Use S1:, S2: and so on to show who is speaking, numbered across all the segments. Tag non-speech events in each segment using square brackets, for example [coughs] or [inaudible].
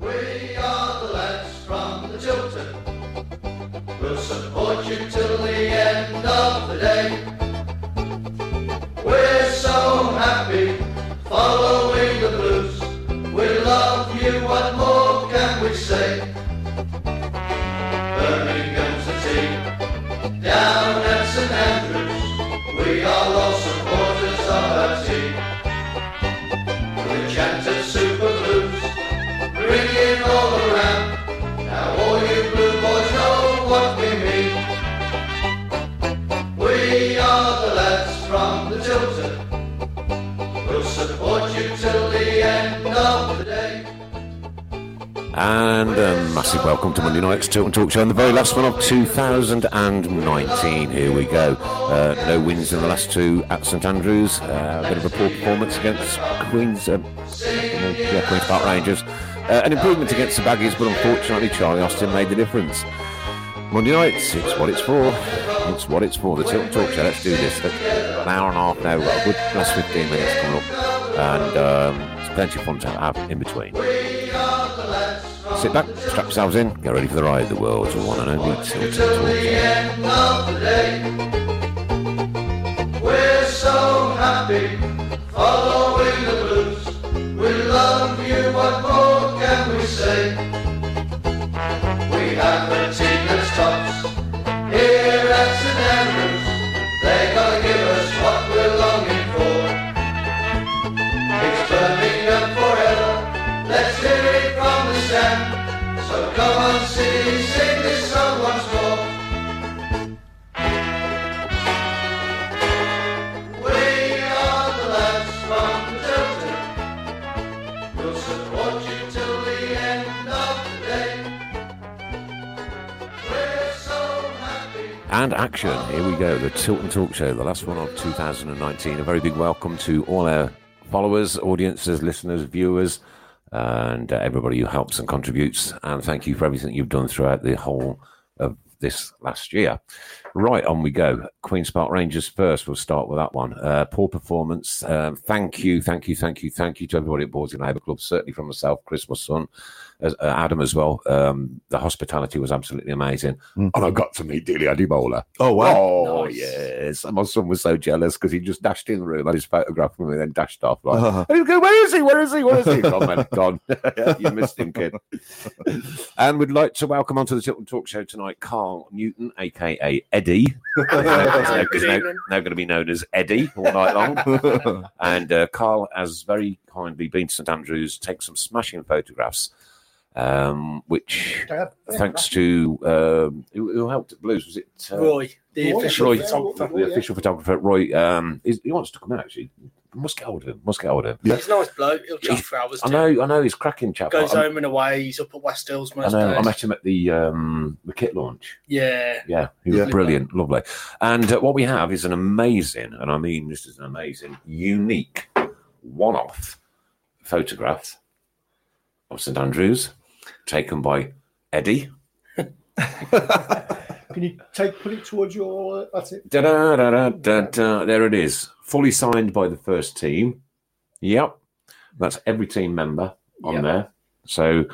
S1: We are the lads from the Chiltern. We'll support you till the end of the day. We're so happy following the blues. We love you, what more can we say? Birmingham's the team, down at St Andrews. We are all supporters of our team. We chanted super blues ringing all around. Now all you blue boys know what we mean. We are the lads from the Tilton. We'll support you till the end of the day.
S2: And a massive welcome to Monday night's Talk and Talk Show, and the very last one of 2019. Here we go. Uh, no wins in the last two at St Andrews. Uh, a bit of a poor performance against Queens, uh, yeah, Queens Park Rangers. Uh, an improvement against the Baggies, but unfortunately Charlie Austin made the difference. Monday nights, it's what it's for. It's what it's for. The Tilt and Talk Show. Let's do this. Let's, an hour and a half now. Well, a good last 15 minutes coming up, and um, it's plenty of fun to have in between. Sit back, strap yourselves in, get ready for the ride. The world's your one and only Tilt and
S1: Till
S2: Talk
S1: the
S2: Show.
S1: end of the day. We're so happy following the blues. We love you, what more can we say? We have a team that stops here at St Andrews. They're gonna give us what we're longing for. It's Birmingham forever. Let's hear it from the stand. So come on, city, sing this song once more. We are the lads from the Delta. We'll support you till the end of the day. We're so happy.
S2: And action. Here we go. The Tilton Talk Show, the last one of 2019. A very big welcome to all our followers, audiences, listeners, viewers, and uh, everybody who helps and contributes. And thank you for everything you've done throughout the whole of this last year. Right, on we go. Queen's Park Rangers first. We'll start with that one. Uh, poor performance. Um, thank you, thank you, thank you, thank you to everybody at Boards and Labour Club, certainly from myself, Chris, my son, as, uh, Adam as well. Um, the hospitality was absolutely amazing. And I got to meet Delia Adibola. Hmm. Oh, wow. Oh, yes. And my son was so jealous because he just dashed in the room, had his photograph with me, then dashed off. Like,
S3: [laughs]
S2: And he'd go, Where is he? Where is he? Where is [laughs] he? gone, man, gone. you missed him, kid. and we'd like to welcome onto the Tilton Talk Show tonight Carl Newton, aka Eddie. He's now, he's now, going to be known as Eddie all night [laughs] long. and uh, Carl has very kindly been to St Andrews, take some smashing photographs um, which thanks to um, who, who helped at Blues was it uh,
S4: Roy, the
S5: Roy,
S4: official
S2: Roy.
S4: photographer.
S2: the official photographer Roy? Um, is, he wants to come in actually. Must get hold of him. Must get hold of him.
S4: He's a nice bloke. He'll chat
S2: He's-
S4: for hours.
S2: I
S4: too.
S2: know. I know. He's cracking chap.
S4: Goes
S2: I,
S4: home and away. He's up at West Hills
S2: I
S4: most
S2: know. I
S4: days.
S2: met him at the um, the kit launch.
S4: yeah.
S2: Yeah, he was
S5: Yeah.
S2: brilliant, lovely. And uh, what we have is an amazing, and I mean this is an amazing, unique, one-off photograph of St Andrews, taken by Eddie.
S5: Can you take put it towards your? uh, That's it.
S2: Da-da-da-da-da-da. There it is. Fully signed by the first team. Yep. That's every team member on
S4: Yep.
S2: there. So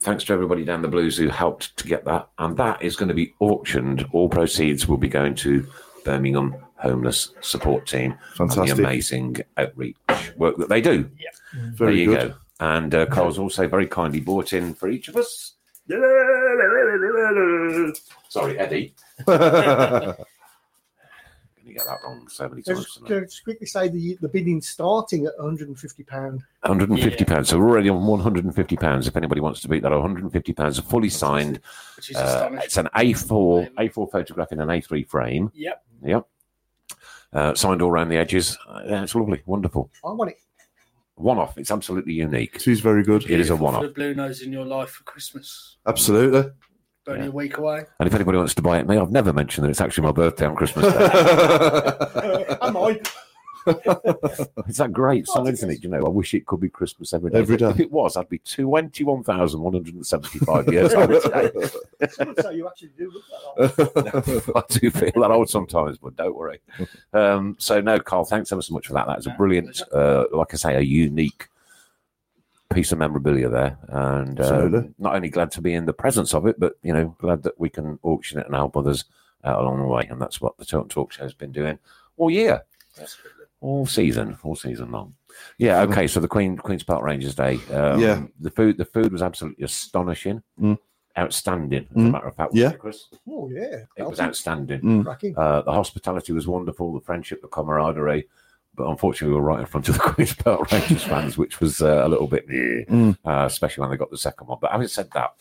S2: thanks to everybody down the Blues who helped to get that. And that is going to be auctioned. All proceeds will be going to Birmingham Homeless Support Team. and
S5: Fantastic.
S2: the amazing outreach work that they do.
S5: Very
S2: there you
S5: good.
S2: go. And uh, Carl's also very kindly bought in for each of us. Sorry, Eddie.
S3: [laughs]
S2: I'm going to get that wrong so many times.
S5: Just,
S2: tonight.
S5: can I just quickly say the the bidding starting at 150 pound.
S2: 150 pounds. So we're already on 150 pounds. If anybody wants to beat that, 150 pounds, fully signed.
S4: Which is
S2: Uh,
S4: astonishing.
S2: it's an A4 A4 photograph in an A3 frame.
S4: Yep.
S2: Yep. uh, signed all around the edges. Uh, yeah, it's lovely, wonderful.
S5: I want
S2: [laughs]
S5: it.
S2: One off. It's absolutely unique.
S3: It is very good.
S2: It is a
S4: Beautiful
S2: one
S4: for
S2: off.
S4: The blue nose in your life for Christmas.
S3: Absolutely.
S2: [laughs]
S4: Only
S2: Yeah.
S4: a week
S5: [laughs]
S4: away.
S2: And if anybody wants to buy it, me, I've never mentioned that it's actually my birthday on
S3: Mm,
S2: Christmas
S3: [laughs]
S2: Day.
S5: Uh, Am I? [laughs]
S2: It's a great
S5: Oh,
S2: song,
S5: it's
S2: isn't it? You know, I wish it could be Christmas every day.
S3: Every
S2: If it-
S3: day.
S2: If it was, I'd be
S3: [laughs]
S2: 21,175 years old today.
S5: Someone say you actually do look that
S2: Uh. [laughs] I
S5: old.
S2: do feel that old sometimes, but don't
S3: [laughs]
S2: worry. Um, so, no, Carl, thanks ever so much for that. That was a brilliant, uh, like I say, a unique piece of memorabilia there. And uh,
S3: Absolutely.
S2: not only glad to be in the presence of it, but, you know, glad that we can auction it and help others out along the way. And that's what the Total Talk Show has been doing all year. all season, all season long. Yeah. Okay. So the Queen Queen's Park Rangers Day. Um,
S3: Yeah.
S2: The food the food was absolutely astonishing,
S3: Mm.
S2: outstanding. As a
S3: Mm.
S2: matter of fact,
S3: Yeah.
S2: Chris,
S5: Oh, yeah.
S2: it was
S5: That'll
S2: outstanding.
S5: be cracking.
S2: Uh, the hospitality was wonderful, the friendship, the camaraderie. But unfortunately, we were right in front of the [laughs] Queen's Park Rangers fans, which was uh, a little bit, eh,
S3: Mm.
S2: uh, especially when they got the second one. But having said that,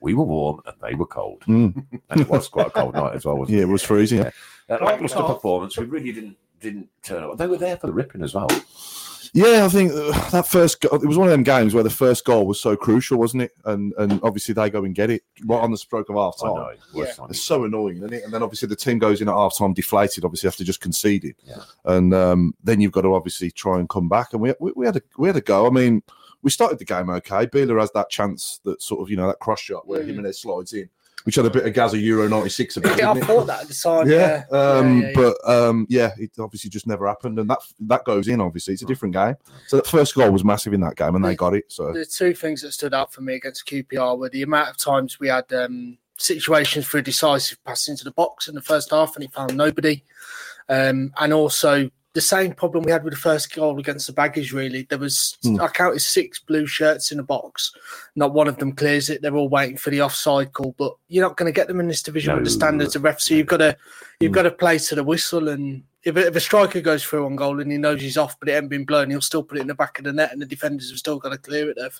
S2: we were warm and they were cold,
S3: Mm.
S2: and it was quite a cold night as well. Wasn't
S3: [laughs] Yeah, it was freezing. Yeah,
S2: it? Uh, lackluster
S5: Oh.
S2: performance. We really didn't didn't turn up. They were there for the ripping as well.
S3: I think uh, that first goal, it was one of them games where the first goal was so crucial, wasn't it? And and obviously they go and get it right on the stroke of half
S2: I
S3: time.
S2: know. Worst time.
S3: It's Oh, so annoying, isn't it? And then obviously the team goes in at half time deflated, obviously after just conceding.
S2: Yeah.
S3: And um, then you've got to obviously try and come back. And we, we, we had a we had a go. I mean, we started the game okay. Beeler has that chance that sort of you know that cross shot where
S4: Mm.
S3: Jimenez slides in, which had a bit of Gaza Euro '96
S4: [laughs]
S3: about.
S4: Yeah, I
S3: didn't it?
S4: thought that at the time.
S3: Yeah,
S4: Yeah.
S3: um,
S4: yeah, yeah.
S3: but um, yeah, it obviously just never happened, and that that goes in. Obviously, it's a different game. So that first goal was massive in that game, and they
S4: Mm.
S3: got it. So
S4: The two things that stood out for me against QPR were the amount of times we had um, situations through decisive passes into the box in the first half and he found nobody. Um, and also the same problem we had with the first goal against the baggage, really. There was,
S3: Hmm.
S4: I counted six blue shirts in the box. Not one of them clears it. They're all waiting for the offside call, but you're not going to get them in this division with the
S2: No.
S4: standards of ref. So you've got to, you've
S3: Hmm.
S4: got to play to the whistle. And if a, if a striker goes through on goal and he knows he's off, but it ain't been blown, he'll still put it in the back of the net and the defenders have still got to clear it there.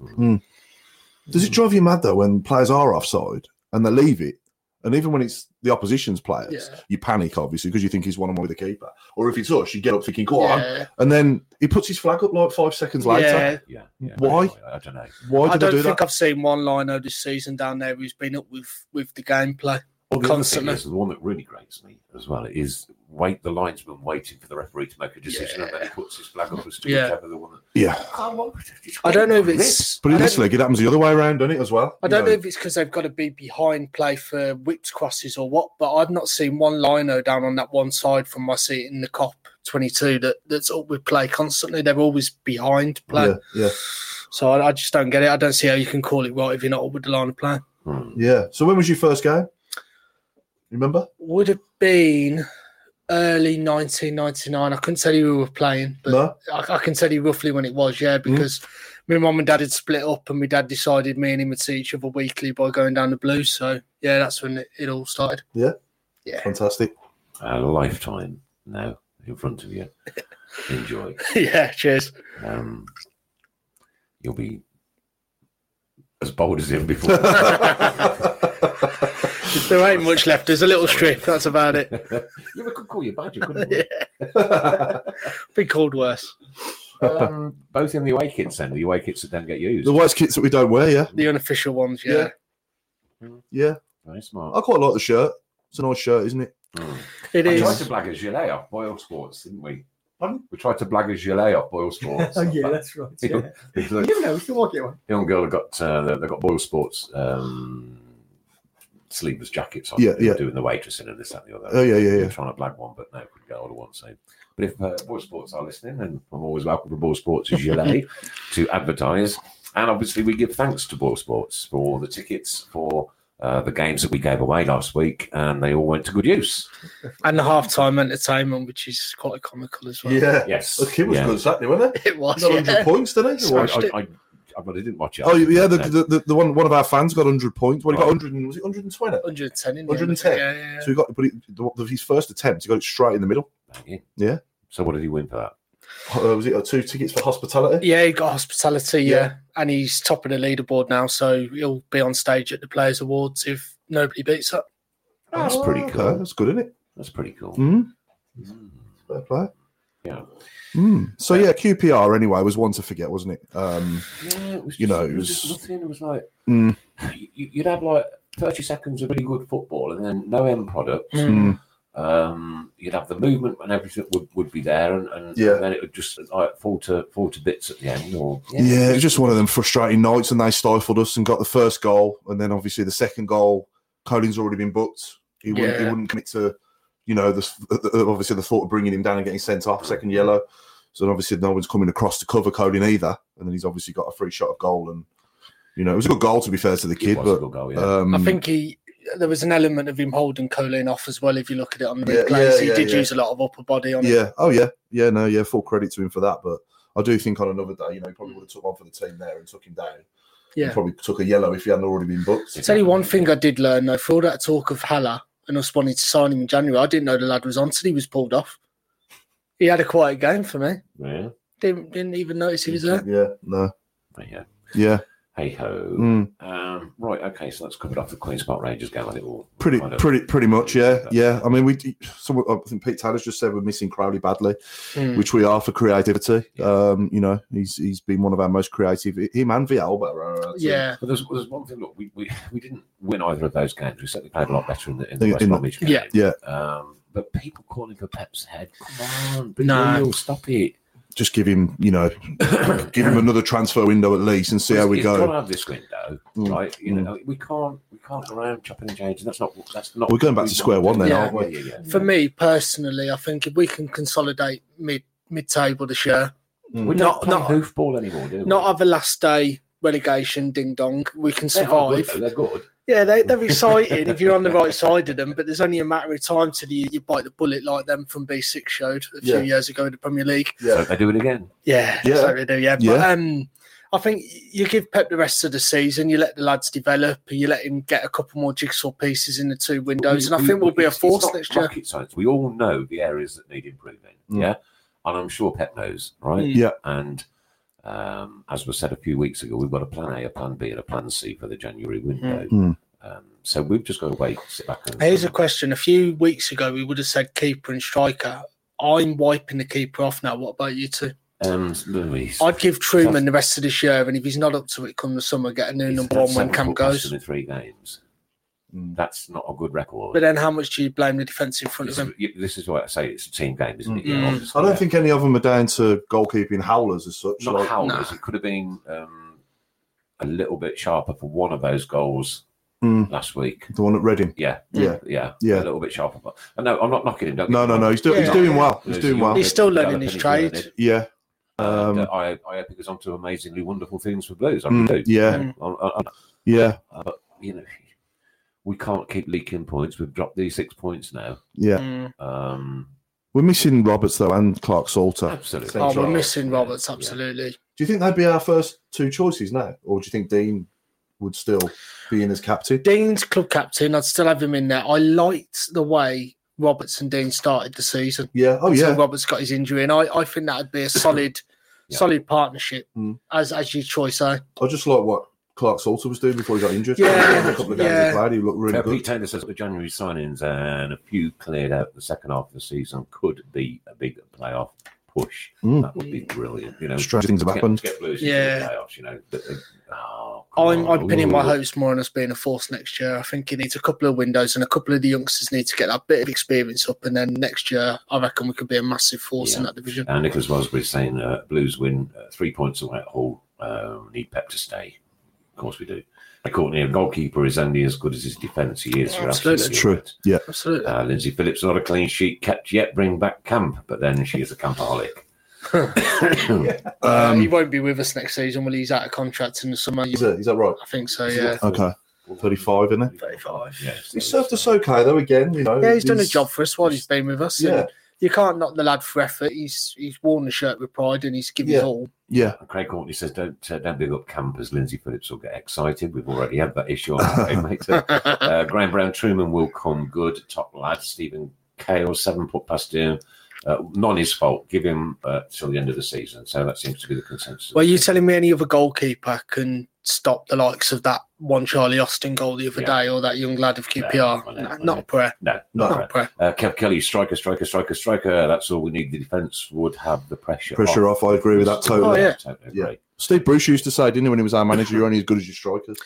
S3: does it drive you mad though when players are offside and they leave it, and even when it's the opposition's players,
S4: Yeah.
S3: you panic obviously because you think he's one on one with the keeper, or if it's us, you get up thinking, "Go on,"
S4: Yeah.
S3: and then he puts his flag up like five seconds later.
S4: Yeah.
S2: Yeah. yeah.
S3: Why?
S2: I don't know.
S3: Why
S4: I
S3: did I,
S4: don't
S3: do
S4: think
S3: that?
S4: I've seen one liner this season down there who's been up with with the gameplay.
S2: Well, the, other thing
S4: Constantly.
S2: is, the one that really grates me as well is wait the linesman waiting for the referee to make a decision and then he puts his flag up as to
S4: Yeah.
S2: whichever the one.
S3: Yeah,
S4: I don't know if it's.
S3: but
S4: I
S3: in
S4: don't,
S3: this league, it happens the other way around, doesn't it? As well.
S4: I don't know
S3: You
S4: if it's because they've got to be behind play for whipped crosses or what, but I've not seen one lino down on that one side from my seat in the cop. 22 that that's up with play constantly they're always behind play
S3: Yeah, yeah.
S4: so I, I just don't get it i don't see how you can call it right if you're not up with the line of play
S2: Hmm.
S3: Yeah. So when was your first game? Remember?
S4: would have been early 1999 i couldn't tell you who we were playing but
S3: no.
S4: I, I can tell you roughly when it was, yeah, because my mum and dad had split up, and my dad decided me and him would see each other weekly by going down the blues. So yeah, that's when it, it all started.
S3: Fantastic. [laughs]
S2: A lifetime now in front of you. Enjoy.
S4: [laughs] yeah, cheers.
S2: Um, you'll be as bold as him before.
S3: [laughs]
S4: There ain't much left. There's a little strip. That's about it.
S2: you could call your badger, couldn't you?
S4: Yeah. Been called worse.
S5: Uh,
S2: um, both in the away kits then. The away kits that don't get used.
S3: The white kits that we don't wear, yeah.
S4: The unofficial ones, yeah.
S3: Yeah. Yeah.
S2: Very smart.
S3: I quite like the shirt. It's a nice shirt, isn't Oh, it?
S2: Hmm.
S4: It
S2: We tried
S4: is.
S2: to blag a gilet off Boyle Sports, didn't we? We tried to blag a gilet off Boyle Sports.
S5: [laughs] Oh, yeah, that's right.
S2: You
S5: Yeah. You know, if you like it, one.
S2: young girl got uh, they- they got Boyle Sports um, sleeveless jackets on.
S3: Yeah,
S2: They were
S3: yeah.
S2: Doing the waitressing and this that and the other.
S3: Oh yeah, yeah,
S2: We were
S3: yeah.
S2: Trying to blag one, but no, couldn't get hold of one. So, but if uh, Boyle Sports are listening, then I'm always welcome to Boyle Sports
S3: [laughs]
S2: gilet to advertise. And obviously, we give thanks to Boyle Sports for the tickets for. Uh, the games that we gave away last week, and they all went to good use.
S4: And the halftime entertainment, which is quite comical as well.
S3: Yeah.
S2: Yes,
S3: The kid was
S2: yeah.
S3: good Saturday, wasn't
S4: [laughs] It
S3: he?
S4: was.
S3: Got hundred
S4: Yeah.
S3: points, didn't he?
S2: So I,
S4: Smashed
S2: I, I, I, well, I didn't watch it.
S3: Oh yeah, the,
S2: No.
S3: the, the, the one one of our fans got hundred points. Well, he got
S2: Right.
S3: hundred and was it hundred and twenty?
S4: 110 in
S3: 110?
S4: Yeah, Oh, yeah, yeah.
S3: So he got, but he, the, the, his first attempt, he got it straight in the middle.
S2: Yeah.
S3: Yeah.
S2: So what did he win for that?
S3: Uh, was it uh, two tickets for hospitality?
S4: Yeah, he got hospitality, yeah.
S3: Yeah.
S4: And he's top of the leaderboard now, so he'll be on stage at the Players Awards if nobody beats up.
S2: That's pretty
S3: okay,
S2: cool.
S3: That's Ah, good, isn't it?
S2: That's pretty cool.
S3: Mm.
S2: Mm.
S3: fair play.
S2: Yeah.
S3: Mm. So yeah, QPR anyway was one to forget, wasn't it? Um,
S2: Yeah, it was
S3: You
S2: just-
S3: know, it
S2: it was just
S3: was-
S2: nothing. It was like
S3: Mm.
S2: you, you'd have like thirty seconds of really good football, and then no end product.
S4: Hmm.
S3: Mm.
S2: Um, you'd have the movement, and everything would, would be there, and, and,
S3: Yeah.
S2: and then it would just like fall to fall to bits at the end. Or
S3: Yeah, it was just one of them frustrating nights, and they stifled us and got the first goal, and then obviously the second goal, Colin's already been booked. He wouldn't, he
S4: Yeah.
S3: wouldn't commit to, you know, the, the- obviously the thought of bringing him down and getting sent off, second yellow. So then obviously no one's coming across to cover Colin either, and then he's obviously got a free shot of goal, and you know it was a good goal to be fair to the
S2: it
S3: kid,
S2: was a
S3: but
S2: good goal, yeah.
S3: um,
S4: I think he there was an element of him holding Colin off as well. If you look at it on the
S3: Yeah,
S4: replays,
S3: yeah,
S4: he
S3: yeah,
S4: did
S3: yeah.
S4: use a lot of upper body on it.
S3: Yeah. Oh, yeah. Yeah. No. Yeah. Full credit to him for that. But I do think on another day, you know, he probably would have took one for the team there and took him down. He
S4: Yeah.
S3: probably took a yellow if he hadn't already been booked.
S4: Tell you one thing I did learn though, for all that talk of Haller and us wanting to sign him in January, I didn't know the lad was on till he was pulled off. He had a quiet game for me.
S2: yeah,
S4: Didn't didn't even notice he was there.
S3: Yeah. No.
S2: but yeah.
S3: Yeah.
S2: Hey ho.
S3: Mm.
S2: Um, right, okay, so that's covered off the Queen's Park Rangers game. I think we'll
S3: Pretty.
S2: kind of-
S3: Pretty. Pretty much. Yeah. Yeah. I mean, we. Someone, I think Pete Taylor's just said we're missing Crowley badly,
S4: Mm.
S3: which Hmm. we are for creativity. Um, you know, he's he's been one of our most creative. Him and Vialba. Are, our team.
S4: Yeah.
S2: But there's, there's one thing. Look, we, we, we didn't win either of those games. We certainly played a lot better in the, in the
S3: In-
S2: West
S3: in the-
S2: Bromwich game.
S4: Yeah.
S3: Yeah.
S2: Um, but people calling for Pep's head. Come on, be
S4: No.
S2: real. Stop it.
S3: Just give him.
S2: [coughs]
S3: You know, give him another transfer window at least and see how we
S2: He's gotta
S3: go.
S2: have this window,
S3: Mm.
S2: right? You
S3: Mm.
S2: know, we can't we can't go around chopping and changing. That's not that's not.
S3: We're going back to square one then,
S4: Yeah.
S3: aren't we?
S2: Yeah, yeah, yeah.
S4: For me personally, I think if we can consolidate mid mid table this year,
S2: We're
S4: Not-
S2: not playing
S4: not-
S2: hoofball anymore, do we?
S4: not have a last day relegation ding dong, we can
S2: They're not good,
S4: survive.
S2: though. They're good.
S4: Yeah, they, they're excited if you're on the right side of them, but there's only a matter of time till you, you bite the bullet like them from B6 showed a few
S3: Yeah.
S4: years ago in the Premier League.
S2: So they do it again.
S4: Yeah,
S3: Yeah.
S4: yeah, so they do. Yeah, but
S3: Yeah.
S4: um, I think you give Pep the rest of the season. You let the lads develop. You let him get a couple more jigsaw pieces in the two windows, and I think we'll be a
S2: it's-
S4: force
S2: it's not
S4: next year.
S2: rocket science. We all know the areas that need improving.
S3: Mm.
S2: Yeah, and I'm sure Pep knows, right?
S4: Mm.
S3: Yeah.
S2: And um, as was said a few weeks ago, we've got a plan A, a plan B, and a plan C for the January
S4: Hmm.
S2: window.
S3: Mm.
S2: Um, so we've just got to wait, sit back, and
S4: Here's a question: A few weeks ago, we would have said keeper and striker. I'm wiping the keeper off now. What about you two?
S2: um, Louise.
S4: I'd give Truman the rest of this year, and if he's not up to it come the summer, get a new
S2: He's
S4: number
S2: had
S4: one when
S2: seven
S4: Cam
S2: foot passes
S4: goes.
S2: In three games.
S3: Mm.
S2: That's not a good record.
S4: But then, how much do you blame the defence in front of
S2: this,
S4: him?
S2: is, this is why I say it's a team game, isn't it?
S4: Mm.
S2: Yeah, obviously,
S3: Hmm. I don't
S2: yeah.
S3: think any of them are down to goalkeeping howlers as such.
S2: not
S3: like-
S2: howlers.
S4: Nah.
S2: It could have been um, a little bit sharper for one of those goals
S3: Mm.
S2: last week.
S3: The one at Reading.
S2: Yeah,
S3: Yeah.
S2: yeah,
S3: Yeah.
S2: A little bit sharper. But and no, I'm not knocking him. Don't get
S3: No,
S2: me
S3: no,
S2: wrong.
S3: no. He's, do- he's
S4: Yeah.
S3: doing well. He's doing well.
S4: He's still learning his
S2: Developing
S4: trade.
S3: Yeah.
S2: And,
S3: Um,
S2: uh, I, I hope he goes on to amazingly wonderful things for Blues. I
S3: mm,
S2: really do.
S3: yeah.
S4: Mm.
S2: I'm- I'm-
S3: Yeah.
S2: you know, we can't keep leaking points. We've dropped these six points now.
S3: Yeah.
S4: Mm.
S2: Um,
S3: We're missing Roberts, though, and Clark Salter.
S2: absolutely.
S4: Oh,
S3: That's
S4: we're
S3: right.
S4: missing Roberts,
S2: Yeah.
S4: absolutely.
S3: Do you think they'd be our first two choices now? Or do you think Dean would still be in as captain?
S4: Dean's club captain, I'd still have him in there. I liked the way Roberts and Dean started the season.
S3: Yeah. Oh,
S4: until
S3: yeah.
S4: Roberts got his injury, and I, I think that would be a solid,
S2: Yeah.
S4: solid partnership
S3: Mm.
S4: as as your choice. Eh?
S3: I just like what Clark Salter was doing before he got injured.
S4: Yeah,
S3: A couple of games he
S4: yeah.
S3: played, he looked
S2: Uh,
S3: really
S2: Pete
S3: good.
S2: Taylor says that the January signings uh, and a few cleared out the second half of the season could be a big playoff push.
S3: Mm.
S2: That would be brilliant. You know,
S3: Strange things have
S2: to get-
S3: happened.
S2: to get Blues into
S4: Yeah.
S2: the playoffs, you know. But, uh, oh, come
S4: I'm
S2: on.
S4: I'm pinning my
S2: Ooh.
S4: hopes more on us being a force next year. I think he needs a couple of windows, and a couple of the youngsters need to get that bit of experience up, and then next year I reckon we could be a massive force in
S2: Yeah.
S4: that division.
S2: And Nicholas Rosbury saying uh, Blues win uh, three points away at Hull. Um, need Pep to stay. Of course we do. Courtney, a goalkeeper is only as good as his defence. He is. You're
S4: Absolutely.
S3: True.
S2: right.
S3: Yeah.
S4: Absolutely.
S2: Uh, Lindsay Phillips not a clean sheet kept yet. Bring back Camp, but then she is a
S3: [laughs]
S2: campaholic. [coughs]
S4: Uh, he
S3: Um,
S4: won't be with us next season. Well, he's out of contract in the summer.
S3: is, that, is that right?
S4: I think so. Oh, Yeah.
S3: Okay. 35, isn't it?
S4: 35.
S2: Yeah,
S3: He served us okay, though, again. You know,
S4: Yeah, he's done a job for us while he's been with us.
S3: Yeah.
S4: and You can't knock the lad for effort. He's he's worn the shirt with pride and he's given
S3: Yeah.
S4: it all. [laughs]
S3: Yeah.
S2: And Craig Courtney says, "Don't uh, don't big up campers. Lindsay Phillips will get excited. We've already had that issue on our
S3: [laughs]
S2: way, mate. Uh, Graham Brown Truman will come good. Top lad Stephen Cale seven put past him. Uh, not his fault. Give him uh, till the end of the season. So that seems to be the consensus.
S4: Well, you telling me any other goalkeeper can stop the likes of that one Charlie Austin goal the other
S2: Yeah.
S4: day or that young lad of QPR.
S2: well,
S4: Nah,
S2: well,
S4: not a prayer.
S2: No,
S3: No.
S2: not
S4: Not a
S2: right.
S4: prayer.
S2: Uh, Kev Kelly, striker, striker, striker, striker. That's all we need. The defence would have the pressure.
S3: Pressure off, I agree with that totally.
S4: Oh, yeah.
S2: Totally
S3: Yeah.
S2: agree.
S3: Steve Bruce used to say, didn't he, when he was our manager, you're only as good as your strikers.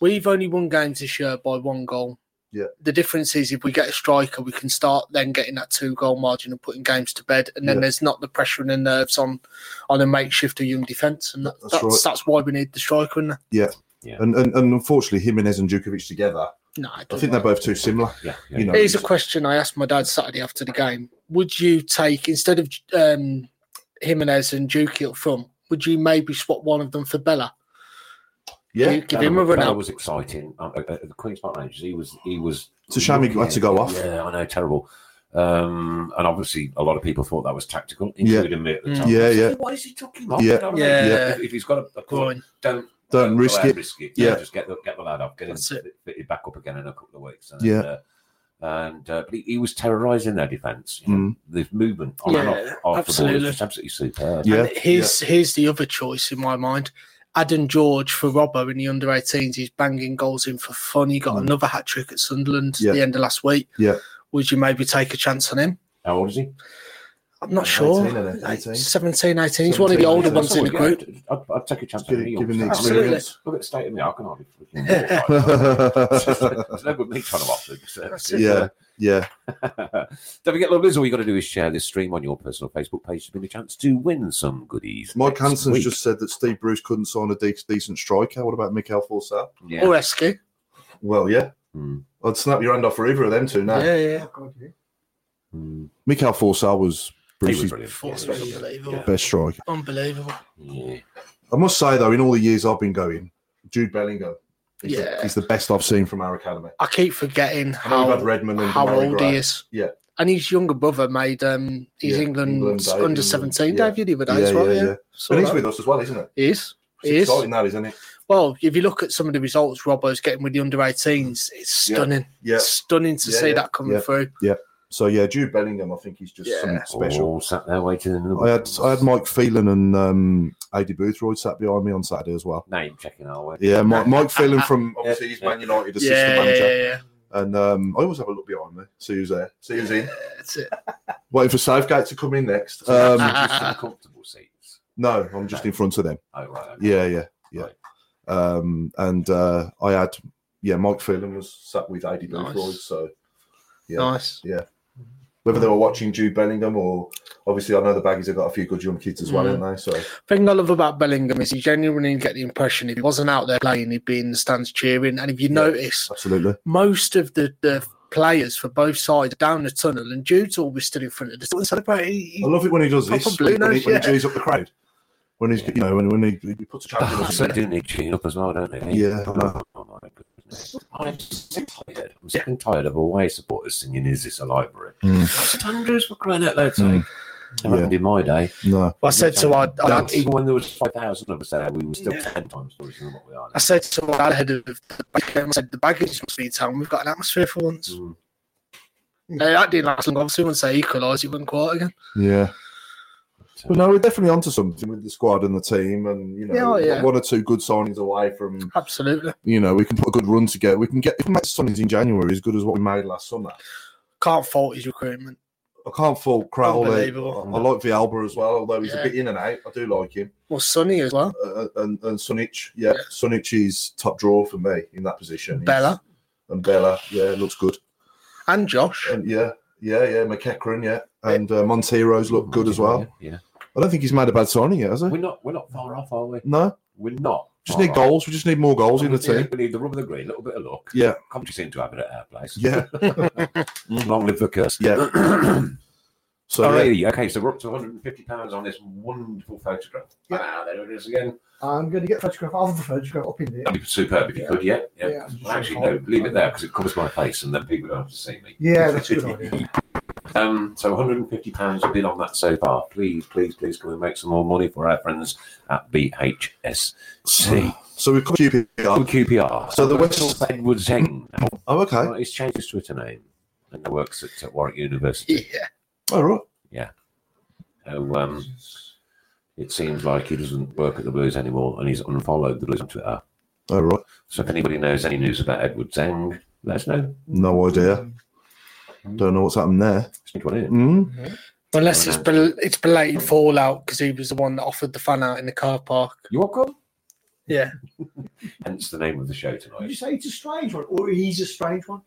S4: We've only won games this year by one goal.
S3: Yeah.
S4: The difference is if we get a striker, we can start then getting that two goal margin and putting games to bed, and then
S3: Yeah.
S4: there's not the pressure and the nerves on on a makeshift or young defence, and that,
S3: That's
S4: that's that's,
S3: right.
S4: why we need the striker. And
S3: And, and and unfortunately, Jimenez and Djokovic together,
S4: no, I,
S3: I
S4: don't
S3: think they're both too similar.
S2: Yeah, yeah.
S3: You know,
S4: Here's a question I asked my dad Saturday after the game: Would you take instead of um, Jimenez and Juki up front? Would you maybe swap one of them for Bella?
S3: yeah.
S4: give him a run
S2: Bella
S4: out.
S2: was exciting. Uh, uh, at the Queen's Park Rangers, he was. He was.
S3: It's a shame he
S2: looking
S3: had to
S2: at-
S3: go off.
S2: Yeah, I know, terrible. Um, and obviously, a lot of people thought that was tactical, including me at the
S4: Mm.
S2: time.
S3: Yeah, yeah.
S2: Why is he talking? off?
S3: Yeah.
S2: You know what I mean?
S4: Yeah.
S2: If, if he's got a, a corner,
S4: Groin.
S2: don't
S3: Don't
S2: go
S3: risk
S2: out and
S3: it.
S2: Risk it.
S3: Yeah.
S2: Yeah. just get the get the lad up, get him
S4: That's
S2: fit,
S4: it.
S2: fitted back up again in a couple of weeks. And,
S3: Yeah.
S2: Uh, and uh, but he, he was terrorising their defence. You
S3: Mm.
S2: know, The movement on and
S4: Yeah,
S2: off, off the ball is
S4: absolutely.
S2: just absolutely superb.
S3: Yeah.
S4: And here's here's the other choice in my mind. Adam George for Robbo in the under 18s. He's banging goals in for fun. He got
S3: Mm.
S4: another hat trick at Sunderland
S3: Yeah.
S4: at the end of last week.
S3: Yeah.
S4: Would you maybe take a chance on him?
S2: How old is he?
S4: I'm not sure.
S3: 18, isn't it? 18.
S4: 17, 18. He's one of the
S3: 17,
S4: older
S3: 18.
S4: ones in the
S2: That's all we
S4: group.
S2: get. I'd, I'd take a chance
S3: Give
S2: on
S3: it-
S2: any
S3: give him the
S2: youngster.
S4: Absolutely.
S3: experience.
S2: Look at the state of me. I can hardly freaking walk. [laughs] Like, There's no good me trying to offer [laughs] the
S4: [laughs]
S2: services.
S3: Yeah, yeah.
S2: Don't forget, lovelies, all you got to do is share this stream on your personal Facebook page to win a chance to win some goodies.
S3: Mike
S2: next
S3: Hansen's
S2: week.
S3: just said that Steve Bruce couldn't sign a de- decent striker. What about Mikel Forsell?
S2: Yeah.
S4: Or Esky.
S3: Well, yeah.
S2: Hmm.
S3: I'd snap your hand off for either of them two now.
S4: Yeah, yeah.
S5: Oh, God, yeah.
S2: Hmm.
S3: Mikael Forsell was
S2: He was
S3: Bruce's
S2: brilliant.
S4: Force
S2: Yeah.
S4: was unbelievable.
S2: Yeah.
S3: best striker.
S4: Unbelievable.
S2: Yeah.
S3: I must say though, in all the years I've been going, Jude Bellingham, he's, the,
S4: Yeah.
S3: he's the best I've seen from our academy.
S4: I keep forgetting
S3: I know we've had
S4: how
S3: Redmond and
S4: how
S3: Murray
S4: old
S3: Gray.
S4: he is.
S3: Yeah.
S4: And his younger brother made um he's
S3: Yeah, England
S4: England's
S3: debut,
S4: under seventeen
S3: yeah.
S4: debut the other day
S3: Yeah,
S4: as well,
S3: yeah,
S4: yeah.
S3: yeah.
S4: Saw
S3: And he's
S4: that.
S3: with us as well, isn't it?
S4: He is. He
S3: It's
S4: is.
S3: exciting that, isn't it?
S4: Well, if you look at some of the results Robbo's getting with the under 18s, it's
S3: Yeah.
S4: stunning.
S3: Yeah.
S4: Stunning to
S3: Yeah,
S4: see
S3: yeah,
S4: that coming
S3: yeah.
S4: through.
S3: So yeah, Jude Bellingham, I think he's just
S4: Yeah. Oh.
S3: something
S2: Special.
S3: special.
S2: All sat there waiting in the
S3: I had I had Mike Phelan and um, AD Boothroyd sat behind me on Saturday as well.
S2: name checking our way.
S3: Yeah, Mike, Mike Phelan from obviously he's Man United assistant
S4: Yeah, yeah,
S3: manager,
S4: yeah, yeah.
S3: and um, I always have a look behind me, see who's there, see who's in.
S4: That's it.
S3: Waiting for Southgate to come in
S4: [laughs]
S3: next.
S2: Um,
S4: Uh-huh.
S3: Um,
S2: just in comfortable seats.
S3: no, I'm just in front of them.
S2: Oh, right. okay.
S3: Yeah, yeah, yeah.
S2: Right.
S3: Um, and uh, I had, yeah, Mike Phelan was sat with AD Boothroyd.
S4: Nice.
S3: So Yeah.
S4: Nice.
S3: whether they were watching Jude Bellingham or obviously I know the baggies have got a few good young kids as well,
S4: Mm.
S3: haven't they? So
S4: thing I love about Bellingham is you genuinely get the impression if he wasn't out there playing, he'd be in the stands cheering. And if you notice,
S3: absolutely.
S4: most of the, the players for both sides down the tunnel, and Jude's always stood in front of the tunnel and celebrating. He-
S3: I
S4: he-
S3: love it when he does this.
S4: Proper blue
S3: when,
S4: nose,
S3: he, when he
S4: yeah.
S3: G's up the crowd. When he's you know when, when he, he puts a
S4: [laughs]
S3: champion
S2: Oh,
S3: up.
S2: so they do need cheering up as well, don't they?
S3: Yeah.
S2: Oh, my goodness. I'm sick and tired. I'm sick and tired of away supporters singing "Is this a library?"
S3: Mm.
S2: Thunders were crying out loud saying, "Never
S3: Hmm. Yeah.
S2: happened in my day."
S3: No,
S4: I said to our, I
S2: That-
S4: had-
S2: even when there was five thousand of us there, we were still ten times worse than what we are.
S4: I
S2: Now.
S4: said to our head of the back end, I said, the baggage must be in town. We've got an atmosphere for once.
S2: Mm.
S4: No, that didn't last long. Obviously, once they equalised, it went quiet again.
S3: yeah.
S2: But,
S3: But no, we're definitely onto something with the squad and the team, and you know,
S4: Yeah, oh,
S3: we've got
S4: yeah.
S3: one or two good signings away from
S4: Absolutely.
S3: you know, we can put a good run together. We can get if we make signings in January as good as what we made last summer.
S4: Can't fault his recruitment.
S3: I can't fault Crowley. I,
S4: Unbelievable.
S3: I like Vialba as well, although he's a
S4: Yeah.
S3: bit in and out. I do like him.
S4: Well, Sonny as well.
S3: Uh, and and Sunic, yeah, Sunic is top draw for me in that position. He's-
S4: Bella.
S3: and Bella, yeah, looks good.
S4: And Josh.
S3: And yeah, yeah, yeah, McEachran, yeah, and uh, Montero's looked good as well.
S2: Yeah,
S3: I don't think he's made a bad signing yet, has
S2: yeah.
S3: he?
S2: we're not we're not far off, are we?
S3: No,
S2: We're not.
S3: just
S2: far
S3: need
S4: Oh.
S2: off.
S3: goals. We just need more goals in the
S2: Yeah,
S3: team.
S2: We need the rub of the green, a little bit of luck.
S3: Yeah,
S2: Coventry seem to have it at our place. Mm.
S3: yeah,
S2: Long live the curse.
S3: Yeah.
S2: [clears throat]
S3: so
S2: Alrighty,
S3: yeah,
S2: okay, so we're up to 150 pounds on this wonderful photograph.
S5: Yeah.
S2: Ah, there it is again.
S5: I'm going to get a photograph of the photograph up in there.
S2: That'd be superb if you could, yeah. yeah.
S5: Yeah.
S2: Well, actually, no, leave it there because it covers my face, and then people don't have to see me.
S5: Yeah,
S2: [laughs]
S5: that's a good idea.
S2: Um, so 150 pounds have been on that so far. Please, please, please, can we make some more money for our friends at BHSC?
S3: so we've got QPR.
S2: QPR.
S3: Oh. So the
S2: West
S3: West-
S2: Edwards Eng. now.
S3: Oh, okay.
S2: Right, He's changed his Twitter name and works at, at Warwick University.
S4: Yeah.
S3: All right.
S2: So, um, it seems like he doesn't work at the Blues anymore, and he's unfollowed the Blues on Twitter.
S3: All right.
S2: So if anybody knows any news about Edward Zhang, let us know.
S3: No idea. Don't know what's happened there.
S2: Strange one, isn't it?
S3: Mm.
S4: Unless it's bel- it's belated fallout because he was the one that offered the fan out in the car park.
S2: You're welcome.
S4: Yeah,
S2: [laughs] Hence the name of the show
S5: Did you
S2: tonight.
S5: say it's a strange one, or he's a strange one?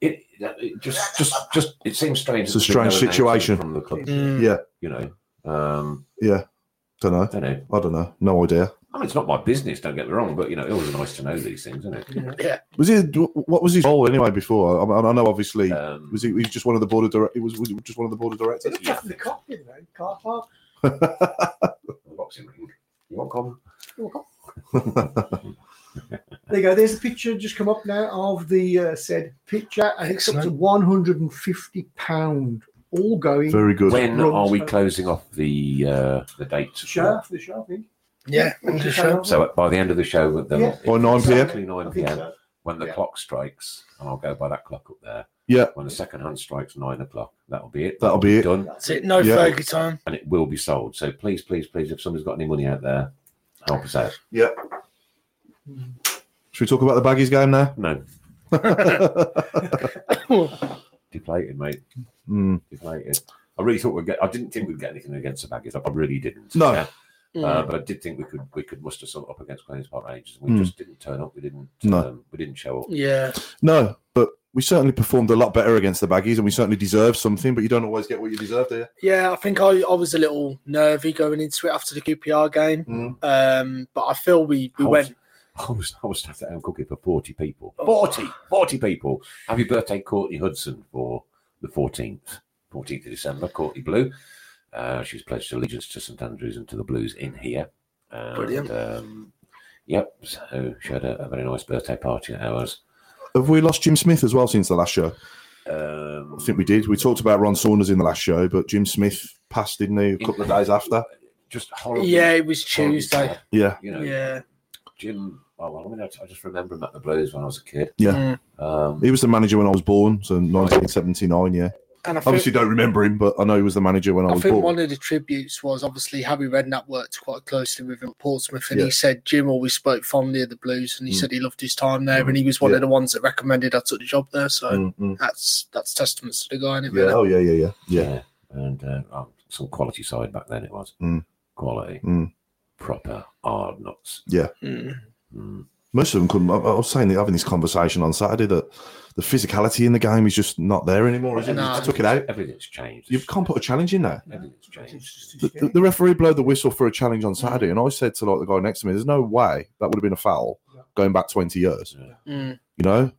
S2: It, it just, just, just. It seems strange.
S3: It's
S2: that
S3: a
S2: there's
S3: strange
S2: no announcement
S3: situation.
S2: from the club.
S4: Mm.
S3: Yeah.
S2: You know, um,
S3: Yeah. Don't know.
S2: I don't know.
S3: I don't know. No idea.
S2: I mean, it's not my business. Don't get me wrong, but you know, it was nice to know these things, isn't it?
S3: Was he? What was his role anyway? Before I, I- I know, obviously,
S2: Um,
S3: was he? He was just one of the board of directors. Was, was he just one of the board of
S5: He
S3: directors?
S5: looked after the cop, didn't he? Car park.
S2: boxing ring. You want com?
S5: Oh,
S4: [laughs]
S5: cop. there you go. There's a picture just come up now of the uh, said picture, and it's up to
S4: Excellent.
S5: 150 pound, all going.
S3: Very good.
S2: When
S5: Run,
S2: are we
S5: sorry.
S2: closing off the uh, the date?
S5: Sure, for the show, I think.
S4: yeah. and just, uh,
S2: So by the end of the show, with the
S5: Yeah.
S3: By 9 p.m.?
S2: exactly
S5: I
S2: nine
S5: think uh,
S2: p.m.
S5: so.
S2: when the
S5: Yeah.
S2: clock strikes, and I'll go by that clock up there.
S3: Yeah.
S2: When the second hand strikes nine o'clock, that'll be it.
S3: That'll be it.
S2: done,
S4: That's it. No
S3: Yeah.
S4: Fergie time.
S2: and it will be sold. So please, please, please, if somebody's got any money out there, help us out.
S3: Yeah. Should we talk about the baggies game now?
S2: No, deflated, mate.
S3: Mm.
S2: Deflated. I really thought we'd get. I didn't think we'd get anything against the Baggies. I really didn't.
S3: No.
S2: Yeah.
S4: Mm.
S2: Uh, but I did think we could we could muster something up against Queens Park Rangers. We
S3: Mm.
S2: just didn't turn up. We didn't.
S3: No.
S2: Um, we didn't show up.
S4: yeah,
S3: No, but we certainly performed a lot better against the baggies, and we certainly deserve something. But you don't always get what you deserve, do you?
S4: yeah. I think I, I was a little nervy going into it after the QPR game,
S3: Mm.
S4: um, but I feel we, we
S2: I was- [laughs]
S4: went.
S2: I was I was staffed at home cooking for forty people.
S4: Oh.
S2: 40, 40 people. Happy birthday, Courtney Hudson, for the fourteenth, fourteenth of December. Courtney Blue. Uh, she's pledged allegiance to St Andrews and to the Blues in here. And,
S4: Brilliant.
S2: Um, yep. So she had a, a very nice birthday party at ours.
S3: Have we lost Jim Smith as well since the last show?
S2: Um,
S3: I think we did. We talked about Ron Saunders in the last show, but Jim Smith passed, didn't he? A couple of days after.
S2: just horrible.
S4: yeah, it was
S2: horrible
S4: Tuesday.
S2: sad,
S3: Yeah.
S2: You know,
S4: Yeah,
S2: Jim. Oh, well, I mean, I, I just remember him at the Blues when I was a kid.
S3: Yeah.
S4: Mm.
S2: Um,
S3: He was the manager when I was born, so 1979. Yeah.
S4: and I think,
S3: Obviously, don't remember him, but I know he was the manager when I
S4: I
S3: was
S4: think
S3: born.
S4: one of the tributes was obviously Harry Redknapp worked quite closely with him at Portsmouth, and
S3: Yeah.
S4: he said Jim always spoke fondly of the Blues, and he
S3: Mm.
S4: said he loved his time there, and he was one of the ones that recommended I took the job there. So
S3: Mm, mm.
S4: that's that's testament to the guy. Isn't it,
S3: Yeah.
S4: really?
S3: Oh yeah, yeah, yeah, yeah.
S2: yeah. And uh, oh, some quality side back then it was.
S3: Mm.
S2: Quality.
S3: Mm.
S2: Proper hard nuts.
S4: Mm.
S2: Mm.
S3: Most of them couldn't. I, I was saying that having this conversation on Saturday that the physicality in the game is just not there anymore. Is it?
S4: No.
S3: They took it out.
S2: Everything's changed.
S3: You can't put a challenge in there.
S2: Everything's changed.
S3: The, the- the referee blew the whistle for a challenge on Saturday, and I said to like the guy next to me, "There's no way that would have been a foul going back 20 years."
S2: Yeah.
S4: Mm.
S3: You know,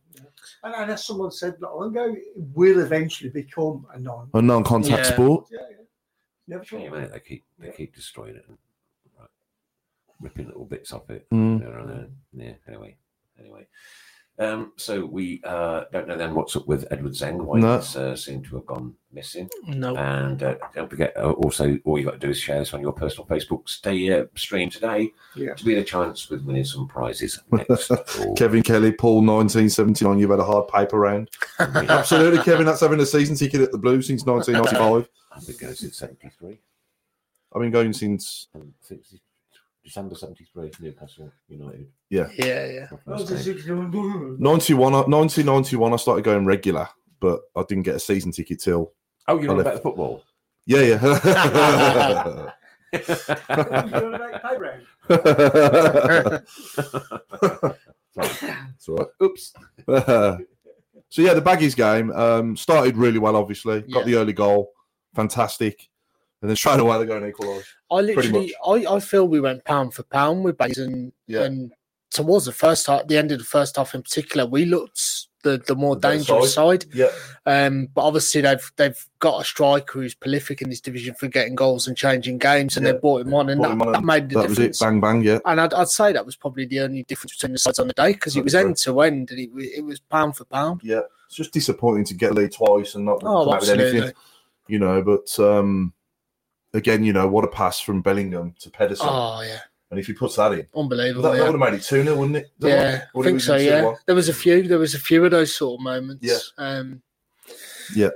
S5: And, and as someone said not long ago, it will eventually become a non.
S3: a non-contact
S4: Yeah.
S3: sport.
S5: Yeah, yeah. Never
S2: Shame,
S5: thought.
S2: isn't it? They keep they keep destroying it and like, ripping little bits off it.
S3: Mm.
S2: There and there. Yeah. Anyway. Anyway. Um, so we uh, don't know then what's up with Edward Zeng. Why
S3: No.
S2: he's uh, seemed to have gone missing.
S4: No.
S2: And uh, don't forget, uh, also, all you got to do is share this on your personal Facebook stay, uh, stream today
S5: Yeah.
S2: to be in a chance with winning some
S3: [laughs]
S2: prizes next. [laughs] week.
S3: Kevin Kelly, Paul, 1979. You've had a hard paper [laughs] round. Absolutely, Kevin. That's having a season ticket at the Blues since 1995.
S2: I think it goes in 73.
S3: I've been going since.
S2: Um, 60, December 73, Newcastle United.
S4: Yeah, yeah.
S2: my
S5: Well,
S2: first
S5: it's
S2: game.
S5: a- [laughs]
S3: 91, 1991, uh, I started going regular, but I didn't get a season ticket till.
S2: Oh, you're on
S3: I
S2: about the football.
S3: Yeah, yeah.
S5: You're on that playground.
S3: [laughs] It's all right.
S4: [laughs]
S2: Oops.
S3: [laughs] so yeah, the baggies game um, started really well. Obviously, got
S4: Yeah.
S3: the early goal, fantastic, and then straight away they go and equalise.
S4: I
S3: Pretty
S4: literally, I, I feel we went pound for pound with Bays and,
S3: Yeah.
S4: and towards the first half, the end of the first half in particular, we looked the, the more
S3: The better
S4: dangerous side.
S3: Yeah,
S4: Um, but obviously they've they've got a striker who's prolific in this division for getting goals and changing games, and
S3: Yeah.
S4: they brought him on, and
S3: Brought
S4: that,
S3: him on
S4: that
S3: and
S4: made the
S3: that was it.
S4: difference.
S3: Bang bang. Yeah,
S4: And I'd, I'd say that was probably the only difference between the sides on the day because it was
S3: That'd be
S4: end to end, and it, wa- it was pound for pound.
S3: yeah. It's just disappointing to get a lead twice and not
S4: Oh,
S3: come out with anything.
S4: absolutely.
S3: You know, but um, again, you know, what a pass from Bellingham to Pedersen,
S4: Oh yeah,
S3: and if he puts that in,
S4: unbelievable.
S3: that, that
S4: yeah.
S3: would have made it two 0 wouldn't it? Don't
S4: Yeah,
S3: Or
S4: I
S3: it
S4: think
S3: was
S4: so.
S3: in
S4: Yeah,
S3: 2-1.
S4: there was a few. There was a few of those sort of moments.
S3: Yeah.
S4: Um,
S3: Yeah.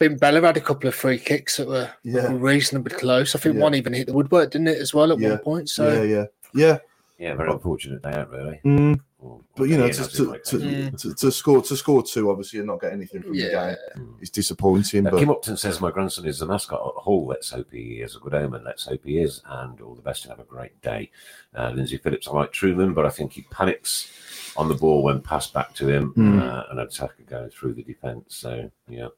S4: I think Bella had a couple of free kicks that were
S3: Yeah.
S4: reasonably close. I think
S3: Yeah.
S4: one even hit the woodwork, didn't it, as well at
S3: Yeah.
S4: one point? So
S3: yeah, yeah, yeah.
S2: [laughs] Yeah, very unfortunate day out, really.
S3: Mm,
S2: Or-
S3: but you know,
S2: yeah,
S3: to,
S2: that's it,
S3: to,
S2: like,
S3: to,
S2: yeah.
S3: to, to score to score two, obviously, and not get anything from
S4: Yeah.
S3: the game, it's disappointing.
S2: Uh,
S3: But
S2: Kim Upton says, My grandson is the mascot at Hall. Let's hope he is a good omen. Let's hope he is. And all the best and have a great day. Uh, Lindsay Phillips, I like Truman, but I think he panics on the ball when passed back to him
S3: Hmm.
S2: uh, an attacker going through the defence. So, yeah.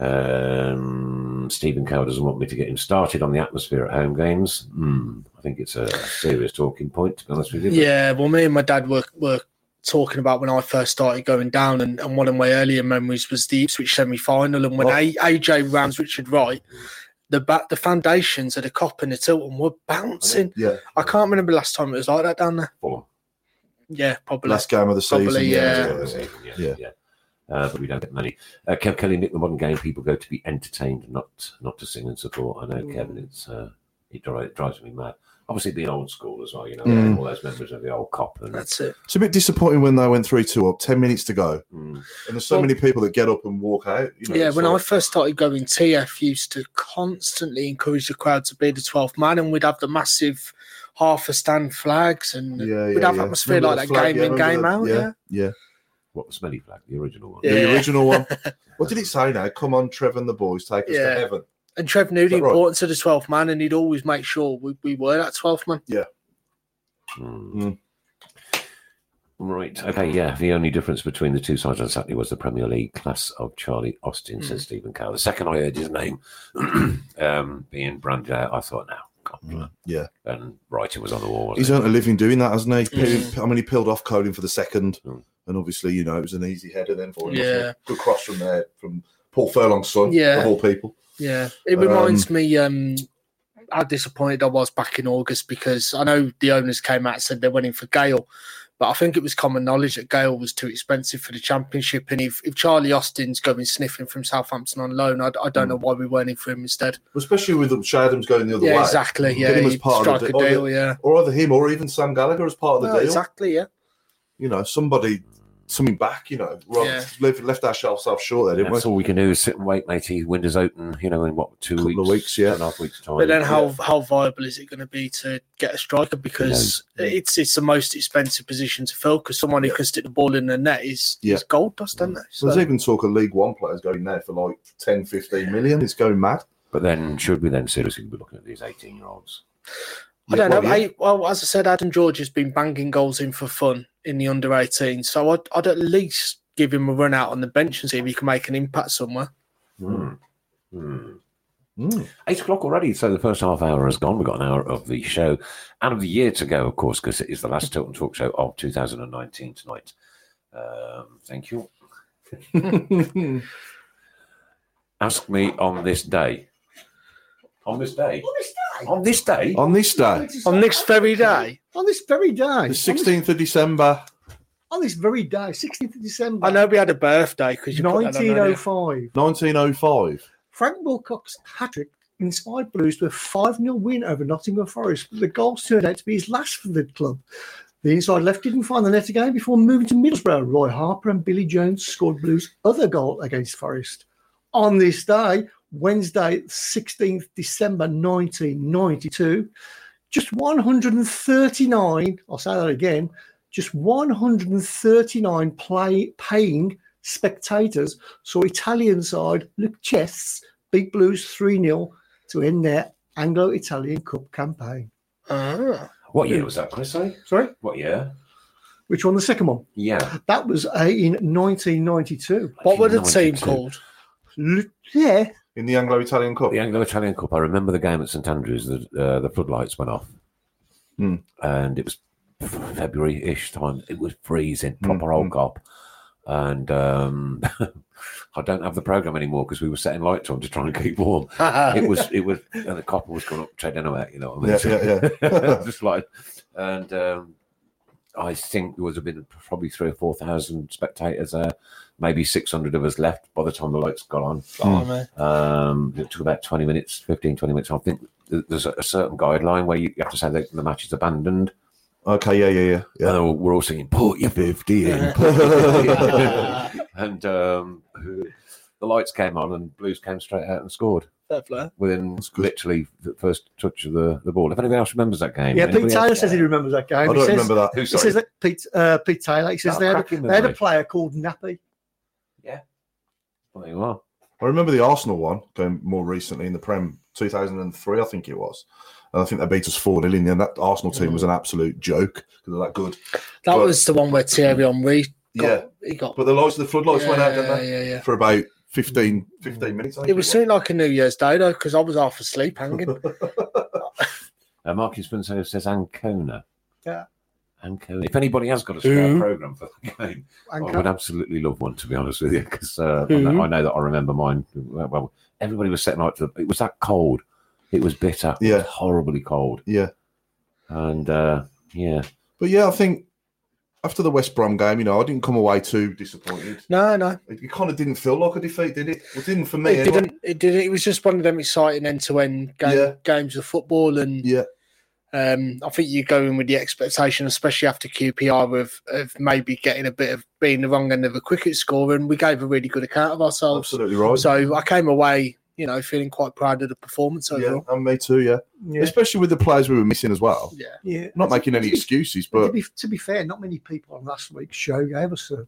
S2: Um, Stephen Cow doesn't want me to get him started on the atmosphere at home games. Hmm. I think it's a serious talking point, to be honest with you. but-
S4: Yeah, well, me and my dad were were talking about when I first started going down, and, and one of my earlier memories was the Ipswich semi final, and when
S3: Oh.
S4: a- AJ Rams Richard Wright, the ba- the foundations of the cop and the Tilton were bouncing.
S3: yeah,
S4: I can't remember last time it was like that down there.
S2: Fulham.
S4: Yeah, probably.
S3: last game of the season,
S4: Probably,
S3: yeah,
S2: yeah.
S3: yeah, yeah.
S2: yeah.
S3: Yeah.
S2: Uh, but we don't get money. Uh, Kev Kelly, Nick, the modern game people go to be entertained, not not to sing and support. I know, Kevin, it's uh, it, dri- it drives me mad. Obviously, being old school as well, you know,
S3: Mm.
S2: all those members of the old cop and
S4: That's it.
S3: It's a bit disappointing when they went three two up, ten minutes to go,
S2: Mm.
S3: and there's so
S4: Well-
S3: many people that get up and walk out. You know,
S4: yeah,
S3: it's
S4: when I
S3: like-
S4: first started going, TF used to constantly encourage the crowd to be the 12th man, and we'd have the massive half a stand flags, and
S3: yeah,
S4: we'd
S3: yeah,
S4: have
S3: yeah.
S4: atmosphere
S3: Remember
S4: like
S3: the
S4: that
S3: flag?
S4: game
S3: Yeah,
S4: in,
S3: remember
S4: game
S3: the-
S4: out. Yeah.
S3: yeah, yeah.
S2: what the smelly flag, the original one.
S4: Yeah.
S3: The original one. what did it say now? Come on, Trevor and the boys, take us
S4: Yeah.
S3: to heaven.
S4: And Trev knew
S3: Is
S4: the
S3: that right?
S4: importance of the 12th man, and he'd always make sure we, we were that 12th man.
S2: Mm.
S3: Mm.
S2: Right. Okay. Yeah. The only difference between the two sides on Saturday was the Premier League class of Charlie Austin, says Stephen Cow. The second I heard his name [clears throat] um, being branded out, I thought, now, God,
S3: Yeah,
S2: and writing was on the wall. wasn't
S3: he's
S2: it?
S3: earned a living doing that, hasn't he?
S4: Mm.
S3: Peeling- I mean, he peeled off Colin for the second,
S2: Mm.
S3: and obviously, you know, it was an easy header then for him.
S4: Yeah.
S3: wasn't it? good cross from there from Paul Furlong's son,
S4: Yeah.
S3: of all people.
S4: Yeah, it
S3: Um,
S4: reminds me um, how disappointed I was back in August because I know the owners came out and said they're winning for Gale, but I think it was common knowledge that Gale was too expensive for the championship. And if, if Charlie Austin's going sniffing from Southampton on loan, I, I don't
S3: Hmm.
S4: know why we weren't in for him instead.
S3: especially with Shadams going the other
S4: yeah,
S3: way.
S4: exactly.
S3: Get
S4: Yeah,
S3: him as
S4: he'd
S3: part of
S4: strike
S3: the
S4: a
S3: deal.
S4: deal. Yeah,
S3: Or either him or even Sam Gallagher as part of the
S4: No,
S3: deal.
S4: exactly. Yeah,
S3: You know, somebody, something back. You know, rather-
S4: Yeah.
S3: left, left ourselves self short there, didn't
S2: That's
S3: we?
S2: all we can do is sit and wait, matey. Windows open, you know, in what two
S3: Couple of
S2: weeks,
S3: weeks, yeah.
S2: two and a half weeks time.
S4: but then how how viable is it going to be to get a striker? Because it's it's the most expensive position to fill because someone who can stick the ball in the net is
S3: Yeah.
S4: is gold dust, don't they?
S3: There's even talk of League One players going there for like 10, 15 million. It's going mad.
S2: But then should we then seriously be looking at these eighteen-year-olds?
S3: Yeah,
S4: I don't know.
S3: well, yeah.
S4: I, well, as I said, Adam George has been banging goals in for fun in the under 18. So I'd, I'd at least give him a run out on the bench and see if he can make an impact somewhere.
S3: Mm.
S2: Eight o'clock already, so the first half hour has gone. We've got an hour of the show and of the year to go, of course, because it is the last Tilton Talk Show of 2019 tonight. Um, thank
S3: [laughs]
S2: you. Ask me on this day. On this day. On this day.
S3: On this day,
S4: On this very day,
S5: on this very day,
S3: the
S5: on this-
S3: 16th of December,
S5: on this very day, 16th of December,
S4: I know we had a birthday because you put that on earlier.
S5: 1905.
S3: 1905.
S5: Frank Wilcox's hat trick inspired Blues to a 5 0 win over Nottingham Forest, but the goals turned out to be his last for the club. The inside left didn't find the net again before moving to Middlesbrough. Roy Harper and Billy Jones scored Blues' other goal against Forest. On this day, Wednesday, 16th December 1992, just 139, I'll say that again, just 139 play, paying spectators so Italian side Lucchese beat Blues 3 0 to end their Anglo Italian Cup campaign.
S4: Ah.
S2: What year was that, Chris? eh?
S5: Sorry?
S2: What year?
S5: Which one? The second one.
S2: Yeah.
S5: That was uh, in 1992.
S4: What were the team
S2: 1992.
S4: called?
S5: Lucchese.
S3: In the Anglo Italian Cup.
S2: The Anglo-Italian Cup. I remember the game at St Andrews. The uh, the floodlights went off,
S3: Hmm.
S2: and it was February-ish time. It was freezing,
S3: Hmm,
S2: proper old
S3: hmm.
S2: cop. And um, [laughs] I don't have the program anymore because we were setting lights on to try and keep warm. It was it was and the copper was going up treading them out. You know what I mean?
S3: Yeah,
S5: [laughs]
S3: yeah, yeah.
S2: Just like and. Um, I think there was a bit probably three or four thousand spectators there, maybe six hundred of us left by the time the lights got on.
S5: Hmm.
S4: Oh, man.
S2: Um, it took about 20 minutes, 15, 20 minutes. I think th- there's a, a certain guideline where you, you have to say that the match is abandoned.
S3: Okay, yeah, yeah, yeah.
S2: And
S3: yeah.
S2: then we're all singing, put your 50 in. put
S4: [laughs]
S2: your 50 in." and um, the lights came on and Blues came straight out and scored.
S4: Fair play.
S2: within
S3: That's good.
S2: literally the first touch of the, the ball. If anybody else remembers that game,
S5: Yeah, Pete
S2: anybody
S5: Taylor
S2: else-
S5: says he remembers that game.
S3: uh, I
S5: He
S3: don't
S5: says-
S3: remember that.
S2: Who,
S5: He says
S2: sorry?
S5: that Pete uh, Pete Taylor. He says
S2: Oh,
S5: they had,
S2: cracking
S5: a, they had a
S2: memory.
S5: player called Nappy.
S2: There you are.
S3: I remember the Arsenal one going more recently in the Prem, 2003, I think it was. And I think they beat us 4 0 in the end. That Arsenal team was an absolute joke because they're that good.
S4: That
S3: But-
S4: was the one where Thierry Henry got,
S3: Yeah.
S4: he got
S3: But the lights, the floodlights went out, didn't
S4: yeah,
S3: they?
S4: yeah, yeah.
S3: For about 15, 15 minutes. I think
S4: It was something like a New Year's Day though, because I was half asleep hanging.
S3: [laughs]
S2: Uh, Marcus Spencer says Ancona.
S5: Yeah.
S2: Ancona. If anybody has got a spare
S4: Who?
S2: program for that game,
S5: And
S3: Oh,
S2: I would absolutely love one, to be honest with you, because uh, I,
S4: Who?
S2: know, I know that I remember mine. Well, everybody was setting out to. It was that cold. It was bitter. It was
S3: Yeah.
S2: horribly cold.
S3: Yeah.
S2: And uh, yeah,
S3: But yeah, I think after the West Brom game, you know, I didn't come away too disappointed.
S4: No, no,
S3: It, it kind of didn't feel like a defeat, did it? It didn't for me.
S4: it
S3: anyway.
S4: didn't. It didn't. It was just one of them exciting end-to-end game,
S3: Yeah.
S4: games of football, and
S3: Yeah.
S4: um, I think you go in with the expectation, especially after QPR, of of maybe getting a bit of being the wrong end of a cricket score, and we gave a really good account of ourselves.
S3: Absolutely right.
S4: So I came away, you know, feeling quite proud of the performance
S3: yeah,
S4: overall.
S3: and me too, yeah.
S5: yeah,
S3: Especially with the players we were missing as well.
S4: Yeah.
S5: yeah.
S3: I'm not making any excuses,
S5: to
S3: but
S5: be to be fair, not many people on last week's show gave us a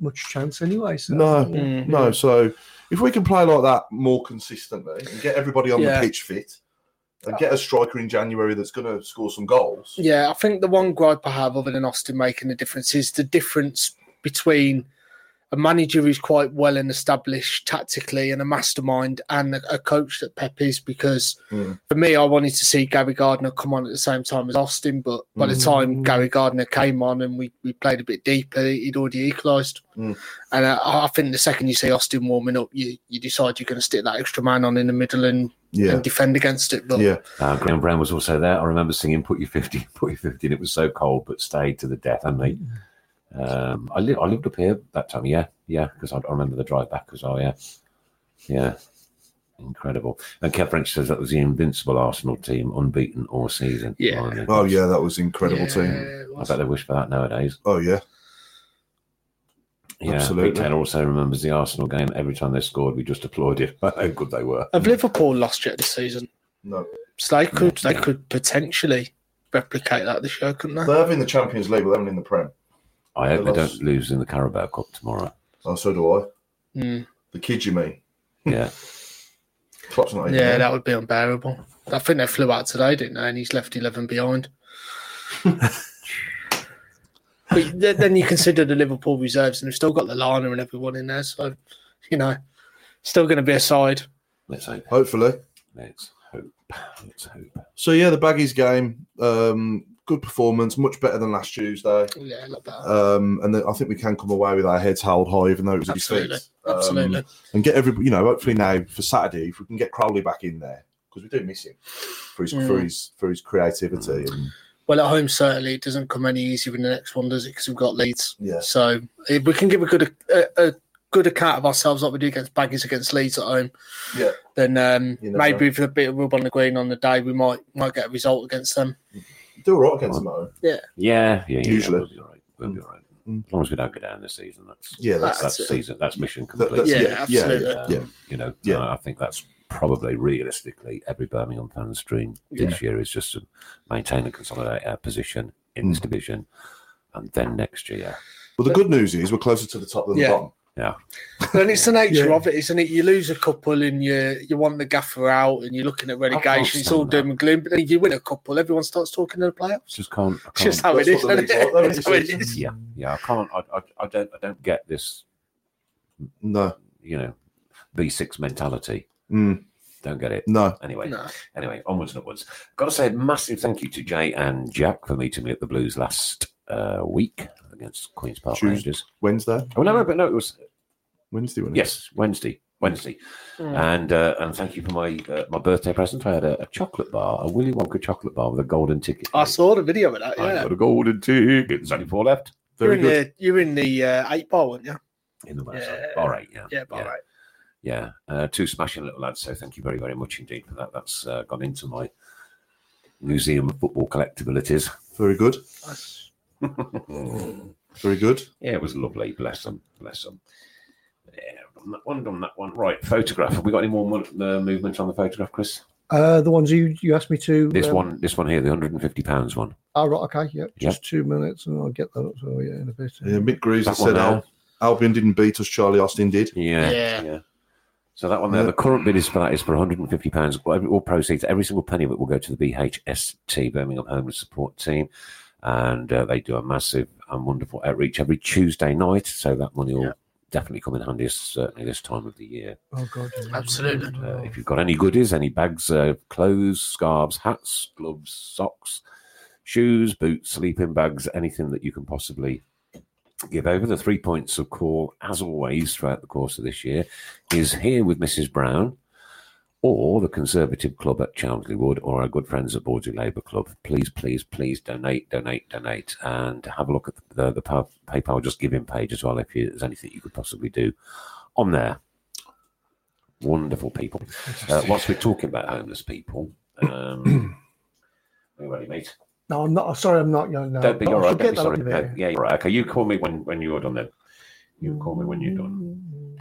S5: much chance anyway. So
S3: No.
S5: yeah.
S4: Mm.
S3: no. So if we can play like that more consistently and get everybody on
S4: Yeah.
S3: the pitch fit and get a striker in January that's going to score some goals,
S4: Yeah, I think the one gripe I have, other than Austin making the difference, is the difference between a manager who's quite well and established tactically and a mastermind and a, a coach that Pep is. Because
S3: Mm.
S4: for me, I wanted to see Gary Gardner come on at the same time as Austin, but by
S3: Hmm.
S4: the time
S5: Mm.
S4: Gary Gardner came on and we, we played a bit deeper, he'd already equalised.
S3: Mm.
S4: And uh, I, I think the second you see Austin warming up, you, you decide you're going to stick that extra man on in the middle and, and defend against it. But
S3: yeah,
S2: uh, Graham Brown was also there. I remember singing "Put You 50, [laughs] Put You 50," and it was so cold, but stayed to the death. And me, um, I, li- I lived up here that time. Yeah, yeah, because I, I remember the drive back as well. Yeah, yeah, incredible. And Kev French says that was the invincible Arsenal team, unbeaten all season.
S4: Yeah.
S2: Blimey.
S3: Oh yeah, that was incredible team.
S4: Yeah, it
S2: I
S4: was.
S2: bet they wish for that nowadays.
S3: Oh yeah,
S2: Yeah,
S3: Absolutely.
S2: Pete Taylor also remembers the Arsenal game. Every time they scored, we just applauded. [laughs] How good they were.
S4: Have Liverpool lost yet this season?
S3: no,
S4: So they could they could potentially replicate that this year, couldn't they?
S3: they're having the Champions League, but they haven't in the Prem.
S2: I hope they
S3: They
S2: don't
S3: lost.
S2: lose in the Carabao Cup
S3: [laughs]
S2: tomorrow.
S3: Oh, so do I.
S4: Mm.
S3: The kid you mean?
S2: Yeah.
S3: Klopp's not even
S4: Yeah,
S3: there.
S4: that would be unbearable. I think they flew out today, didn't they? And he's left eleven [laughs] behind. but th- then you consider the Liverpool reserves, and they've still got the Lana and everyone in there, so you know, still going to be a side.
S2: Let's hope.
S3: Hopefully.
S2: Let's hope. Let's hope.
S3: So yeah, the Baggies game, um, good performance, much better than last Tuesday.
S4: Yeah, not bad.
S3: Um, and then I think we can come away with our heads held high, even though it was a
S4: Absolutely,
S3: defeat. Um,
S4: absolutely.
S3: and get every you know hopefully now for Saturday if we can get Crowley back in there because we do miss him for his
S4: Mm.
S3: for his for his creativity and
S4: Well, at home certainly it doesn't come any easier in the next one, does it? Because we've got Leeds.
S3: Yeah.
S4: So if we can give a good a, a good account of ourselves, like we do against Baggies against Leeds at home,
S3: yeah
S4: then um,
S3: You never
S4: maybe with a bit of rub on the green on the day, we might might get a result
S3: [laughs]
S4: against them.
S3: do all right against them at home.
S2: Yeah, yeah, yeah,
S3: Usually.
S2: yeah, we'll be all right. We'll be all right.
S3: Mm.
S2: As long as we don't go down this season, that's
S3: Yeah,
S2: that's,
S3: that's-
S2: that's
S4: That's it.
S2: season. That's mission
S3: That-
S2: complete.
S3: that's-
S4: Ah, Yeah,
S3: yeah, yeah,
S4: absolutely.
S3: yeah, yeah.
S2: Um, You know,
S3: Yeah.
S2: uh, I think that's probably realistically every Birmingham fan's dream this year is just to maintain and consolidate our position in
S3: Mm.
S2: this division, and then next year.
S3: But the good news is we're closer to the top than
S4: Yeah.
S3: the bottom.
S4: But it's the nature
S5: Yeah.
S4: of it, isn't it? You lose a couple and you you want the gaffer out and you're looking at relegation. It's
S2: stand
S4: all doom and gloom. But then you win a couple, everyone starts talking in the playoffs.
S2: Just can't. I
S4: It's
S2: can't
S4: just how it
S3: That's
S4: is.
S3: what the
S4: isn't
S3: league's like,
S4: [laughs] it? It's how it
S3: though,
S4: is.
S2: yeah, yeah. I can't. I, I, I don't. I don't get this.
S3: No,
S2: You know, V six mentality.
S3: mm,
S2: Don't get it.
S3: no.
S2: Anyway,
S4: No.
S2: anyway, onwards and upwards. Got to say a massive thank you to Jay and Jack for meeting me at the Blues last uh, week against Queens Park
S3: Tuesday.
S2: Rangers.
S3: Wednesday,
S2: Oh no, no, but no, it was
S3: Wednesday, wasn't it?
S2: yes, Wednesday, Wednesday,
S4: Mm.
S3: Um,
S2: and uh, and thank you for my uh, my birthday present. I had a, a chocolate bar, a Willy Wonka chocolate bar with a golden ticket.
S4: I saw the video of that.
S2: I
S4: Yeah,
S2: got a golden ticket. There's only four left
S4: you're
S3: very
S4: in
S3: good.
S4: the you're in the uh, eight bar, weren't you?
S2: in the West.
S4: Yeah.
S2: All right, yeah,
S4: Yeah, bar eight.
S2: yeah. Uh, two smashing little lads. So thank you very very much indeed for that. That's uh, gone into my museum of football collectibilities.
S3: Very good. Very good.
S2: Yeah, it was lovely. Bless them. Bless them. Yeah, done that one, done that one. Right, photograph. Have we got any more mo- uh, movement on the photograph, Chris?
S5: Uh, the ones you, you asked me to.
S2: This
S5: um,
S2: one, this one here, the 150 pounds one.
S5: Oh, right, okay, yeah, just two minutes, and I'll get that up. So yeah, in a bit.
S3: Yeah, Mick Greaves
S2: That
S3: has
S2: one
S3: said Al- Albion didn't beat us, Charlie Austin did.
S2: Yeah,
S4: Yeah.
S2: So that one there,
S3: Yeah.
S2: the current bid is for that is for 150 pounds. All proceeds, every single penny of it will go to the BHST Birmingham Homeless Support Team, and uh, they do a massive and wonderful outreach every Tuesday night. So that money will
S4: Yeah.
S2: definitely come in handy, certainly this time of the year.
S5: Oh God, yeah.
S4: Absolutely.
S2: Uh, if you've got any goodies, any bags, uh, clothes, scarves, hats, gloves, socks, shoes, boots, sleeping bags, anything that you can possibly give over. The three points of call, as always, throughout the course of this year, is here with Mrs. Brown. Or the Conservative Club at Chelmsley Wood, or our good friends at Bawdry Labour Club. Please, please, please donate, donate, donate, and have a look at the, the, pa- PayPal Just Giving page as well if you, there's anything you could possibly do on there. Wonderful people. Uh, whilst we're talking about homeless people, um, are you ready, mate?
S5: no, I'm not. I'm Sorry, I'm not. No, no.
S2: don't be
S5: but I
S2: all right. Don't be
S5: should get Uh, that up
S2: sorry.
S5: in
S2: No,
S5: there.
S2: yeah, you're right. Okay, you call me when, when you're done then. You call me when you're done.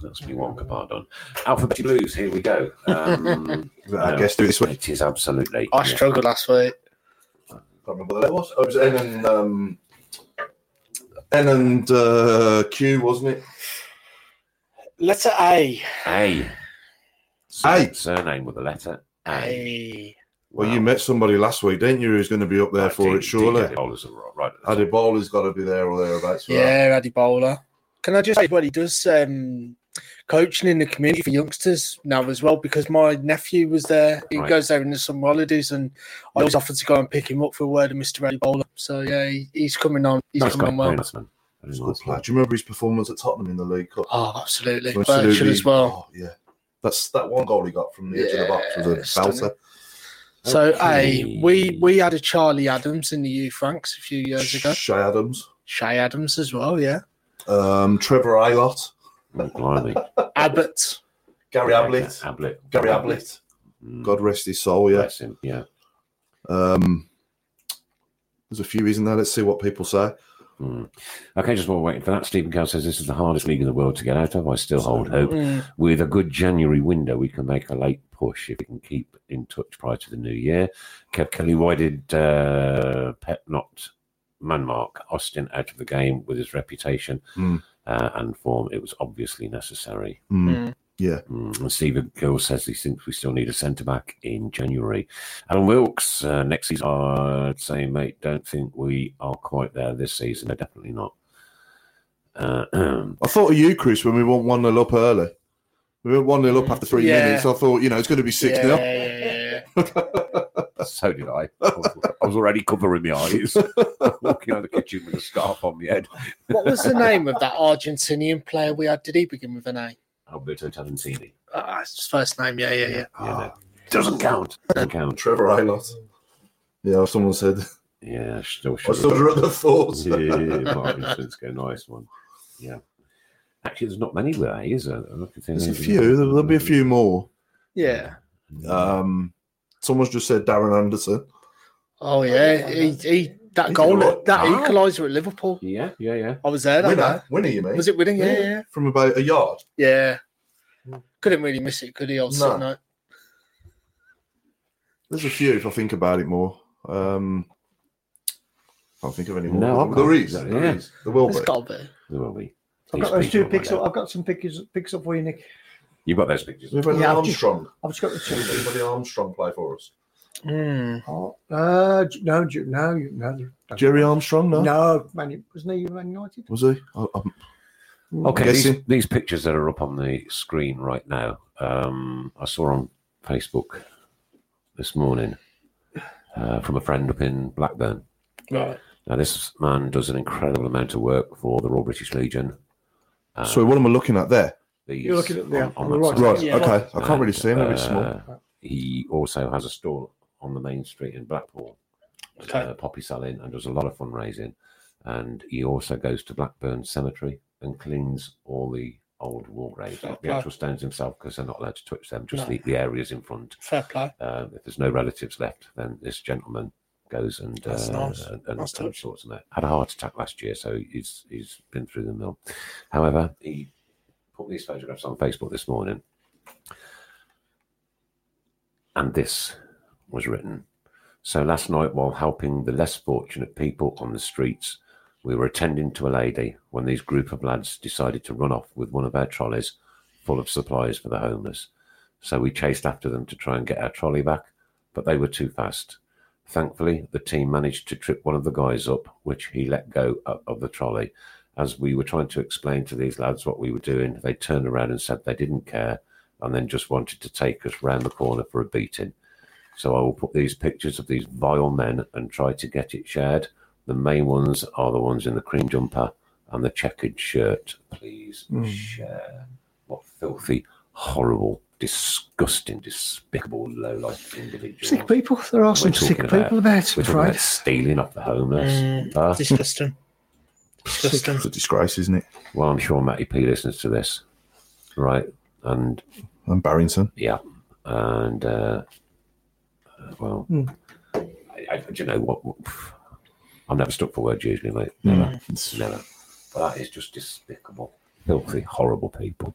S2: That's me Wonka bar done. Alphabet Blues, here we go. Um,
S3: I
S2: no,
S3: guess do it this way.
S2: It is absolutely.
S4: I
S2: yeah.
S4: struggled last week.
S3: can't remember what that was. Oh, it was N and um, N and uh, Q, wasn't it?
S4: Letter A.
S2: A.
S3: A.
S2: Surname with a letter A.
S4: A.
S3: Well, you met somebody last week, didn't you? Who's going to be up there
S2: Right,
S3: for
S2: D-
S3: it? Surely,
S2: D- Bowlers are right at the top.
S3: Adebola's got to be there or thereabouts. for that.
S4: Yeah, Addy Bowler. Can I just say, well, he does um, coaching in the community for youngsters now as well because my nephew was there. He
S2: Right.
S4: goes there in the summer holidays, and I always offered to go and pick him up for a word of Mr. Addy Bowler. So yeah, he, he's coming on. He's
S2: Nice guy.
S4: coming on
S2: Very
S4: well.
S2: nice man. Very
S3: He's a
S2: nice
S3: good player.
S2: man.
S3: Do you remember his performance at Tottenham in the League Cup?
S4: Oh, absolutely.
S3: Absolutely.
S4: Virtual as well.
S3: Oh, yeah, that's that one goal he got from the edge of the box was
S4: Yeah,
S3: a
S4: stunning.
S3: belter.
S4: So
S2: Okay.
S4: A, we we had a Charlie Adams in the U Franks a few years ago.
S3: Shay Adams,
S4: Shay Adams as well, yeah.
S3: um, Trevor Aylott,
S2: Oh, blimey.
S4: Abbott.
S3: Gary Ablett,
S2: Ablett.
S3: Gary Ablett.
S2: Mm,
S3: God rest his soul. Yeah,
S2: Bless him. Yeah.
S3: um, there's a few, isn't there? Let's see what people say.
S2: Mm. Okay, just while we're waiting for that, Stephen Cowell says this is the hardest league in the world to get out of. I still hold hope.
S4: Mm,
S2: With a good January window, we can make a late push if we can keep in touch prior to the new year. Kev Kelly, why did uh, Pep not manmark Austin out of the game with his reputation
S3: Hmm.
S2: uh, and form? It was obviously necessary.
S3: Mm.
S4: mm.
S2: Mm, and Stephen Gill says he thinks we still need a centre back in January. Alan Wilkes, uh, next season, I'd say, mate, don't think we are quite there this season. No, definitely not. Uh, [clears throat]
S3: I thought of you, Chris, when we won 1 0 up early. We were 1 0 up after three
S4: Mm. Yeah.
S3: minutes. I thought, you know, it's going to be 6
S4: Yeah,
S3: 0.
S4: yeah, yeah, yeah.
S2: so did I. [laughs] I was already covering my eyes, [laughs] walking out of the kitchen with a scarf on my head.
S4: What was the name of that Argentinian player we had? Did he begin with an A?
S2: Alberto Tarantini.
S4: Ah, it's his first name. Yeah, yeah, Ah. yeah.
S2: no. Doesn't count. Doesn't count.
S3: Trevor Aylott. Yeah, someone said, [laughs]
S2: Yeah, still
S3: I
S2: should.
S3: still drew the thoughts.
S2: yeah, Martin Sisko, nice one. Yeah. Actually, there's not many with A, is there? I'm looking through
S3: There's a
S2: these.
S3: few. There'll, there'll be a few more.
S4: Yeah.
S6: Uh,
S3: Um, someone's just said Darren Anderson.
S4: Oh yeah. He, he that
S3: He's
S4: goal
S3: right.
S4: that
S2: Ah.
S4: equaliser at Liverpool.
S2: Yeah, yeah, yeah.
S4: I was there that
S3: Winner.
S4: night.
S3: Winner, you mean?
S4: Was it winning? Yeah, yeah.
S3: From about a yard.
S4: Yeah. Couldn't really miss it, could he? Old
S3: No.
S4: Sutton, no.
S3: There's a few if I think about it more. Um, can't think of any more.
S2: No, I can't.
S3: there is. There,
S2: Yeah.
S3: is. there will be.
S4: It's got to be.
S2: There will be.
S5: I've
S2: These
S5: got those two
S2: people
S5: picks
S2: like
S5: up.
S2: that.
S5: I've got some picks picks up for you, Nick.
S2: You've got those pictures.
S3: Anybody
S5: Yeah, I've just-
S3: Armstrong.
S5: I've just got the two.
S3: Anybody Armstrong play for us?
S4: Mm.
S5: Oh, uh, J- no, J- no, you- no, no.
S3: Jerry Armstrong, no?
S5: No, man, wasn't he Man United?
S3: Was he? I, I'm,
S2: Okay,
S3: Yes,
S2: these,
S3: sir.
S2: these pictures that are up on the screen right now, um, I saw on Facebook this morning uh, from a friend up in Blackburn.
S4: Right.
S2: Now, this man does an incredible amount of work for the Royal British Legion. Uh,
S3: So what am I looking at there?
S2: these
S5: You're looking at the-
S2: on, on
S5: on the
S2: that
S5: right.
S3: Right.
S2: side.
S4: Yeah.
S3: Okay. I can't really see him. Maybe it's
S2: Uh,
S3: small.
S2: He also has a store on the main street in Blackpool,
S4: Okay.
S2: uh, poppy selling, and does a lot of fundraising. And he also goes to Blackburn Cemetery and cleans all the old war graves, not the
S4: Okay.
S2: actual stones himself, because they're not allowed to touch them, just
S4: No.
S2: the, the areas in front.
S4: Fair play.
S2: Um, if there's no relatives left, then this gentleman goes and
S4: That's
S2: uh,
S4: nice.
S2: and, and,
S4: Nice
S2: and
S4: touch.
S2: sorts them out. Had a heart attack last year, so he's he's been through the mill. However, he put these photographs on Facebook this morning. And this was written. So last night, while helping the less fortunate people on the streets, we were attending to a lady when these group of lads decided to run off with one of our trolleys full of supplies for the homeless. So we chased after them to try and get our trolley back, but they were too fast. Thankfully, the team managed to trip one of the guys up, which he let go o- of the trolley. As we were trying to explain to these lads what we were doing, they turned around and said they didn't care and then just wanted to take us round the corner for a beating. So I will put these pictures of these vile men and try to get it shared. The main ones are the ones in the cream jumper and the checkered shirt. Please share. What filthy, horrible, disgusting, despicable, low life individuals.
S5: Sick people. There are some
S2: We're talking
S5: sick
S2: about-
S5: people about,
S2: We're
S5: I'm
S2: talking about
S5: afraid.
S2: stealing off the homeless.
S4: Mm,
S2: Uh,
S4: disgusting. disgusting.
S3: It's a disgrace, isn't it?
S2: well, I'm sure Matty P listens to this, right? And
S3: And Barrington.
S2: yeah, and uh, well,
S5: Hmm.
S2: I, I, do you know what? I'm never stuck for words usually, mate. Never,
S3: Mm.
S5: Hmm.
S3: It's-
S2: never. But that is just despicable, filthy, horrible people.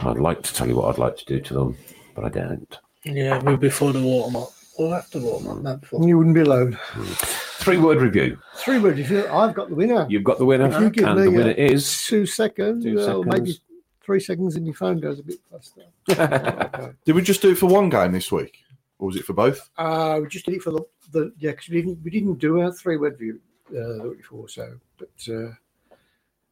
S2: I'd like to tell you what I'd like to do to them, but I don't.
S4: Yeah, we're before the watermark. Or after the watermark, not before.
S5: You wouldn't be alone.
S2: Three word review.
S5: Three words. If you, I've got the winner.
S2: You've got the winner,
S5: If you
S2: and
S5: give
S2: the
S5: me a-
S2: winner is. [laughs]
S5: Two seconds, uh,
S2: Two
S5: or maybe
S2: seconds.
S5: three seconds, and your phone goes a bit faster.
S3: Did we just do it for one game this week? Or was it for both?
S5: Uh, we just did it for the, the yeah, because we didn't we didn't do our three word view uh, the week before, so but uh,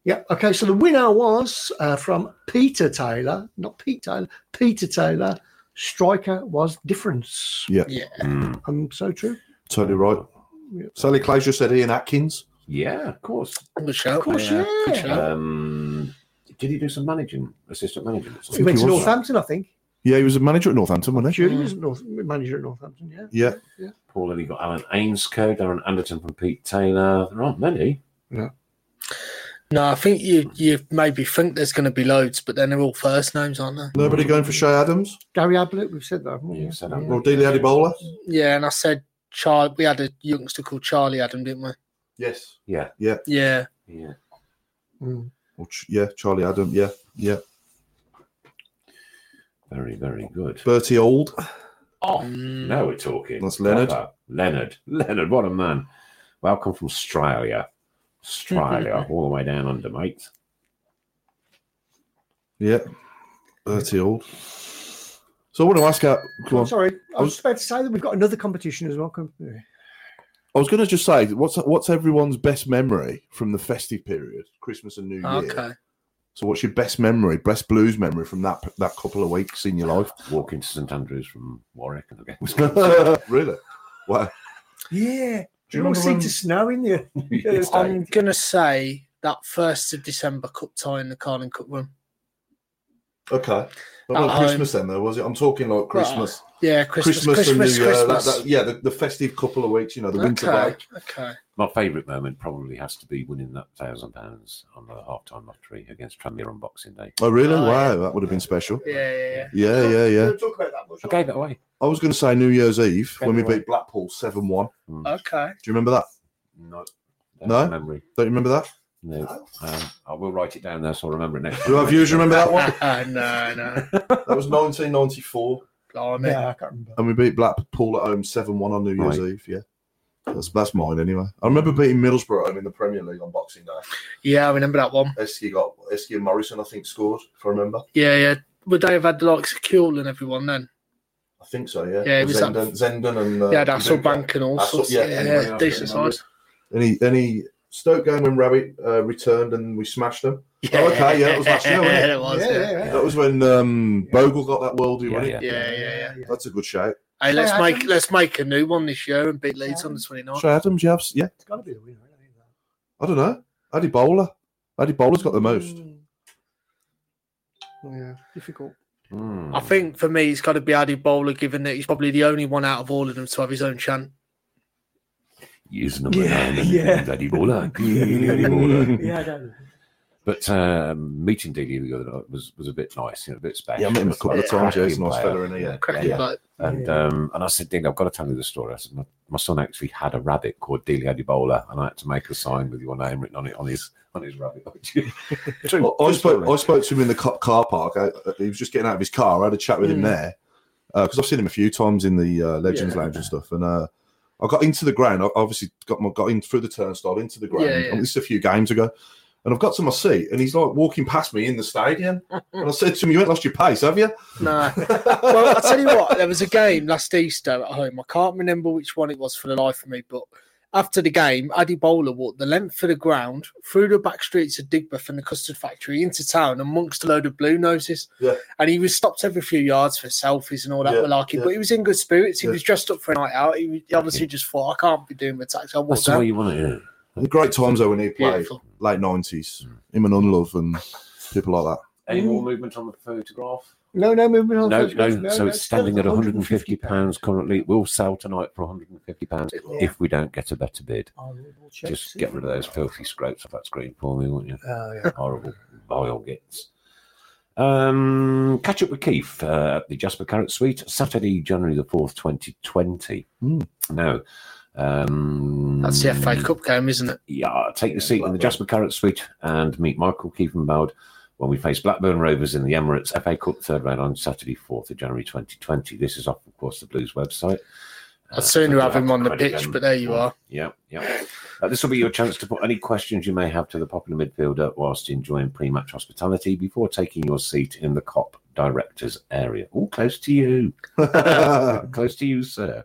S5: yeah, okay. So the winner was uh, from Peter Taylor, not Pete Taylor, Peter Taylor. Striker was difference.
S3: Yeah,
S4: Yeah.
S2: Mm,
S5: Um, so true.
S3: totally right.
S5: Yeah.
S3: Sally Clazier said Ian Atkins.
S2: yeah, of course.
S4: Good shout.
S2: Of course,
S4: yeah.
S5: yeah.
S4: Good shout.
S2: Um, did he do some managing, assistant managing? at some
S5: He went
S3: he
S5: to
S2: point?
S3: was.
S5: Northampton, I think.
S3: Yeah, he was a manager at Northampton, wasn't he?
S5: Julie was North, manager at Northampton. Yeah.
S3: Yeah.
S2: Paul, then you got Alan Ainscoe, Darren Anderton from Pete Taylor. There aren't many.
S4: No, I think you you maybe think there's going to be loads, but then they're all first names, aren't they?
S3: Nobody going for Shay Adams
S5: Gary Ablett, we've said that. haven't we?
S2: You said that.
S3: or Dele Adibola?
S4: Yeah, and I said Charlie. We had a youngster called Charlie Adam, didn't we?
S3: Yes.
S2: Yeah,
S4: Yeah,
S2: yeah.
S5: Mm.
S3: Or, Ch- yeah, Charlie Adam. Yeah, yeah.
S2: Very, very good.
S3: Bertie Old.
S2: Oh,
S4: Mm.
S2: now we're talking.
S3: That's Leonard.
S2: Proper. Leonard. [laughs] Leonard, what a man. Welcome from Australia. Australia,
S3: [laughs]
S2: all the way down under, mate.
S3: Yeah. Bertie Old. So I want to ask out. go
S5: I'm
S3: on.
S5: sorry, I
S3: I
S5: was
S3: was-
S5: just about to say that we've got another competition as well. come- yeah.
S3: I was going to just say, what's what's everyone's best memory from the festive period, Christmas and New Year?
S4: okay.
S3: So, what's your best memory, best blues memory from that that couple of weeks in your
S4: [laughs]
S3: life?
S2: Walking to St Andrews from Warwick. and again. [laughs]
S3: really? Wow.
S5: Yeah.
S3: Do
S5: Do
S3: you
S5: you all
S3: remember
S5: seem
S3: when-
S5: to snow in there?
S2: Yes,
S4: Uh, I'm
S2: Dave.
S4: gonna say that first of December cup tie in the Carling Cup run.
S3: Okay.
S4: At
S3: Not
S4: home.
S3: Christmas then, though, was it? I'm talking like Christmas.
S4: Yeah, Uh, um, Christmas,
S3: Christmas,
S4: Christmas, Christmas.
S3: and New Year. that- that- yeah, the, the festive couple of weeks, you know, the winter
S4: okay,
S3: break.
S4: okay.
S2: My favourite moment probably has to be winning that thousand pounds on the halftime lottery against Tranmere on Boxing Day.
S3: Oh, really?
S4: Oh,
S3: wow, that would have been special.
S4: Yeah, yeah, yeah.
S3: Yeah, yeah, yeah.
S5: Don't talk about that much.
S2: I gave it away.
S3: I was going to say New Year's Eve when we
S2: Anyway.
S3: beat Blackpool 7 1. [laughs]
S4: Okay.
S3: Do you remember that?
S2: No,
S3: No?
S2: memory.
S3: Don't you remember that?
S2: No, um, I will write it down there, so I'll remember it next.
S3: Do our viewers remember that
S4: [laughs]
S3: one?
S4: Ah, no, no.
S3: that was 1994.
S4: Blimey.
S5: Yeah, I can't remember.
S3: And we beat Blackpool at home 7 1 on New Year's
S2: Right.
S3: Eve. Yeah. That's, that's mine anyway. I remember beating Middlesbrough at home in the Premier League on Boxing Day.
S4: Yeah, I remember that one.
S3: Esky got Esky and Morrison, I think, scored, if I remember.
S4: Yeah, yeah. Would they have had the likes of Kuhl and everyone then?
S3: I think so, yeah.
S4: Yeah, it was that-
S3: Zenden, Zenden and. Uh,
S4: yeah, that's all
S3: Zuka.
S4: bank and all
S3: Hassel-
S4: sorts.
S3: yeah,
S4: Yeah,
S3: anybody else
S4: decent
S3: remember?
S4: size.
S3: And he, and he Stoke game when Rabbit uh, returned and we smashed them.
S4: Yeah.
S3: Oh, okay, yeah, that was last year, wasn't it?
S4: [laughs] it was,
S5: yeah,
S4: yeah.
S5: yeah, yeah.
S3: That was when um, Bogle got that worldie,
S2: Yeah,
S3: wasn't
S2: yeah.
S3: it?
S4: Yeah, yeah, yeah.
S3: That's a good shout.
S4: Hey, let's
S5: Shay
S4: make
S5: Adams.
S4: let's make a new one this year and beat Leeds on the
S5: Adams.
S4: 29th.
S3: Shay Adams, you have, yeah.
S5: It's got to be the winner. I think that.
S3: I don't know. Addy Bowler. Addy Bowler's got the most.
S5: Mm. Yeah,
S2: [laughs]
S5: difficult.
S2: Hmm.
S4: I think for me, it's got to be Adi Bowler, given that he's probably the only one out of all of them to have his own chant.
S2: He's number
S5: Yeah,
S2: nine. And
S5: yeah.
S3: [laughs]
S2: Bloody baller. Bloody baller.
S5: yeah, I don't know.
S2: But um, meeting Dealey the other night was, was a bit nice, you know, a bit special.
S3: Yeah, I met him a couple of
S2: Yeah,
S3: times. Yeah, he's a
S2: cracking
S3: nice
S2: player.
S3: fella, isn't he? Yeah.
S4: Cracking
S2: yeah.
S3: [laughs]
S4: bloke.
S2: And
S5: Yeah.
S2: um, and I said, Dealey, I've got to tell you the story. I said, my, my son actually had a rabbit called Dealey Adibola, and I had to make a sign with your name written on it on his on his rabbit.
S3: [laughs]
S2: True.
S3: I, I spoke. I spoke to him in the ca- car park. I, I- he was just getting out of his car. I had a chat with him
S4: Mm.
S3: there because I've seen him a few times in the uh, Legends
S2: Yeah.
S3: Lounge and stuff. And uh, I got into the ground. I obviously got my got in through the turnstile into the ground.
S4: Yeah, yeah.
S3: And This is a few games ago, and I've got to my seat, and he's like walking past me in the
S4: [laughs]
S3: stadium. and I said to him, "You ain't lost your pace, have you?"
S4: No. well, I'll tell you what, there was a game last Easter at home. I can't remember which one it was for the life of me, but after the game, Addy Bowler walked the length of the ground through the back streets of Digbeth and the custard factory into town amongst a load of blue noses.
S3: Yeah.
S4: And he was stopped every few yards for selfies and all that
S3: Yeah,
S4: malarkey,
S3: yeah.
S4: but he was in good spirits. He
S3: Yeah.
S4: was dressed up for a night out. He, was- he obviously just thought, I can't be doing my tax. I'll
S2: [laughs]
S4: walk
S2: That's the way
S4: down.
S2: you want it. Yeah.
S3: The [laughs] great times though when he played,
S4: Beautiful.
S3: late nineties, him and Unlove and people like that.
S2: Any more movement on the photograph?
S5: No, no movement on
S2: No,
S5: those
S2: no.
S5: guys.
S2: so
S5: that's
S2: it's standing
S5: still
S2: at 150 pounds currently. It will sell tonight for 150 pounds
S4: Yeah.
S2: if we don't get a better bid.
S5: I will check to
S2: Just
S5: see
S2: get
S5: if
S2: rid of those filthy scrapes off that screen for me, won't you?
S5: Oh,
S2: [laughs]
S5: yeah.
S2: Horrible vile gits. Um, catch up with Keith uh, at the Jasper Carrot Suite Saturday, January the fourth, 2020.
S3: Hmm.
S2: Now, um,
S4: That's the FA Cup game, isn't it?
S2: yeah, take your
S3: Yeah,
S2: seat in the
S3: Blackburn.
S2: Jasper Carrot Suite and meet Michael Kiefenbeld when we face Blackburn Rovers in the Emirates FA Cup third round on Saturday, 4th of January 2020. This is off, of course, the Blues website. Uh,
S4: I'd sooner
S2: so
S4: have
S2: we'll
S4: him
S2: to
S4: on the
S2: credit
S4: pitch,
S2: them.
S4: but there you are. [laughs]
S2: Yeah, yeah. Uh, this will be your chance to put any questions you may have to the popular midfielder whilst enjoying pre match hospitality before taking your seat in the COP directors area. All close to you. [laughs] Close to you, sir.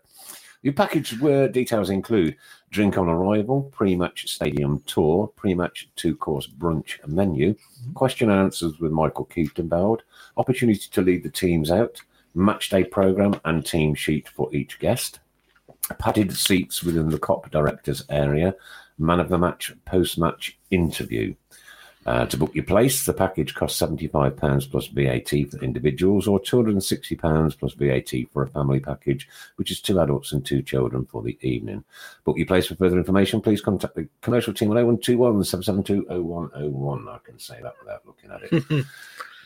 S2: Your package where details include drink on arrival, pre match stadium tour, pre match two course brunch menu, question and answers with Michael Keatonbeld, opportunity to lead the teams out, match day program and team sheet for each guest, padded seats within the COP directors area, man of the match, post match interview. Uh, to book your place, the package costs £75 plus VAT for individuals or £260 plus VAT for a family package, which is two adults and two children for the evening. Book your place for further information. Please contact the commercial team oh on 0121 772 0101. I can say that without looking at it.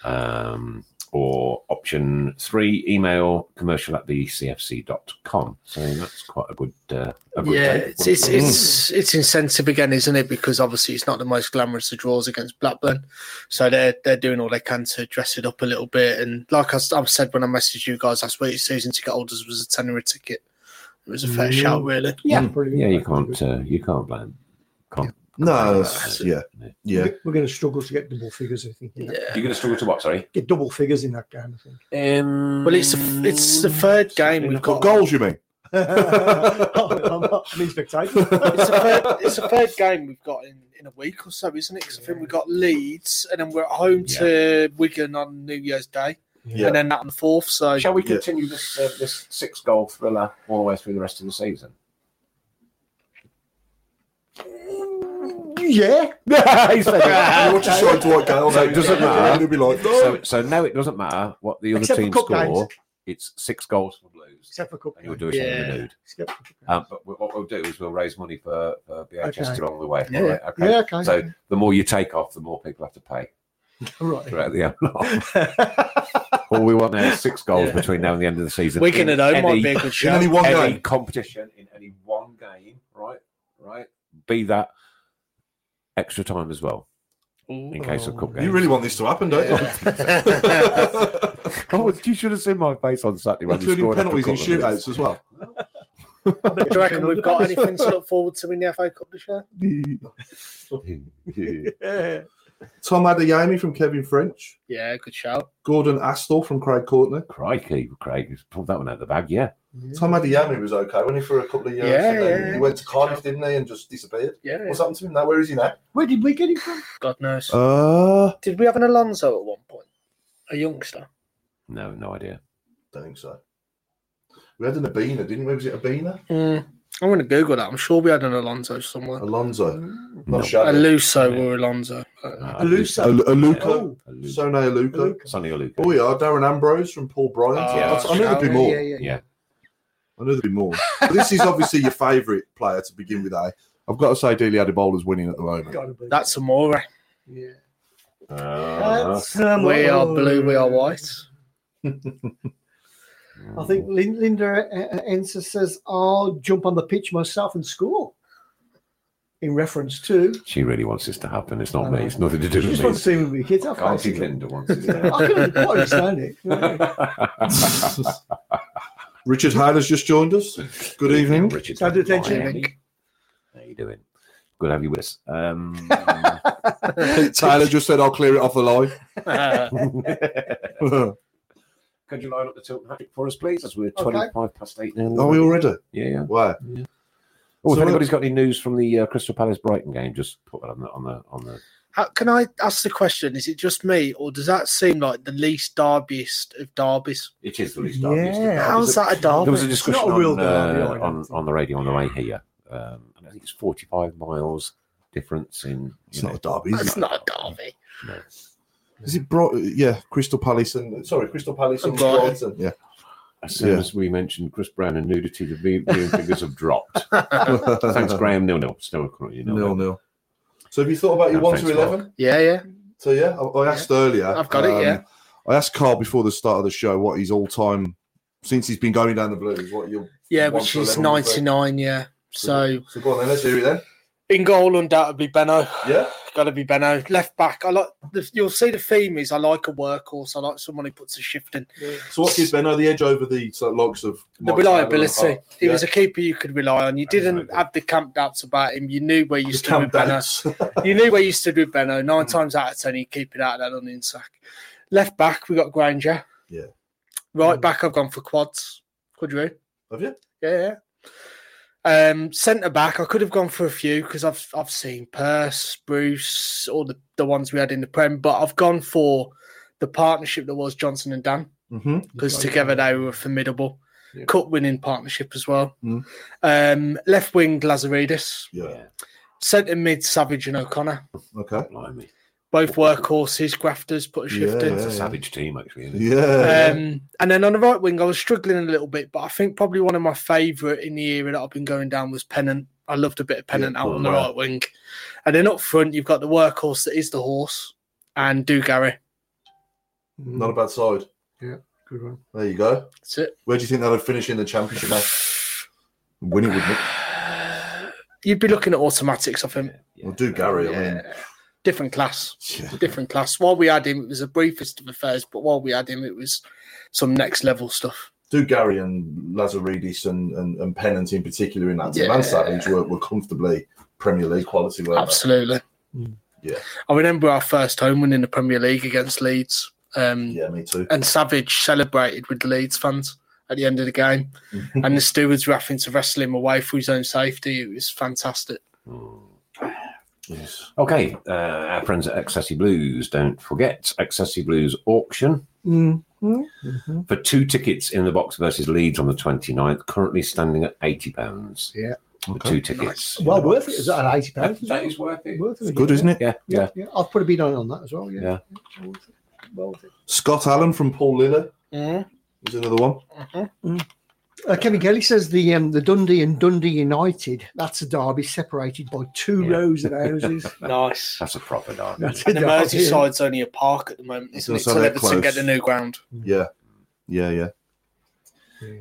S2: um, or option three, email commercial at the cfc.com. So that's quite a good, uh, a good
S4: Yeah,
S2: day.
S4: it's it's, it's it's incentive again, isn't it? Because obviously it's not the most glamorous of draws against Blackburn, so they're they're doing all they can to dress it up a little bit. And like I, s- I said when I messaged you guys last week, Susan to get holders was a tenner a ticket. It was a fair
S5: Yeah.
S4: shout, really.
S5: Yeah, pretty good.
S2: yeah, you can't, uh, you can't blame, can't
S3: No,
S2: That's
S3: that's- yeah, yeah.
S5: We're going to struggle to get double figures, I think. in that-
S4: Yeah.
S2: You're going to struggle to what? Sorry.
S5: Get double figures in that game, I
S2: [laughs]
S5: [laughs] think.
S2: Um,
S4: Well, it's the, it's the third game we've
S3: Got
S4: got.
S3: goals, you mean?
S4: [laughs]
S5: I'm not an
S2: [laughs]
S4: It's
S5: expectation.
S4: the third, it's the third game we've got in, in a week or so, isn't it? 'Cause I think we've got Leeds, and then we're at home to Wigan on New Year's Day,
S3: Yeah.
S4: and then that on the fourth. So
S2: Shall we
S3: Yeah.
S2: continue this uh, this six goal thriller all the way through the rest of the season? [laughs]
S5: yeah.
S3: You watch a side to white Gale,
S2: So it
S3: mate.
S2: doesn't
S3: Yeah,
S2: matter.
S3: You'll be like, no.
S2: So, so now it doesn't matter what the other
S5: Except for
S2: team
S5: cup
S2: score.
S5: games.
S2: It's six goals for Blues,
S5: Except for Cup.
S2: and you'll do a shame
S4: Yeah.
S2: renewed.
S5: Except for cup
S2: Um, but what we'll do is we'll raise money for, for BHS
S5: Okay.
S2: along the way.
S5: Yeah.
S2: all right?
S5: games. yeah, okay.
S2: So the more you take off, the more people have to pay
S5: right.
S2: throughout the end. [laughs] all we want now is six goals
S4: Yeah.
S2: between now and the end of the season.
S4: Wigan at home might
S2: Any-
S4: be a good
S3: In
S4: shout.
S3: any one
S2: any
S3: game.
S2: competition in any one game, right? Right. Be that extra time as well in case of cup
S3: You
S2: game.
S3: really want this to happen, don't you?
S2: oh, you should have seen my face on Saturday when
S3: Including
S2: scored after
S3: penalties and
S2: Cup game.
S3: shootouts as well.
S4: Do you reckon we've got anything to look forward to in the FA Cup this year?
S5: Yeah.
S3: Tom Adeyemi from Kevin French.
S4: Yeah, good shout.
S3: Gordon Astor from Craig Courtney.
S2: [laughs] Crikey, Craig has pulled that one out of the bag. Yeah,
S3: Tom Adeyemi was okay, wasn't he, for a couple of years?
S4: Yeah,
S3: and then
S4: yeah.
S3: He went to Cardiff, didn't he, and just disappeared.
S4: Yeah,
S3: What's happened to him now? Where is he now?
S5: Where did we get him from?
S4: God knows.
S3: Uh,
S4: Did we have an Alonso at one point? A youngster.
S2: no, no idea.
S3: don't think so. We had an Abina, didn't we? Was it Abina?
S4: Mm, I'm going to Google that. I'm sure we had an Alonso somewhere.
S3: Alonso.
S2: No.
S4: Mm.
S3: Not Shadow.
S4: Aluso
S2: Yeah.
S4: or Alonso.
S2: Uh,
S5: Aluso.
S3: Al- Aluka.
S5: Oh,
S2: Alu-
S3: Sone Aluka.
S5: Aluka.
S2: Sonny Aluka.
S3: Oh, yeah. Darren Ambrose from Paul Bryant.
S4: Oh,
S3: That's- I knew there'd be
S4: yeah,
S3: more.
S5: yeah,
S2: Yeah.
S3: I know there'd be more. But this is obviously your favourite player
S5: [laughs]
S3: to begin with, eh? I've got to say, Dele Adebola's winning at the moment.
S5: Oh, Gotta be.
S4: That's Amore.
S5: yeah.
S2: Uh,
S5: That's, um,
S4: We are blue, we are white.
S5: I think Lin- Linda uh, uh, Enser says, I'll jump on the pitch myself and score. In reference to.
S2: she really wants this to happen. It's not
S5: I
S2: me.
S5: know.
S2: It's nothing to do
S5: She
S2: with
S5: just
S2: me.
S5: wants to see with me kids. I
S2: Can't
S5: fancy
S2: see
S5: it.
S2: Linda wants this to
S5: [laughs] I can quite understand it. you know what I mean?
S2: [laughs] happen.
S3: Richard Hyde has just joined us. Good evening.
S2: Richard.
S5: Sound attention,
S2: Hi,
S4: [laughs] Nick.
S2: How you doing? Good to have you with us.
S5: [laughs]
S2: Um,
S3: Tyler just said, I'll clear it off the line.
S4: Uh,
S3: Are
S2: could you line up the tilt hat for us, please? As we're
S5: Okay.
S2: 25 past eight now.
S3: we all ready?
S2: Yeah, yeah.
S3: Where?
S2: Oh, if
S3: So-
S2: anybody's got any news from the uh, Crystal Palace Brighton game, just put that on the on the on the.
S4: How, can I ask the question? Is it just me, or does that seem like the least derbiest of derbies?
S2: It is the least
S5: Yeah.
S2: obvious.
S4: How's that a
S2: There was
S4: derby?
S2: a discussion
S5: not a
S2: on,
S5: real derby,
S2: uh,
S5: I don't
S2: on,
S5: think.
S2: on the radio on the way here, um, and I think it's 45 miles difference in.
S3: It's
S2: you
S3: not
S2: know-
S3: a derby. Is
S4: That's
S3: it?
S4: not a derby.
S2: No.
S3: Is it brought? Yeah, Crystal Palace and sorry, Crystal Palace and
S4: And Brighton.
S3: Brighton. Yeah.
S2: As soon
S3: Yeah.
S2: as we mentioned Chris Brown and nudity, the view- viewing figures have dropped.
S3: [laughs]
S2: Thanks, Graham. Nil nil. Still currently nil
S3: Nil
S2: nil.
S3: nil. So have you thought about your
S2: Yeah,
S3: one
S2: thanks,
S3: to eleven?
S4: Yeah, yeah.
S3: So yeah, I, I asked earlier. um,
S4: I've got it, yeah.
S3: I asked Carl before the start of the show what his all time since he's been going down the blues. What your
S4: Yeah,
S3: one
S4: which
S3: to
S4: is
S3: 11 was.
S4: 99, yeah. So
S3: So go on then, let's hear it then.
S4: in goal, undoubtedly, Benno.
S3: Yeah.
S4: Got to be Benno. Left back. I like. The, you'll see the theme is I like a workhorse. I like someone who puts a shift in.
S3: So what gives Benno the edge over the so, logs of
S4: The
S3: Mike Taylor and
S4: reliability.
S3: Hart?
S4: He
S3: Yeah.
S4: was a keeper you could rely on. You didn't
S2: Absolutely.
S4: have the camp doubts about him. You knew where you
S3: Just
S4: stood
S3: Cam
S4: with Benno.
S3: Davis.
S4: You knew where you stood with Benno.
S3: Mm.
S4: Nine times out of ten, he'd keep it out of that onion sack. Left back, we got Granger.
S3: Yeah. Mm.
S4: Right back, I've gone for quads. Quadru.
S3: [laughs] Have you?
S4: Yeah. yeah. Um, centre back, I could have gone for a few because I've I've seen Purse, Bruce, all the, the ones we had in the Prem, but I've gone for the partnership that was Johnson and Dan
S3: Mm-hmm.
S4: because together they were formidable.
S2: Yeah.
S4: Cup winning partnership as well.
S3: Mm.
S4: Um, left wing Lazaridis,
S3: Yeah.
S4: centre mid Savage and O'Connor,
S3: Okay.
S2: Blimey.
S4: both workhorses, grafters, put a shift
S3: Yeah,
S4: in.
S2: It's a
S3: yeah.
S2: savage team, actually. Isn't it?
S3: Yeah.
S4: Um, and then on the right wing, I was struggling a little bit, but I think probably one of my favourite in the era that I've been going down was Pennant. I loved a bit of Pennant out on the
S3: wow.
S4: right wing. And then up front, you've got the workhorse that is the horse and Dugarry. Um,
S5: Mm-hmm.
S3: Not a bad side.
S5: Good one.
S3: There you go.
S4: That's it.
S3: Where do you think that'll finish in the championship? mate? Win it, wouldn't it?
S4: You'd be looking at automatics, I think.
S3: Well, do Gary. I mean,
S4: Yeah. Different class.
S3: yeah.
S4: Different class. While we had him, it was the briefest of affairs, but while we had him, it was some next level stuff.
S3: do Gary and Lazaridis and, and, and Pennant in particular in that team and
S4: Yeah.
S3: Savage were, were comfortably Premier League quality, weren't
S4: Absolutely.
S3: Yeah.
S4: I remember our first home win in the Premier League against Leeds. Um,
S3: they? Yeah, me too.
S4: and Savage celebrated with the Leeds fans at the end of the game, and the stewards were having to wrestle him away for his own safety. It was fantastic.
S3: Yes.
S2: Mm. Okay, uh, our friends at Accessi Blues, don't forget Accessi Blues auction
S5: Mm-hmm.
S2: for two tickets in the box versus Leeds on the 29th, currently standing at £80.
S5: Yeah.
S2: For
S3: Okay.
S2: two tickets. in
S5: Well
S2: the
S5: worth it.
S2: box.
S5: Is that an eighty
S2: That-
S5: pounds?
S2: that is worth it.
S5: Worth it.
S3: It's good, isn't it?
S2: Yeah, yeah.
S5: Yeah, yeah. I've put a bid on on that as well. Yeah.
S2: Yeah.
S5: Well worth it. Well worth it.
S3: Scott Allen from Paul Liller
S4: Mm-hmm.
S3: is another one.
S5: Uh, Kevin Kelly says the um, the Dundee and Dundee United. That's a derby separated by two
S2: Yeah.
S5: rows of houses.
S4: Nice.
S2: That's a proper dog.
S5: That's
S4: And
S5: a
S4: the
S5: derby.
S4: Merseyside only a park at the moment, isn't it?
S3: So
S4: Till
S3: they're
S4: Everton
S3: close.
S4: get the new ground.
S3: Yeah. Yeah, yeah.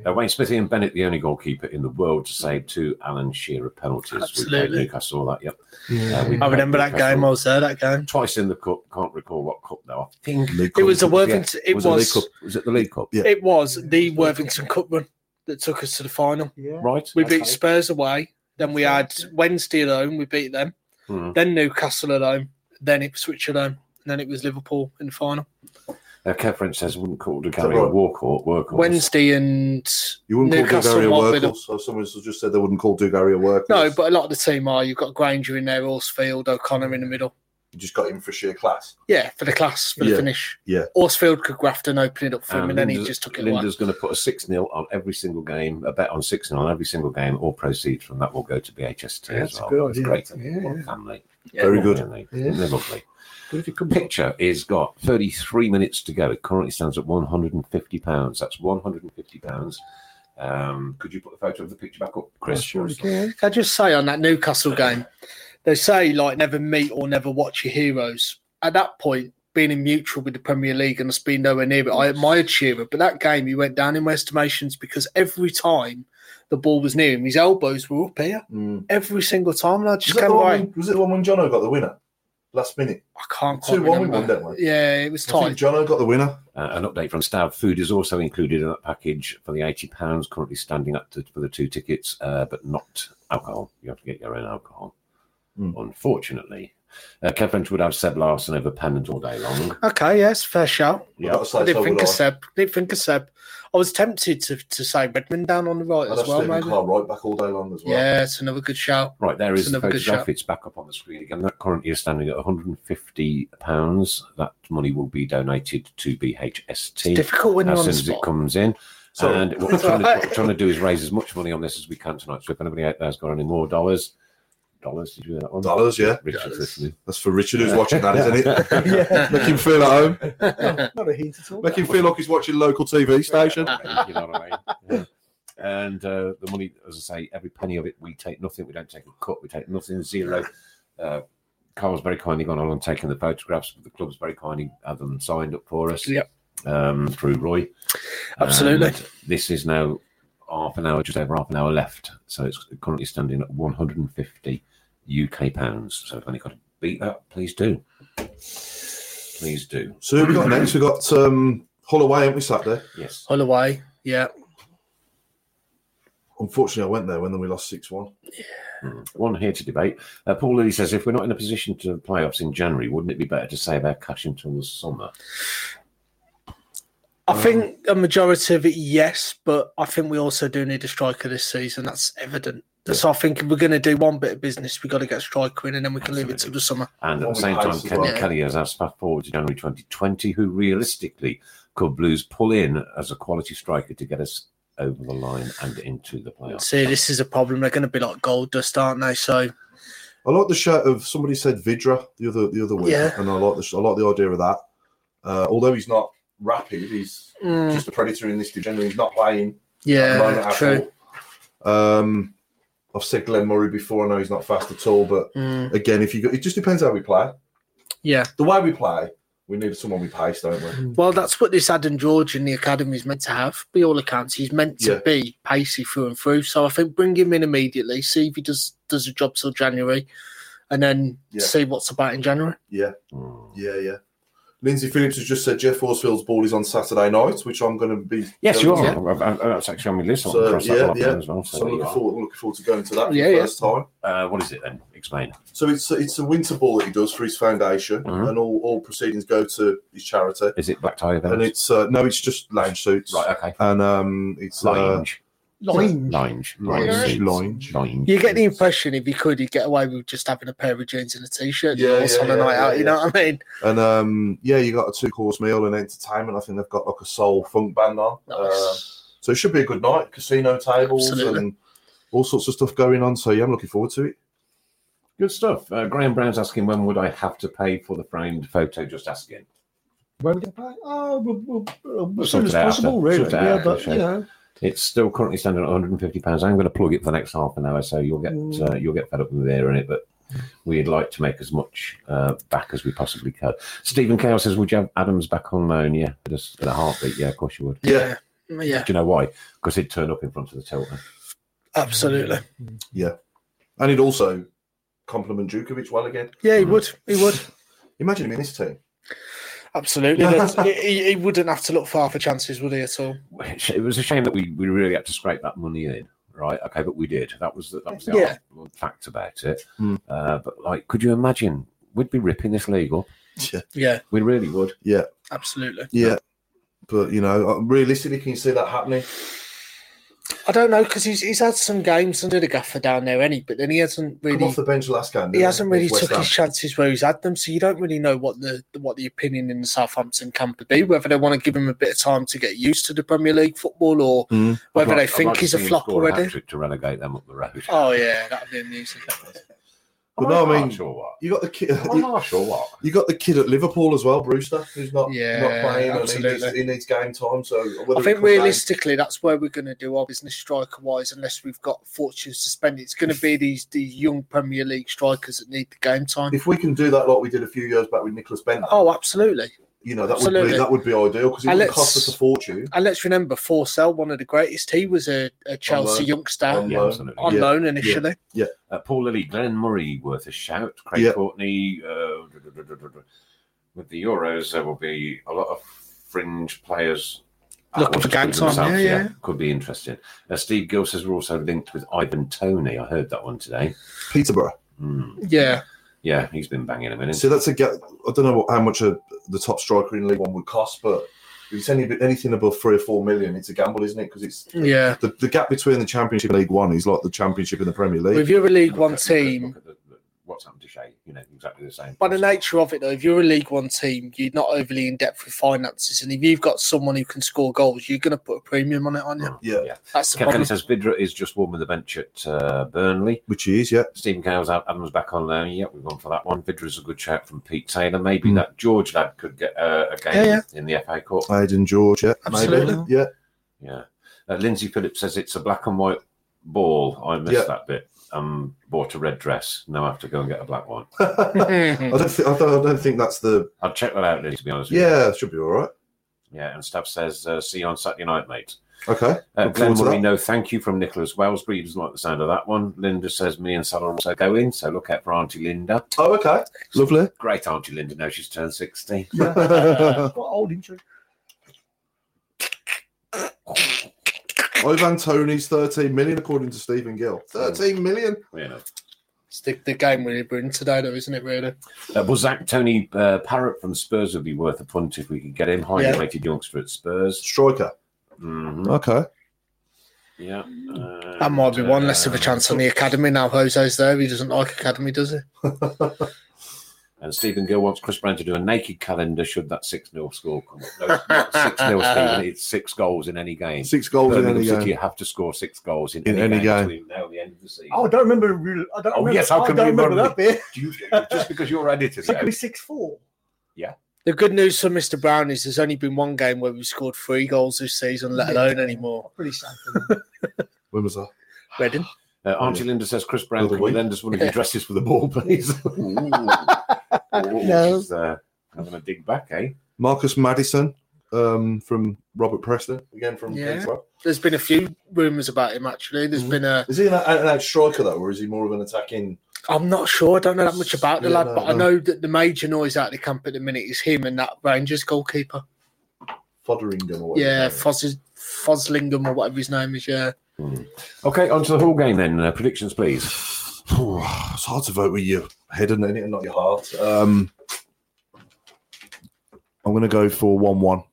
S2: Uh, Wayne Smithy and Bennett, the only goalkeeper in the world to save two Alan Shearer penalties. We played
S4: Absolutely.
S2: Newcastle, all that, yep.
S5: Yeah.
S2: Uh, we
S4: I remember
S2: played
S4: that game.
S2: Newcastle
S4: I was there that game.
S2: Twice in the cup, can't recall what cup though. I think
S3: League
S4: It was the
S3: Cup.
S4: Worthington. It
S2: it
S4: was.
S2: the League Cup? Was it the League Cup?
S3: Yeah.
S4: It was the Worthington Cup run that took us to the final.
S5: Yeah.
S2: Right.
S4: We beat
S2: okay.
S4: Spurs away. Then we had Wednesday at home. We beat them.
S2: Hmm.
S4: Then Newcastle at home. Then Ipswich at home. And then it was Liverpool in the final.
S2: Uh, Kev French says wouldn't call the
S3: that
S2: carry a
S3: right?
S2: walkout. Workhorse.
S4: Wednesday and
S3: You wouldn't
S4: Newcastle
S3: call Dugary a
S4: might be the-
S3: workhorse. So someone just said they wouldn't call Dugary a workhorse.
S4: no, but a lot of the team are. You've got Granger in there, Orsfield, O'Connor in the middle.
S3: you just got him for sheer class.
S4: Yeah, for the class, for the
S3: Yeah,
S4: finish.
S3: yeah.
S4: Orsfield could Grafton open it up for him,
S2: Um,
S4: and then he
S2: Linda's-
S4: just took it away.
S2: Linda's going to put a 6 0 on every single game, a bet on 6 0 on every single game. All proceeds from that will go to BHST
S5: That's
S2: as well.
S5: a good
S2: It's
S5: idea.
S2: great. isn't it?
S5: Yeah,
S2: What a
S5: yeah.
S2: family.
S4: Yeah.
S3: Very good.
S2: Aren't they?
S5: Yeah.
S2: They're lovely.
S5: But if it comes
S2: Picture is got 33 minutes to go. It currently stands at £150. That's £150. Um, could you put the photo of the picture back up, Chris?
S5: sure you can.
S4: Can I just say on that Newcastle game, they say like never meet or never watch your heroes. At that point, being in neutral with the Premier League and us being nowhere near it, I admired Shearer. But that game, he went down in my estimations because every time the ball was near him, his elbows were up here
S3: Mm.
S4: every single time. And I
S3: Was,
S4: just
S3: that
S4: came
S3: the
S4: away.
S3: one when, was it the one when Jono got the winner? Last minute.
S4: I can't quite
S3: Two one we
S4: remember.
S3: won, didn't we?
S4: Yeah, it was
S3: I think
S4: tight.
S3: Jono got the winner.
S2: Uh, an update from Stav Food is also included in that package for the eighty pounds. Currently standing up to, for the two tickets, uh, but not alcohol. You have to get your own alcohol.
S5: Hmm.
S3: Mm.
S2: Unfortunately, uh, Kev French would have Seb Larson over Pennant all day long.
S4: Okay, yes, fair shout.
S3: I've got to say,
S4: I didn't
S3: so
S4: think
S3: would
S4: of
S3: I.
S4: Seb. Didn't think of Seb. I was tempted to, to say Redmond down on the right
S3: I'd
S4: as
S3: have
S4: well,
S3: Stephen
S4: maybe.
S3: Carr right back all day long as well.
S4: Yeah, it's another good shout.
S2: Right, there is
S4: It's
S2: the
S4: another good
S2: photograph.
S4: shout.
S2: It's back up on the screen again. That currently is standing at £150. That money will be donated to BHST
S4: Difficult when you're
S2: as
S4: on
S2: soon
S4: the
S2: as it
S4: spot.
S2: comes in.
S3: So-
S2: and what we're,
S4: It's [laughs]
S2: trying to,
S4: alright.
S2: what we're trying to do is raise as much money on this as we can tonight. So if anybody out there has got any more dollars, dollars, did you hear that one?
S3: Dollars, yeah.
S2: Richard's
S4: Dollars.
S2: listening.
S3: That's for Richard who's watching that, isn't
S4: [laughs]
S3: it?
S5: yeah,
S3: [laughs] Make him feel at home.
S5: not a hint at all.
S3: Make him feel like he's watching local TV station.
S2: you know what I mean? Yeah. And uh, the money, as I say, every penny of it, we take nothing. We don't take a cut. We take nothing, zero. Uh, Carl's very kindly gone along taking the photographs, but the club's very kindly had them signed up for us.
S4: Yep.
S2: Um, through Roy.
S4: Absolutely.
S2: And this is now half an hour, just over half an hour left. So it's currently standing at 150 UK pounds. So if anybody got to beat that, please do. Please do.
S3: So who we got next? We got um, Hull away, haven't we, Saturday?
S2: Yes.
S4: Holloway, yeah.
S3: Unfortunately, I went there when then we lost six one.
S2: One here to debate. Uh, Paul Lilly says, if we're not in a position to playoffs in January, wouldn't it be better to save our cash until the summer?
S4: I
S3: Mm.
S4: think a majority of it, yes, but I think we also do need a striker this season. That's evident. So I think if we're going to do one bit of business, we've got to get a striker in, and then we can leave it till the summer.
S2: And at
S3: Well,
S2: the same
S3: we
S2: time,
S3: hope so,
S2: Ken
S3: yeah.
S2: Kelly has asked fast forward to January 2020, who realistically could Blues pull in as a quality striker to get us over the line and into the playoffs?
S4: See, this is a problem. They're going to be like gold dust, aren't they? So
S3: I like the shirt of somebody said Vidra the other the other week,
S4: Yeah.
S3: and I like the sh- I like the idea of that. Uh, although he's not rapid, he's
S4: mm,
S3: just a predator in this division. He's not playing. at the moment
S4: yeah,
S3: at
S4: true.
S3: all. Um, I've said Glenn Murray before. I know he's not fast at all, but
S4: Mm,
S3: again, if you go, it just depends how we play.
S4: yeah.
S3: The way we play, we need someone with pace, don't we?
S4: Well, that's what this Adam George in the academy is meant to have. By all accounts, he's meant to
S3: Yeah.
S4: be pacey through and through. So I think bring him in immediately, see if he does does a job till January, and then
S3: Yeah.
S4: see what's about in January.
S3: Yeah,
S2: Hmm.
S3: yeah, yeah. Lindsay Phillips has just said Jeff Horsfield's ball is on Saturday night, which I'm going to be.
S2: Yes, you
S3: going
S2: are.
S3: to-
S2: I've- I've- That's actually on my list. I'll
S3: So,
S2: cross that
S3: yeah,
S2: one off
S3: yeah.
S2: as well. So
S3: So I'm
S2: there you
S3: looking
S2: are.
S3: forward, I'm looking forward to going to that for
S4: Yeah,
S3: the
S4: yeah.
S3: first time.
S2: Uh, what is it then? Explain.
S3: So it's it's a winter ball that he does for his foundation,
S2: Mhm.
S3: and all, all proceedings go to his charity.
S2: Is it black tie event?
S3: And it's uh, no, it's just lounge suits,
S2: right, okay.
S3: and um, it's uh,
S2: Linge.
S5: Line.
S2: Linge.
S3: Linge.
S2: Linge.
S3: Linge.
S2: Linge.
S4: You get the impression if he could, he'd get away with just having a pair of jeans and a t-shirt
S3: Yeah,
S4: yeah,
S3: yeah,
S4: on a
S3: yeah,
S4: night
S3: yeah,
S4: out. You know what I mean?
S3: and um, yeah, you got a two course meal and entertainment. I think they've got like a soul funk band on, uh,
S4: Nice.
S3: so it should be a good night. Casino tables
S4: Absolutely.
S3: and all sorts of stuff going on. So yeah, I'm looking forward to it.
S2: Good stuff. Uh, Graham Brown's asking when would I have to pay for the framed photo? Just asking.
S5: When we get back, oh, we'll, we'll, we'll, as
S2: sort
S5: soon as
S2: it out
S5: possible,
S2: after.
S5: really.
S2: Sort it out
S5: Yeah,
S2: after the
S5: but
S2: show.
S5: you know,
S2: It's still currently standing at 150 pounds. I'm going to plug it for the next half an hour, so you'll get
S5: Mm.
S2: uh, you'll get fed up with air in it. But we'd like to make as much uh, back as we possibly can. Stephen Cale says, "Would you have Adams back on loan? Yeah, just in a heartbeat. Yeah, of course you would.
S4: Yeah. yeah,
S2: Do you know why? Because he'd turn up in front of the Tilton.
S4: absolutely.
S3: And it also compliment Djokovic well again.
S4: Yeah, he would. He would.
S3: Imagine him in this team.
S4: Absolutely. That's- [laughs] he, he wouldn't have to look far for chances, would he, at all?
S2: [laughs] it was a shame that we, we really had to scrape that money in, right? Okay, but we did. That was the, that was the
S4: Yeah.
S2: odd fact about it.
S3: Hmm.
S2: Uh, but like, could you imagine? We'd be ripping this legal.
S3: Yeah,
S4: Yeah,
S2: We really would.
S4: absolutely.
S3: yeah. But you know, uh, realistically, can you see that happening?
S4: I don't know because he's he's had some games under the gaffer down there, any, but then he hasn't
S3: Come
S4: really
S3: off the bench last game. uh,
S4: he hasn't really
S3: West
S4: took
S3: Ham.
S4: his chances where he's had them. So you don't really know what the what the opinion in the Southampton camp would be. Whether they want to give him a bit of time to get used to the Premier League football, or
S3: Mm.
S4: whether
S2: Hmm. I'd
S4: they
S2: like- I'd
S4: think
S2: like to
S4: he's a Oh,
S2: see him
S4: flop
S2: score
S4: already.
S2: hat-trick to relegate them up the road.
S4: Oh yeah, that'd be amusing.
S3: But no, I mean,
S2: Marsh or what?
S3: [laughs] you got the kid.
S4: Oh.
S2: Am I Marsh or what?
S3: You got the kid at Liverpool as well, Brewster, who's not
S4: Yeah,
S3: not playing. and He needs,
S4: absolutely.
S3: he needs game time. So whether
S4: I
S3: he
S4: think
S3: comes down-
S4: realistically, that's where we're going to do our business striker wise, unless we've got fortune suspended. It's going to be these these young Premier League strikers that need the game time.
S3: if we can do that like we did a few years back with Nicholas Bent,
S4: Oh, absolutely.
S3: you know that would be
S4: absolutely.
S3: that would be ideal because it
S4: And
S3: would
S4: let's-
S3: cost us a fortune.
S4: And let's remember, Forsell, one of the greatest. He was a, a Chelsea
S3: loan.
S4: youngster
S3: On
S4: on,
S2: Yeah,
S3: loan.
S2: absolutely.
S3: Um, yeah.
S4: loan initially.
S2: Uh, Paul Lilly, Glenn Murray, worth a shout. Craig
S3: Yeah.
S2: Courtney. Uh, duh, duh, duh, duh, duh, duh. with the Euros, there will be a lot of fringe players that
S4: Looking
S2: want
S4: for
S2: to prove
S4: gang time,
S2: themselves,
S4: yeah, yeah.
S2: Could be interesting. Uh, Steve Gill says we're also linked with Ivan Tony. I heard that one today.
S3: Peterborough.
S2: Hmm.
S4: Yeah.
S2: Yeah, he's been banging a minute.
S3: So that's a ga- I don't know what, how much a, the top striker in League One would cost, but if it's any, anything above three or four million, it's a gamble, isn't it? Because it's
S4: Yeah.
S3: the, the gap between the Championship and League One is like the Championship and the Premier League.
S4: If you're a League
S2: Look
S4: One
S2: at- look at-
S4: team,
S2: look at the- the- what's happened to Shea? You know, exactly the same.
S4: by the nature of it, though, if you're a League One team, you're not overly in depth with finances. And if you've got someone who can score goals, you're going to put a premium on it, aren't you?
S2: Hmm.
S3: Yeah.
S4: That's the
S2: Ken Kelly
S4: problem.
S2: says Vidra is just warming the bench at uh, Burnley.
S3: Which he is, yeah.
S2: Stephen Cowles, Ad- Adams back on loan. Yep, we've gone for that one. Vidra's a good shout from Pete Taylor. Maybe
S3: Hmm.
S2: that George lad could get uh, a game
S4: Yeah, yeah.
S2: in the FA Cup.
S3: Aiden George, yeah. Maybe.
S4: Absolutely.
S3: Yeah. [laughs]
S2: Yeah. Uh, Lindsay Phillips says it's a black and white ball. I missed
S3: Yeah.
S2: that bit. Um, bought a red dress. Now I have to go and get a black one.
S3: I don't, thi- I, don't, I don't think that's the.
S2: I'll check that out, Lindsay, to be honest with you.
S3: Yeah, it should be all right.
S2: Yeah, and Stab says, uh, see you on Saturday night, mate.
S3: Okay.
S2: Uh,
S3: Look forward
S2: Glenn
S3: to
S2: Murray,
S3: that.
S2: no thank you from Nicholas Wellesbury. He doesn't like the sound of that one. Linda says, me and Salah are also going, so look out for Auntie Linda.
S3: Oh, okay. Lovely.
S2: Great Auntie Linda, now she's turned 60.
S5: Quite old, isn't she?
S3: [laughs] Ivan Tony's 13 million, according to Stephen Gill. 13 million?
S2: You know.
S4: [laughs] It's the, the game really we're in today, though, isn't it, really?
S2: Uh, well, Zach Tony uh, Parrott from Spurs would be worth a punt if we could get him. Highly
S4: Yeah.
S2: rated youngster at Spurs.
S3: Striker.
S2: Mhm.
S3: Okay.
S2: Yeah. Uh,
S4: That might be one less of a
S2: uh,
S4: chance on the academy now. Jose's there. He doesn't like academy, does he?
S2: And Stephen Gill wants Chris Brown to do a naked calendar should that 6 0 score come up. No, it's not 6 0, Stephen. It's six goals in any game.
S3: Six goals in
S2: Birmingham
S3: any
S2: City
S3: game.
S2: have to score six goals in,
S3: In
S2: any,
S3: any
S2: game,
S3: game.
S2: between now and the end of the season.
S5: Oh, I don't remember. really- I don't
S2: Oh,
S5: remember,
S2: yes, how
S5: I
S2: can
S5: don't
S2: we
S5: remember
S2: remember
S5: that bit.
S2: Do [laughs] you, just because you're editing
S5: It could be
S2: it.
S5: 6 4.
S4: The good news for Mr. Brown is there's only been one game where we've scored three goals this season, let alone any more.
S5: Pretty sad. for them.
S3: When was that?
S4: [sighs] Reading.
S2: Uh, Auntie Linda says, Chris Brown,
S3: Another
S2: can you
S3: week.
S2: lend us one of your dresses for the ball, please? Ooh. [laughs] Ooh,
S4: No.
S2: she's, uh, having a dig back, eh?
S3: Marcus Madison um, from Robert Preston. Again from
S4: Yeah.
S3: Kingswell.
S4: There's been a few rumours about him, actually. There's
S5: Mm.
S3: Mhm.
S4: been a.
S3: Is he an, an out striker, though, or is he more of an attacking?
S4: I'm not sure. I don't know that much about the
S3: Yeah,
S4: lad,
S3: no,
S4: but I
S3: no.
S4: know that the major noise out of the camp at the minute is him and that Rangers goalkeeper.
S3: Fodderingham or whatever?
S4: Yeah, Fos- Foslingam or whatever his name is. Yeah.
S2: Okay, on to the whole game then. Uh, predictions, please.
S3: Phew, it's hard to vote with your head and it and not your heart. Um, I'm going to go for 1 1.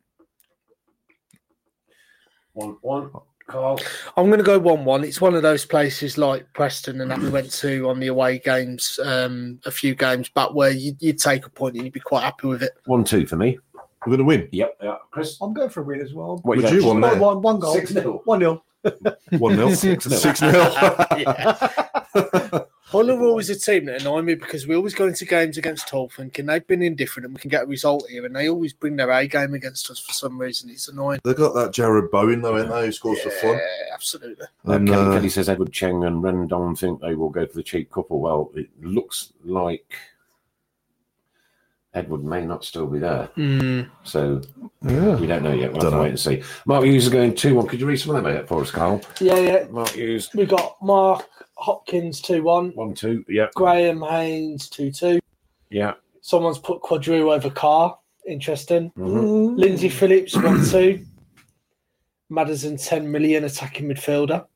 S2: One, one, Carl.
S4: I'm going to go 1 1. It's one of those places like Preston and that we went to on the away games um, a few games back where you'd, you'd take a point and you'd be quite happy with it.
S2: One, two for me.
S3: We're going to win.
S2: Yep. Yeah. Chris,
S5: I'm going for a win as well.
S2: what
S3: Would
S2: got?
S3: you want
S5: One,
S3: that?
S5: one, one goal.
S2: 6-0.
S5: 1 0.
S3: 1
S4: [laughs]
S3: 0. 6
S2: 0.
S3: [laughs] 0.
S4: Hull are always a team that annoy me because we always go into games against Tulf and they've been indifferent and we can get a result here and they always bring their A game against us for some reason. It's annoying.
S3: They've got that Jared Bowen, though, ain't they, who scores for fun.
S4: Yeah, absolutely.
S2: Uh,
S3: And,
S2: Kelly,
S3: uh,
S2: Kelly says Edward Cheng and Rendon think they will go for the cheap couple. Well, it looks like Edward may not still be there,
S4: Mm.
S2: so
S3: yeah.
S2: we don't know yet. We'll have
S3: Dunno.
S2: to wait and see. Mark Hughes is going two one. Could you read some of them out for us, Carl?
S4: Yeah, yeah.
S2: Mark Hughes
S4: We got Mark Hopkins 2 1,
S2: one two. Yeah,
S4: Graham Haynes 2 2.
S2: yeah.
S4: Someone's put Quadru over Carr. Interesting.
S2: mhm.
S5: Mm-hmm.
S4: Lindsay Phillips, 1 2. Madison, 10 million attacking midfielder.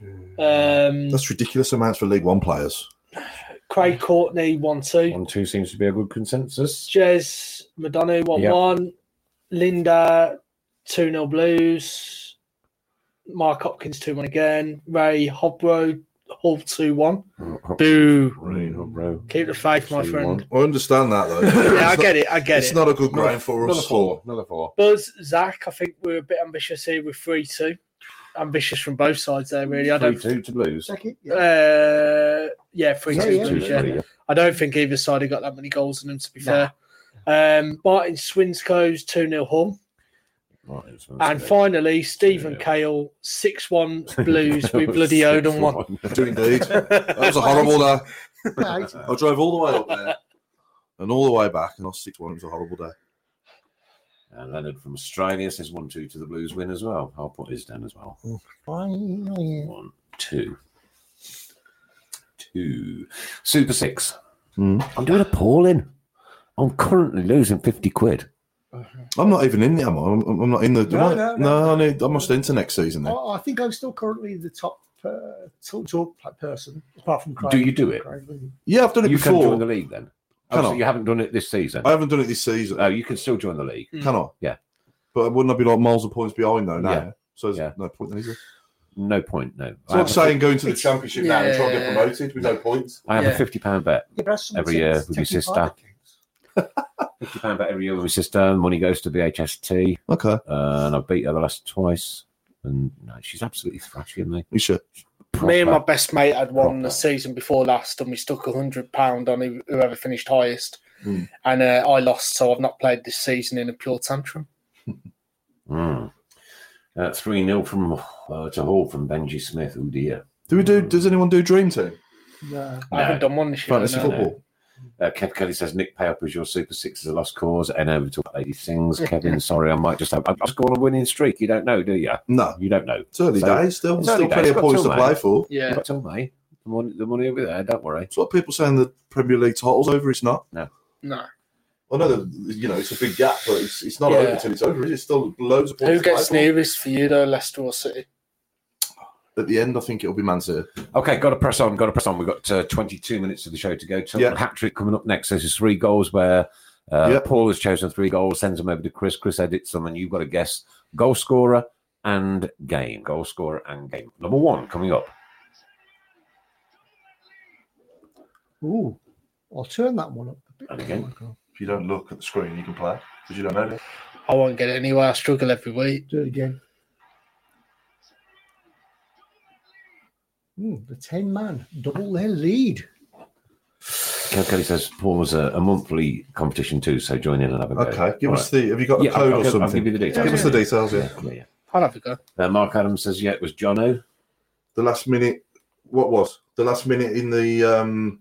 S4: Um,
S2: Hmm.
S3: That's ridiculous amounts for League One players.
S4: Craig Courtney, 1 2.
S2: One two seems to be a good consensus.
S4: Jez Madonna, 1
S2: Yep.
S4: 1. Linda, 2 0 Blues. Mark Hopkins, 2 1 again. Ray Hobro, Hall, 2 1. Boo.
S2: Right, oh, bro.
S4: Keep the faith, my
S2: Two,
S4: friend.
S2: one.
S3: I understand that, though.
S4: [clears throat] [laughs] Yeah, I
S3: It's not-
S4: get it. I get
S3: It's
S4: it.
S3: not a good ground for
S2: Another
S3: us.
S2: four. Another four.
S4: Buzz, Zach, I think we're a bit ambitious here with 3 2. ambitious from both sides there, really. I don't.
S2: Three-two to Blues.
S5: Second, yeah.
S4: Uh, yeah, three
S5: Yeah,
S4: two.
S5: yeah.
S4: Blues,
S2: Two,
S4: yeah.
S2: three, yeah.
S4: I don't think either side have got that many goals in them. To be
S5: Nah.
S4: fair, um, Martin Swinscoe's two 0 Hull,
S2: Right, it's-
S4: and finally Stephen
S2: Yeah.
S4: Cale six one
S2: [laughs]
S4: Blues. We bloody owe them one.
S3: Do indeed.
S4: [laughs]
S3: That was a horrible uh, day.
S2: [laughs]
S5: Right.
S3: I
S2: Uh,
S3: drove all the way up there [laughs] and all the way back, and I was six one. It was a horrible day.
S2: And Leonard from Australia says one two to the Blues win as well. I'll put his down as well.
S5: Finally.
S2: One two. Two. Super six.
S3: Hmm.
S2: I'm doing appalling. I'm currently losing fifty quid.
S3: I'm not even in there. Am I? I'm, I'm not in the. No,
S5: No, no, no.
S3: no, I need. I must enter next season. Then.
S5: I I think I'm still currently the top uh, talk, talk person, apart from Craig.
S2: Do you do it?
S5: Craig.
S3: Yeah, I've done it
S2: You can
S3: before.
S2: join the league then.
S3: Can
S2: Oh, so
S3: I?
S2: you haven't done it this season.
S3: I haven't done it this season.
S2: Oh, you can still join the league.
S3: Can I?
S2: Yeah.
S3: But wouldn't I be like miles of points behind though now?
S2: Yeah.
S3: So there's
S2: Yeah.
S3: no point then, is there?
S2: No point. No. I
S3: So I'm
S2: have, a,
S3: saying going to the championship now and trying to
S4: Yeah.
S3: get promoted with no points.
S2: I have a
S4: Yeah.
S2: fifty pound bet.
S5: Yeah, but that's something
S2: Every
S5: to-
S2: year
S5: to
S2: with
S5: take
S2: your
S5: your
S2: sister.
S5: partner.
S2: Fifty pound bet every year with my sister. And money goes to BHST,
S3: Okay.
S2: uh, and I beat her the last twice. And no, she's absolutely thrashing me.
S3: You should.
S4: Me and my
S2: Proper.
S4: best mate had won the
S2: Proper.
S4: season before last, and we stuck a hundred pound on who- whoever finished highest.
S3: Hmm.
S4: And uh, I lost, so I've not played this season in a pure tantrum.
S2: Mm. Uh, 3 0 from uh, to Hall from Benji Smith. Oh dear.
S3: Do we do? Does anyone do dream team?
S5: No.
S4: I
S2: No.
S4: haven't done one this year.
S3: Fantasy
S4: no.
S2: no.
S3: football.
S2: Uh, Kev Kelly says Nick Payoff was your Super Six is a lost cause. And over to Lady Sings. Kevin, sorry, I might just have. I've just gone on a winning streak. You don't know, do you?
S3: No.
S2: You don't know.
S3: It's early
S2: So-
S3: days still.
S2: It's
S3: Still
S2: early
S3: plenty
S2: days,
S3: of
S2: got
S3: points
S2: till
S3: to
S2: May.
S3: play for.
S4: Yeah.
S2: But tell me. The money, the money will be there. Don't worry.
S3: It's what people saying the Premier League title's over. It's not.
S4: No.
S3: I know that you know it's a big gap, but it's, it's not
S4: Yeah.
S3: over until it's over. is it? It's still loads of points.
S4: Who
S3: to play
S4: gets
S3: for.
S4: nearest for you though, Leicester or City?
S3: At the end, I think it'll be Man City.
S2: Okay, got to press on. Got to press on. We've got uh, 22 minutes of the show to go. Tottenham
S3: Yeah.
S2: hat trick coming up next. This is three goals where uh,
S3: Yeah.
S2: Paul has chosen three goals, sends them over to Chris. Chris edits them, and you've got to guess goal scorer and game. Goal scorer and game. Number one coming up.
S5: Ooh, I'll turn that one up a bit.
S2: And again.
S3: If you don't look at the screen, you can play because you don't know.
S4: I won't get it anywhere. I struggle every week.
S5: Do it again. Ooh, Hmm, the 10 man double their lead.
S2: Kev Kelly says Paul was a, a monthly competition too, so join in and have a go.
S3: Okay, give
S2: All
S3: us the. Have you got a
S2: yeah,
S3: code
S2: I'll, I'll,
S3: or
S2: give- I'll
S3: something?
S2: give you the details.
S3: Give us the details, yeah.
S2: Yeah, yeah.
S4: I'll have a go.
S2: Uh, Mark Adams says, yeah, it was Jono.
S3: The last minute. What was the last minute in the? um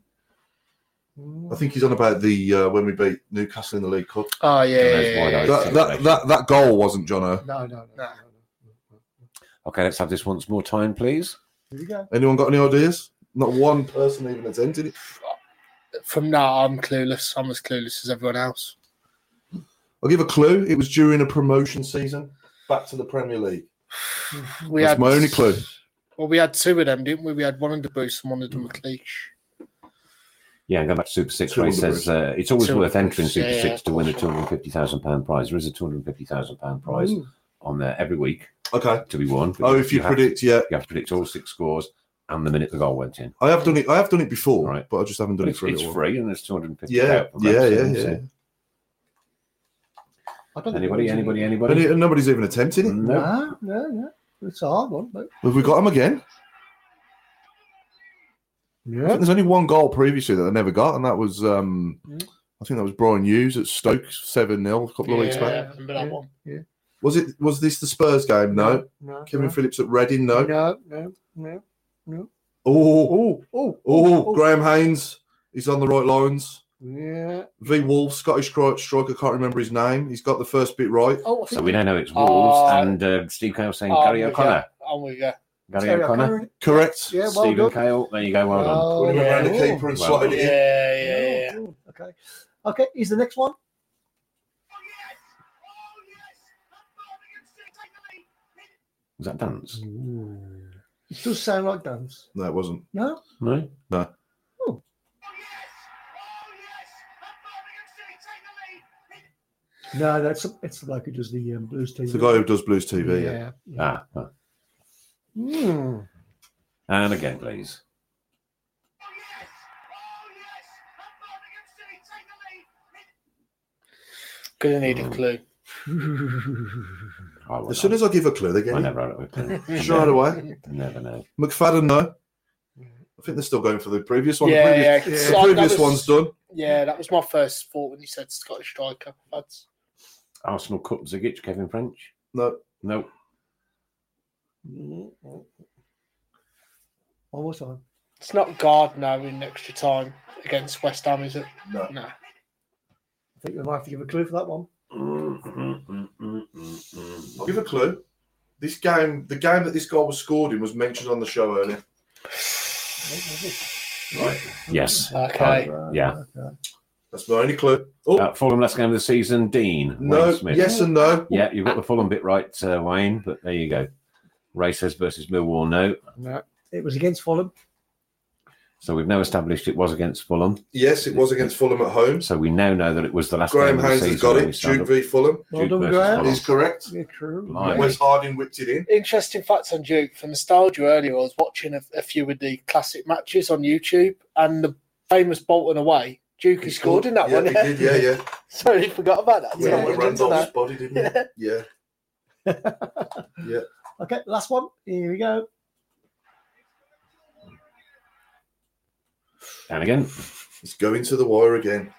S3: I think he's on about the uh, when we beat Newcastle in the League Cup.
S4: Oh yeah, yeah,
S2: Those
S4: yeah,
S2: wide
S4: yeah.
S2: eyes.
S3: That that that, that goal wasn't John. O.
S5: No, no, no. no, no, no.
S2: Okay, let's have this once more time, please.
S5: Here we go.
S3: Anyone got any ideas? Not one person even attended it.
S4: From now, I'm clueless. I'm as clueless as everyone else.
S3: I'll give a clue. It was during a promotion season back to the Premier League.
S4: We
S3: That's my only clue.
S4: Well, we had two of them, didn't we? We had one under Bruce and one under McLeish.
S2: Yeah, and going back to Super Six,
S3: Two
S2: where he
S3: hundred
S2: says uh, it's always
S4: Two
S2: worth
S4: hundred
S2: entering Super
S4: yeah,
S2: Six to
S4: of
S2: win a
S4: course.
S2: two hundred fifty thousand pound prize. There is a two hundred fifty thousand pound prize
S5: Ooh,
S2: on there every week
S3: Okay.
S2: to be won. but
S3: Oh, if you
S2: have to-
S3: predict, yeah,
S2: you have to predict all six scores and the minute the goal went in.
S3: I have done it. I have done it before,
S2: Right.
S3: but I just haven't
S2: But
S3: done
S2: it's,
S3: it for a
S2: it's
S3: little while.
S2: free and there's two hundred fifty.
S3: Yeah, yeah, yeah, yeah.
S5: I don't think
S2: uh, Anybody?
S5: it was
S2: Anybody?
S5: in it.
S3: And
S2: Anybody?
S3: it- and nobody's even attempted it.
S2: No.
S5: No, no, no. It's a hard one, but
S3: Have we got him again? I
S5: yeah.
S3: think there's only one goal previously that they never got, and that was um, I think that was Brian Hughes at Stoke, seven 0 a couple of weeks back.
S4: I remember that
S5: Yeah.
S4: one.
S3: Was it? Was this the Spurs game? No.
S5: no,
S3: Kevin
S5: no.
S3: Phillips at Reading. No.
S5: No, no, no.
S3: Oh,
S5: Oh, oh,
S3: oh, Graham Haynes. He's on the right lines.
S5: Yeah.
S3: V Wolf, Scottish stri- striker. Can't remember his name. He's got the first bit right.
S5: Oh, I
S2: So
S5: think
S2: we now know it's Wolves
S4: Uh,
S2: and uh, Steve Cale saying
S4: Oh,
S2: Gary
S4: yeah.
S2: O'Connor.
S4: I'm with you.
S2: Gary
S5: Terry
S2: O'Connor.
S5: O'Connor.
S3: Correct.
S5: Yeah, well
S2: Stephen
S5: done.
S2: Cale. There you go. Well done.
S5: Oh,
S3: Put him around the
S5: yeah.
S3: keeper and
S2: Well
S3: slotted
S2: done.
S3: it
S4: Yeah,
S3: in.
S4: yeah, yeah.
S5: Oh, okay. Okay, is the next one?
S2: Was that dance?
S5: It does sound like dance.
S3: No, it wasn't.
S5: No?
S2: No.
S3: No.
S5: No, that's it's the bloke who does the um, blues team.
S3: It's the guy who does Blues TV. Yeah.
S2: Ah. ah.
S5: Mm.
S2: And again, please.
S3: Mm.
S5: [laughs]
S4: Gonna need a clue.
S2: I will
S3: As soon
S2: not.
S3: as I give a clue, they
S2: I
S3: get it
S2: never had it with
S3: [laughs]
S2: them.
S3: straight away.
S2: Never know.
S3: McFadden, no. I think they're still going for the previous one. The
S4: Yeah,
S3: previous- the
S4: yeah, it's like- that
S3: previous
S4: was-
S3: one's done.
S4: Yeah, that was my first thought when you said Scottish striker. That's
S2: Arsenal Cup Zigic, Kevin French.
S3: No,
S2: No.
S5: One more time.
S4: it's not Gardner in extra time against West Ham, is it?
S3: no.
S4: No.
S5: I think we might have to give a clue for that one.
S3: I'll give a clue. This game, the game that this goal was scored in, was mentioned on the show earlier.
S2: Yes.
S4: Okay.
S3: Uh,
S2: Yeah.
S3: That's my only clue. Oh,
S2: Uh, Fulham last game of the season, Dean.
S3: no.
S2: Wayne Smith.
S3: Yes and no.
S2: Yeah, you've got the Fulham bit right, uh, Wayne, but there you go. Races versus Millwall, no.
S5: It was against Fulham.
S2: So we've now established it was against Fulham.
S3: Yes, it was against Fulham at home.
S2: So we now know that it was the last
S3: Graham
S2: game of the
S3: Haynes
S2: season.
S3: has got
S2: when we
S3: it.
S2: stand
S3: Jude
S2: up.
S3: v Fulham.
S5: Well done,
S2: versus
S5: Graham.
S2: Fulham.
S3: is correct.
S5: Yeah, true.
S2: Blimey.
S3: Wes Harding whipped it in.
S4: Interesting facts on Duke. For nostalgia earlier, I was watching a, a few of the classic matches on YouTube and the famous Bolton away. Duke he scored in that
S3: yeah,
S4: one.
S3: He did, yeah, yeah.
S4: [laughs] Sorry, forgot about that.
S3: Went
S5: Yeah,
S3: on
S5: he
S3: the
S5: did
S3: Randolph's body, didn't he? Yeah.
S5: Okay, last one. Here we go.
S2: And again,
S3: It's going to the wire again.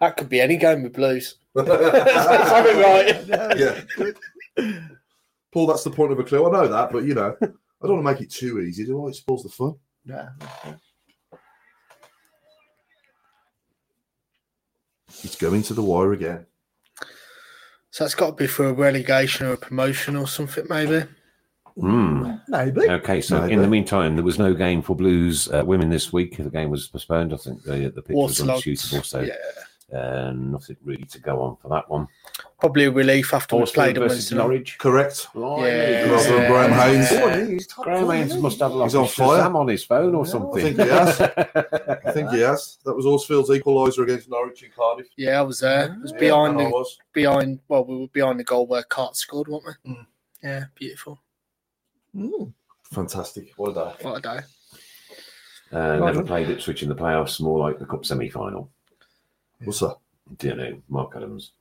S4: That could be any game with Blues. Sorry,
S3: yeah.
S4: right.
S3: Paul, that's the point of a clue. I know that, but you know, I don't want to make it too easy, do I? It spoils the fun.
S5: Yeah.
S3: It's going to the wire again.
S4: So it's got to be for a relegation or a promotion or something, maybe.
S2: hmm.
S5: Maybe.
S2: okay. So in
S3: Neither.
S2: the meantime, there was no game for Blues uh, women this week. The game was postponed. I think the the pitch was
S4: Waterlogged.
S2: unsuitable, so
S4: Yeah.
S2: uh, nothing really to go on for that one.
S4: Probably a relief after we
S2: Torsfield
S4: played on
S2: versus
S4: Wednesday. night.
S2: Norwich.
S3: Correct.
S2: Blimey.
S4: Yeah.
S3: Rather than Graham Haynes.
S5: Surely he's top
S2: Graham
S5: corner,
S2: Haynes
S5: isn't
S2: must have lost
S3: on
S2: Mr.
S3: fire.
S2: Sam on his phone or
S5: No, I
S2: something. Uh,
S3: think
S2: [laughs]
S3: he has. I think he has. That was Horsfield's equaliser against Norwich in Cardiff.
S4: Yeah, I was there. It was
S3: Yeah,
S4: behind
S3: and
S4: the
S3: I was.
S4: behind. Well, we were behind the goal where Cart scored, weren't we?
S3: Mm.
S4: Yeah, beautiful.
S5: Mm.
S3: Fantastic. What a day.
S4: What a day.
S2: Uh,
S5: Right.
S2: never played Ipswich in the playoffs, more like the cup semi-final.
S3: What's that?
S2: Do you know Mark Adams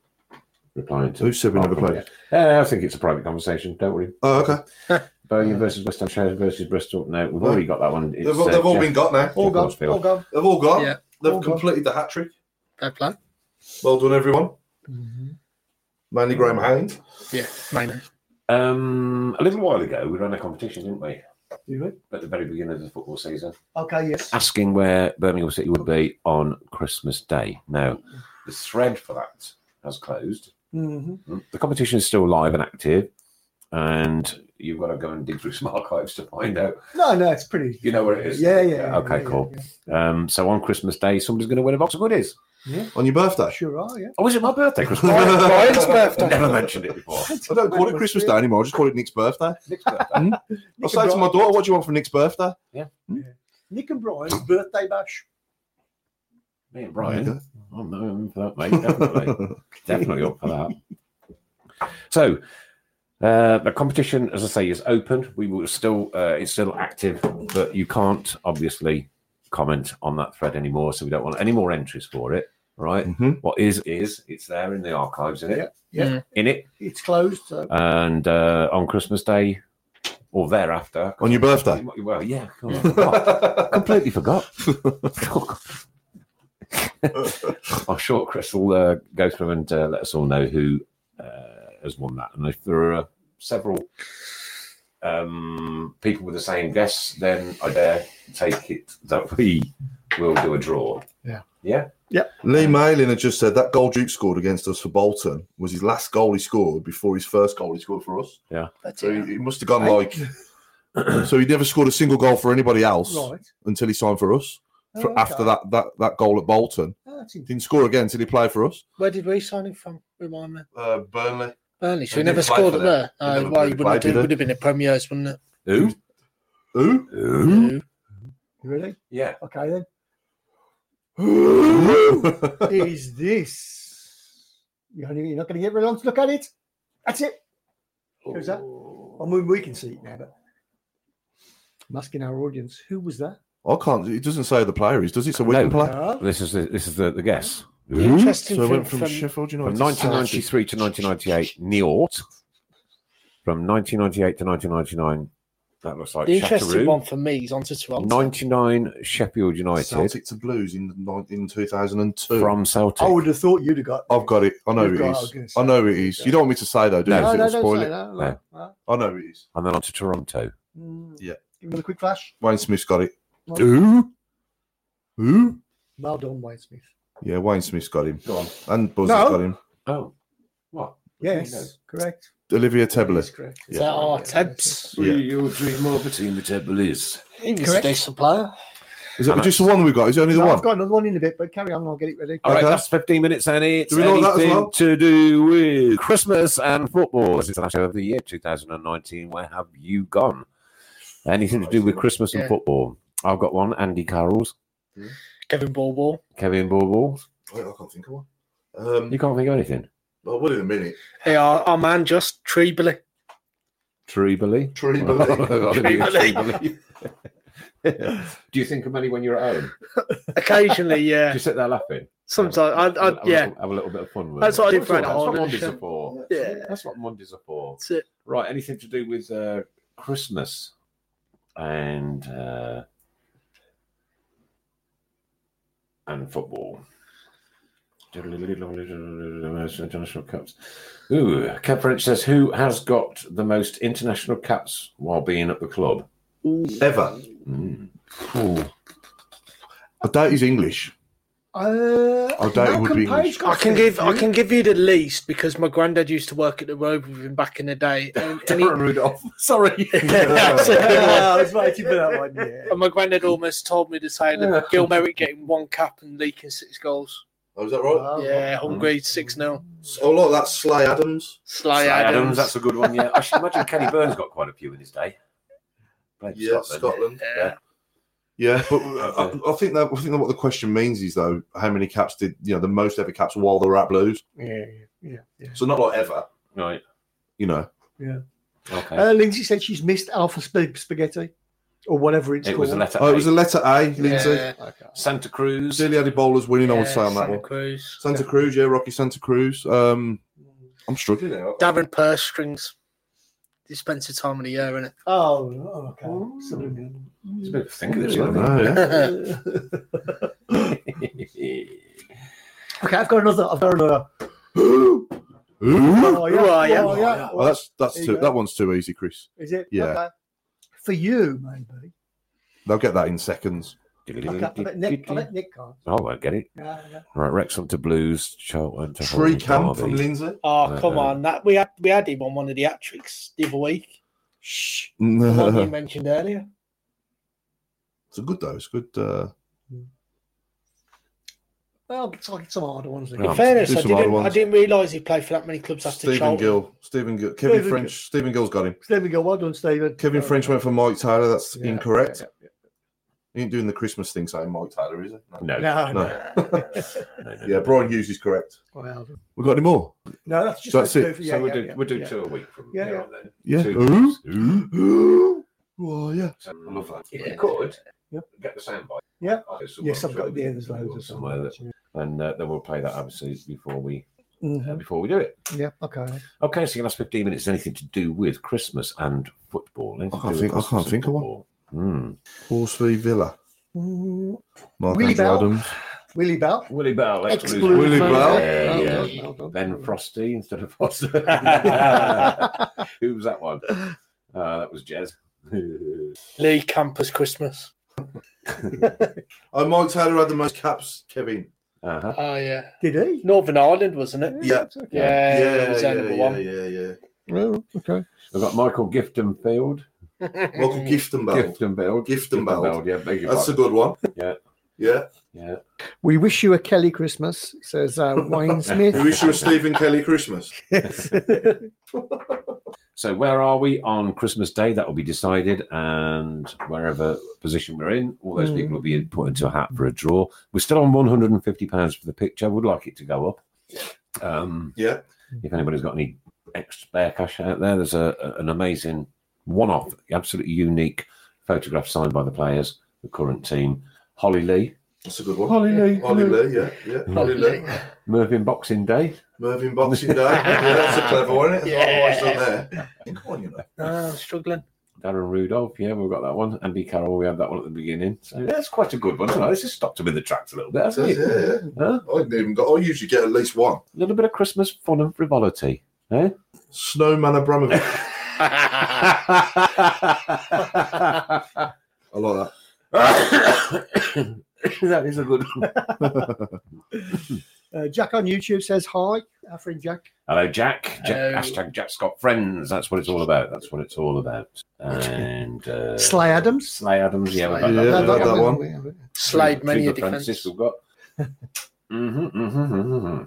S2: replying to?
S3: Who said we never
S2: Mark
S3: played?
S2: Adams. Uh, I think it's a private conversation. Don't worry.
S3: Oh, okay.
S2: Bowling versus West Ham Sheriff versus Bristol. No, we've already got that one. It's,
S3: They've, all-
S2: uh,
S3: they've all
S2: Jeff-
S3: been got now.
S5: All gone.
S2: Horsfield.
S5: All gone.
S3: They've all got.
S4: Yeah.
S3: They've
S5: All gone.
S3: completed the hat trick.
S4: Fair play.
S3: Well done, everyone. Mainly Graham Haynes.
S4: Yeah, mainly.
S2: Um, a little while ago, we ran a competition, didn't we?
S5: Do it.
S2: At the very beginning of the football season,
S5: Okay, yes.
S2: asking where Birmingham City would be on Christmas Day. Now, the thread for that has closed.
S5: Mm-hmm.
S2: The competition is still live and active, and you've got to go and dig through some archives to find out.
S5: No, no, it's pretty.
S2: You know where it is.
S5: Yeah, yeah. yeah
S2: Okay,
S5: yeah,
S2: cool.
S5: yeah,
S2: Um, so on Christmas Day, somebody's going to win a box of goodies.
S3: On your
S5: yeah.
S3: birthday.
S5: Sure are, yeah.
S2: Oh, is it my birthday?
S5: [laughs]
S2: Christmas Day.
S4: Brian- Brian's birthday.
S2: Never mentioned it before.
S3: I don't call it Christmas Day anymore. I just call it Nick's birthday.
S2: Nick's birthday.
S3: I say to my
S5: Brian-
S3: daughter, "What do you want for Nick's birthday?"
S5: Nick and Brian's birthday bash.
S2: Me and
S3: There
S2: Brian. Oh, I'm known for that, mate. Definitely.
S3: you
S2: Definitely up for that. [laughs] So, uh, the competition, as I say, is open. We will still, uh, it's still active, but you can't obviously comment on that thread anymore. So, we don't want any more entries for it. Right.
S3: go.
S2: What is, is, it's there in the archives, in it?
S5: Mm-hmm. Yeah.
S4: Mm.
S2: In it.
S5: It's closed, so
S2: And uh, on Christmas Day or thereafter.
S3: [laughs] On your birthday.
S2: Well, yeah. God, [laughs] I forgot. Oh, completely [laughs] forgot. I'm sure Chris will uh, go through and uh, let us all know who uh, has won that. And if there are several um, people with the same guess, then I dare take it that we will do a draw.
S5: Yeah.
S2: Yeah.
S3: Lee Malin had just said that goal Duke scored against us for Bolton was his last goal he scored before his first goal he scored for us.
S4: That's
S3: So
S4: it.
S3: he, he must have gone like. [clears throat] so he never scored a single goal for anybody else
S5: right.
S3: until he signed for us.
S5: Oh,
S3: For- After
S5: okay.
S3: that, that that goal at Bolton,
S5: Oh, that's interesting.
S3: didn't score again until he played for us.
S4: Where did we sign him from? Remind me.
S3: Uh, Burnley.
S4: Burnley. So
S3: They
S4: we never
S3: didn't play
S4: scored
S3: for
S4: it
S3: them.
S4: there.
S3: They
S4: No,
S3: never
S4: well, you
S3: played,
S4: wouldn't
S3: did
S4: it
S3: they?
S4: would have been the Premiers, wouldn't it?
S2: Who?
S3: Who? [gasps] [laughs]
S2: Who?
S5: You ready?
S2: Yeah.
S5: Okay then.
S3: Who?
S5: Is this? You're only- you're not going to get very long to look at it. That's it. Who's that?
S3: Oh.
S5: I mean, we can see it now, but I'm asking our audience, who was that?
S3: I can't. It doesn't say the player is, does it? So we
S2: No.
S3: can play.
S5: No.
S2: This is the, this is the, the guess.
S4: Interesting
S3: So I
S4: thing
S3: went from,
S4: from-
S3: Sheffield
S2: From
S3: United. to
S2: 1993 to 1998, Niort. From 1998 to 1999, that looks like
S4: The interesting one
S2: Chatteroo.
S4: for me is on to Toronto.
S2: 99, Sheffield United.
S3: Celtic to Blues in nine- in 2002.
S2: From Celtic.
S5: I
S4: Oh,
S5: would have thought you'd have got.
S3: I've got it. I know
S5: You've
S3: it
S5: got- I was
S3: is.
S5: gonna say.
S3: I know it is. You don't want me to say though, do you?
S2: No,
S5: No,
S3: Because
S5: no,
S3: it'll
S5: don't
S3: spoil
S5: say
S3: it.
S5: Ah, that.
S2: No.
S5: No.
S3: I know it is.
S2: And then on to Toronto.
S5: Mm.
S3: Yeah.
S5: Give another quick flash.
S3: Wayne Smith's got it.
S2: Ooh.
S3: Who?
S5: Well done, Wade Smith.
S3: Yeah, Wayne Smith's got him.
S2: Go on.
S3: And Buzz
S5: No.
S3: has got him.
S2: Oh. What?
S5: Yes,
S2: No.
S5: correct.
S3: Olivia
S5: That's
S3: Tebler.
S5: correct.
S4: Is that our Tebs?
S3: Yeah.
S2: Your dream of a team that is.
S4: He was a
S5: Correct.
S4: decent player.
S3: Is that
S2: Anna.
S3: just the one we've got? Is there only the
S5: No,
S3: one?
S5: I've got another one in a bit, but carry on. I'll get it ready.
S2: All right,
S3: Okay.
S2: that's 15 minutes, and it's
S3: Do we know that as
S2: anything
S3: well?
S2: to do with Christmas and football. This is the last show of the year 2019. Where have you gone? Anything to do with Christmas and
S4: Yeah. Hmm?
S2: football? I've got one Andy Carroll's,
S4: Kevin Ballball.
S2: Kevin Ballball.
S3: Wait, I can't think of one. Um,
S4: Hmm.
S2: You can't think of anything.
S3: well, what in a minute?
S4: Hey, our, our man just Treebly.
S2: Treebly. [laughs]
S3: Tree
S4: [laughs]
S2: Treebly. [laughs] do you think of many when you're at home?
S4: Occasionally,
S2: Do [laughs]
S4: yeah.
S2: you sit there laughing?
S4: Sometimes, I, I,
S2: Have a
S4: yeah.
S2: little- Have a little bit of fun with
S4: That's
S2: it.
S4: what I do
S2: That's
S4: for an
S2: that's
S4: hour,
S2: what
S4: isn't
S2: Mondays
S4: it?
S2: are for.
S4: [laughs] Yeah.
S2: That's what Mondays are for.
S4: That's it.
S2: Right, anything to do with uh, Christmas and uh, and football. International cups. Ooh, Kev French says, "Who has got the most international cups while being at the club?"
S3: Ever.
S2: Mm.
S3: I doubt he's
S4: [laughs]
S3: English.
S5: Uh,
S3: I doubt it would be English.
S5: got
S4: I can
S5: a
S4: give I
S5: few.
S4: can give you the least because my granddad used to work at the road with him back in the day, and, and, he, [laughs]
S2: Rudolph.
S3: [laughs]
S2: Sorry.
S5: [laughs] Yeah, I was waiting for [laughs]
S4: [laughs]
S5: that one. Yeah.
S4: and my granddad almost told me to say that Gil Merrick getting one cap and leaking six goals.
S3: Oh, is that right?
S4: Yeah, hungry six 0
S3: Oh, look, that's Sly Adams.
S4: Sly
S2: Sly Adams.
S4: Adams.
S2: that's a good one. Yeah, I should imagine Kenny Burns got quite a few in his day. Played for
S3: Yeah,
S2: Scotland.
S3: Scotland.
S4: Yeah.
S3: Yeah, [laughs] but uh, I, I think that I think that what the question means is though, how many caps did you know the most ever caps while they were at Blues?
S5: Yeah, yeah, yeah.
S3: So not like ever,
S2: Right.
S3: you know.
S2: Okay.
S5: Uh, Lindsay said she's missed Alpha Sp- Spaghetti or whatever it's
S2: it
S5: called.
S2: was a letter.
S3: Oh, it was
S2: A.
S3: a letter A, Lindsay.
S4: Yeah.
S5: Okay.
S2: Santa Cruz.
S3: Silly added bowlers winning, I would say on that
S4: Santa
S3: one.
S4: Cruz.
S3: Santa Cruz, yeah, Rocky Santa Cruz. Um, I'm struggling now.
S4: Darren Purse strings. He spends the time of the year in it. [laughs]
S5: Oh, oh, okay. Subliminal.
S2: It's a bit of a think of
S3: I
S2: this,
S3: don't
S2: isn't
S3: know, yeah.
S2: it?
S5: [laughs] okay, I've got another. I've got another.
S3: [laughs] Ooh.
S5: Oh, yeah.
S4: Who are you?
S5: Oh, yeah.
S3: Well, that's that's
S5: There
S3: too,
S5: you go.
S3: that one's too easy, Chris.
S5: Is it?
S3: Yeah.
S5: Okay. For you, maybe.
S3: They'll get that in seconds.
S5: Okay, I bet Nick, I bet Nick can't.
S2: Oh, I get it.
S5: Yeah, yeah.
S2: Right, Wrexham to Blues, Charlton to
S3: Tree
S2: Holland,
S3: camp
S2: Derby.
S3: from Lindsay.
S4: Oh
S2: Uh,
S4: come
S2: uh,
S4: on! That we had we had him on one of the hat tricks the
S2: [laughs]
S4: other week.
S3: Shh.
S4: The one you
S3: it's
S4: mentioned earlier.
S3: a good though. [laughs] It's good. Uh,
S5: Well, it's like some harder ones.
S2: Yeah.
S4: In fairness,
S3: do
S4: I
S3: some harder
S4: didn't I
S3: ones.
S4: didn't realise he played for that many clubs after
S3: Stephen
S4: Charlton.
S3: Gill. Stephen Gill. Kevin
S5: Stephen
S3: French. Stephen Gill's got him.
S5: So there we go. Well done, Stephen.
S3: Kevin
S5: Uh,
S3: French went for Mike Taylor. That's
S5: yeah,
S3: incorrect. He ain't doing the Christmas thing saying Mike Taylor, is it?
S2: No, no,
S5: No, no.
S2: no, no.
S3: Yeah, Brian Hughes is correct.
S5: [laughs] Well,
S3: We got any more?
S5: no, that's just
S3: So that's
S5: the
S3: it.
S5: two for- yeah,
S2: so we'll
S5: yeah,
S2: do,
S5: yeah,
S2: we'll do
S5: yeah.
S2: two a week from
S5: Yeah,
S2: here
S5: yeah.
S2: on then.
S3: Yeah.
S2: Two
S3: Ooh.
S2: weeks. Ooh.
S3: [gasps] Ooh. Oh yeah.
S2: So, I love that. If
S4: Yeah.
S2: you could,
S5: Yeah.
S2: get the sound bite.
S5: Yeah.
S2: I'll go somewhere,
S5: Yes, I've got the
S2: somewhere,
S5: others loads of
S2: somewhere that, and uh, then we'll play that obviously before we uh,
S5: Mhm.
S2: before we do it.
S5: Yeah, okay.
S2: Okay, so your last 15 minutes is anything to do with Christmas and football. Anything
S3: I
S2: to
S3: can't
S2: do
S3: think-
S2: with
S3: I
S2: Christmas
S3: can't think
S2: and
S3: of one.
S2: football. Hmm.
S3: Horse v Villa.
S5: Mm,
S3: Mark
S5: Willie
S3: Andrew
S5: Bell.
S3: Adams.
S5: Willie Bell.
S2: Willie Bell.
S5: Exclude
S2: ex-Blues.
S3: Willie
S5: Bell.
S3: Bell.
S2: Yeah,
S5: Well
S2: yeah.
S5: done, well done.
S2: Ben Frosty instead of
S3: [laughs]
S2: Foster. [laughs] Who was that one? Uh, that was Jez. [laughs]
S4: Lee Campus Christmas.
S3: Oh, Mike Taylor had the most caps. Kevin.
S2: uh-huh.
S4: Oh yeah,
S5: Did he?
S4: Northern Ireland wasn't it?
S3: Yeah.
S5: it's okay.
S4: Yeah, it
S3: yeah,
S4: was
S3: yeah,
S4: their number
S3: yeah,
S4: one.
S3: yeah, yeah.
S5: Well, okay.
S2: I've got Michael Giftenfield.
S3: Michael Giftenbell.
S2: Giftenfield.
S3: Giftenbeld.
S2: Yeah, beg your
S3: That's a
S2: pardon.
S3: good one.
S2: Yeah.
S3: Yeah.
S2: Yeah.
S5: We wish you a Kelly Christmas, says [laughs] uh, Wayne Smith.
S3: We wish you a Stephen Kelly Christmas.
S5: [laughs]
S2: So where are we on Christmas Day? That will be decided, and wherever position we're in, all those
S5: Mm.
S2: people will be put into a hat for a draw. We're still on one hundred and fifty pounds for the picture. Would like it to go up. Um,
S3: Yeah.
S2: if anybody's got any extra spare cash out there, there's a, a- an amazing one-off, absolutely unique photograph signed by the players, the current team, Holly Lee,
S3: That's a good one.
S2: Holly Lee.
S3: Holly Lee, yeah,
S2: Mm.
S3: yeah. Holly Lee.
S2: Mervyn Boxing Day.
S3: Mervyn Boxing Day. Yeah, that's a clever one, isn't it? That's what I've always done there. Come on, you know.
S4: Ah, [laughs] struggling.
S2: Darren Rudolph, yeah, we've got that one. Andy Carroll, we had that one at the beginning. So that's quite a good one. isn't it? It's just stopped him in the tracks a little bit,
S3: Yeah,
S2: hasn't it?
S3: yeah.
S2: Huh?
S3: I didn't even got. I usually get at least one.
S2: A little bit of Christmas fun and frivolity. [laughs] Eh?
S3: Snowman Abramovich.
S2: that
S3: I like
S2: is a good one.
S5: Uh, Jack on YouTube says hi. Our friend Jack.
S2: Hello, Jack. Jack
S4: Hello.
S2: hashtag Jack Scott Friends. That's what it's all about. That's what it's all about. And uh,
S5: Slay Adams.
S2: Slay Adams. Yeah, we've got
S3: Slay.
S2: that,
S3: Yeah,
S2: one.
S3: that- that one.
S4: Slayed many a
S2: Trigger
S4: defence.
S2: Francis we've got. hmm hmm hmm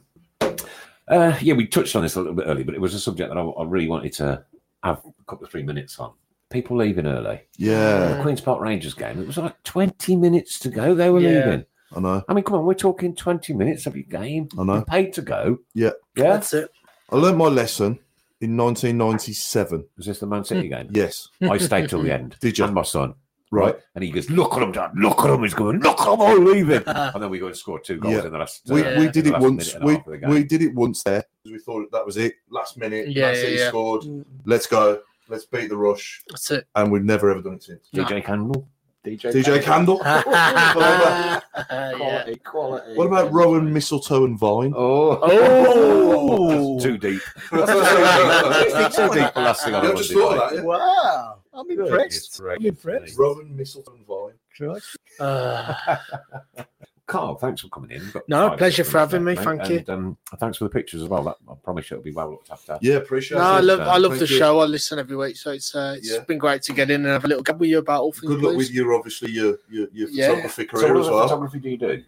S2: Uh, yeah, we touched on this a little bit earlier, but it was a subject that I, I really wanted to have a couple of three minutes on. People leaving early.
S3: that. Yeah,
S2: The uh, Queen's Park Rangers game, it was like 20 minutes to go. They were
S4: Yeah.
S2: leaving.
S3: I know.
S2: I mean, come on, we're talking 20 minutes of your game.
S3: I know.
S2: You're paid to go.
S3: Yeah.
S2: Yeah.
S4: That's it.
S3: I learned my lesson in 1997.
S2: Was this the Man City game?
S3: Yes,
S2: I stayed till the
S3: [laughs]
S2: end.
S3: Did you?
S2: And my son.
S3: Hmm. right.
S2: And he goes, Look at him, Dad. Look at him. He's going, Look at him. all
S3: [laughs]
S2: leaving. and then we go and score two goals
S3: Yeah.
S2: in the last.
S3: We,
S2: uh,
S3: we
S4: Yeah.
S3: did
S2: the
S3: it
S2: last minute
S3: once.
S2: and a
S3: We,
S2: half of the game.
S3: we did it once there. 'cause We thought that was it. Last minute.
S4: Yeah,
S3: Man City
S4: yeah, yeah.
S3: scored. Let's go. Let's beat the rush. [laughs]
S4: That's it.
S3: And we've never ever done it since.
S2: DJ Candle. DJ,
S3: DJ Candle. what
S4: [laughs] yeah.
S2: quality.
S3: about Rowan, Mistletoe, and Vine?
S2: Oh, [laughs]
S4: Oh.
S2: That's too
S3: [laughs]
S2: deep.
S3: That's
S2: That's [laughs]
S3: [laughs]
S2: too deep. The last thing I
S3: Yeah, I
S2: wanted.
S3: just thought of that. yeah.
S5: Wow. I'm
S2: Good
S5: impressed. I'm impressed.
S3: Rowan, Mistletoe, and Vine.
S5: Christ.
S4: Uh, [laughs]
S2: Carl, thanks for coming in. We've got
S4: No,
S2: five
S4: pleasure
S2: minutes
S4: for having
S2: left,
S4: me,
S2: mate.
S4: thank you.
S2: And, um, thanks for the pictures as well. That, I promise you it'll be well looked after.
S3: Yeah, appreciate
S4: no,
S3: it.
S4: I love I love
S3: Thank
S4: the
S3: you.
S4: show. I listen every week, so it's uh, it's
S3: Yeah.
S4: been great to get in and have a little chat with you about all things.
S3: Good luck
S4: blues.
S3: with your obviously your your, your
S4: Yeah.
S3: photography
S2: So,
S3: career
S2: what
S3: as
S2: other
S3: well.
S2: photography do you do?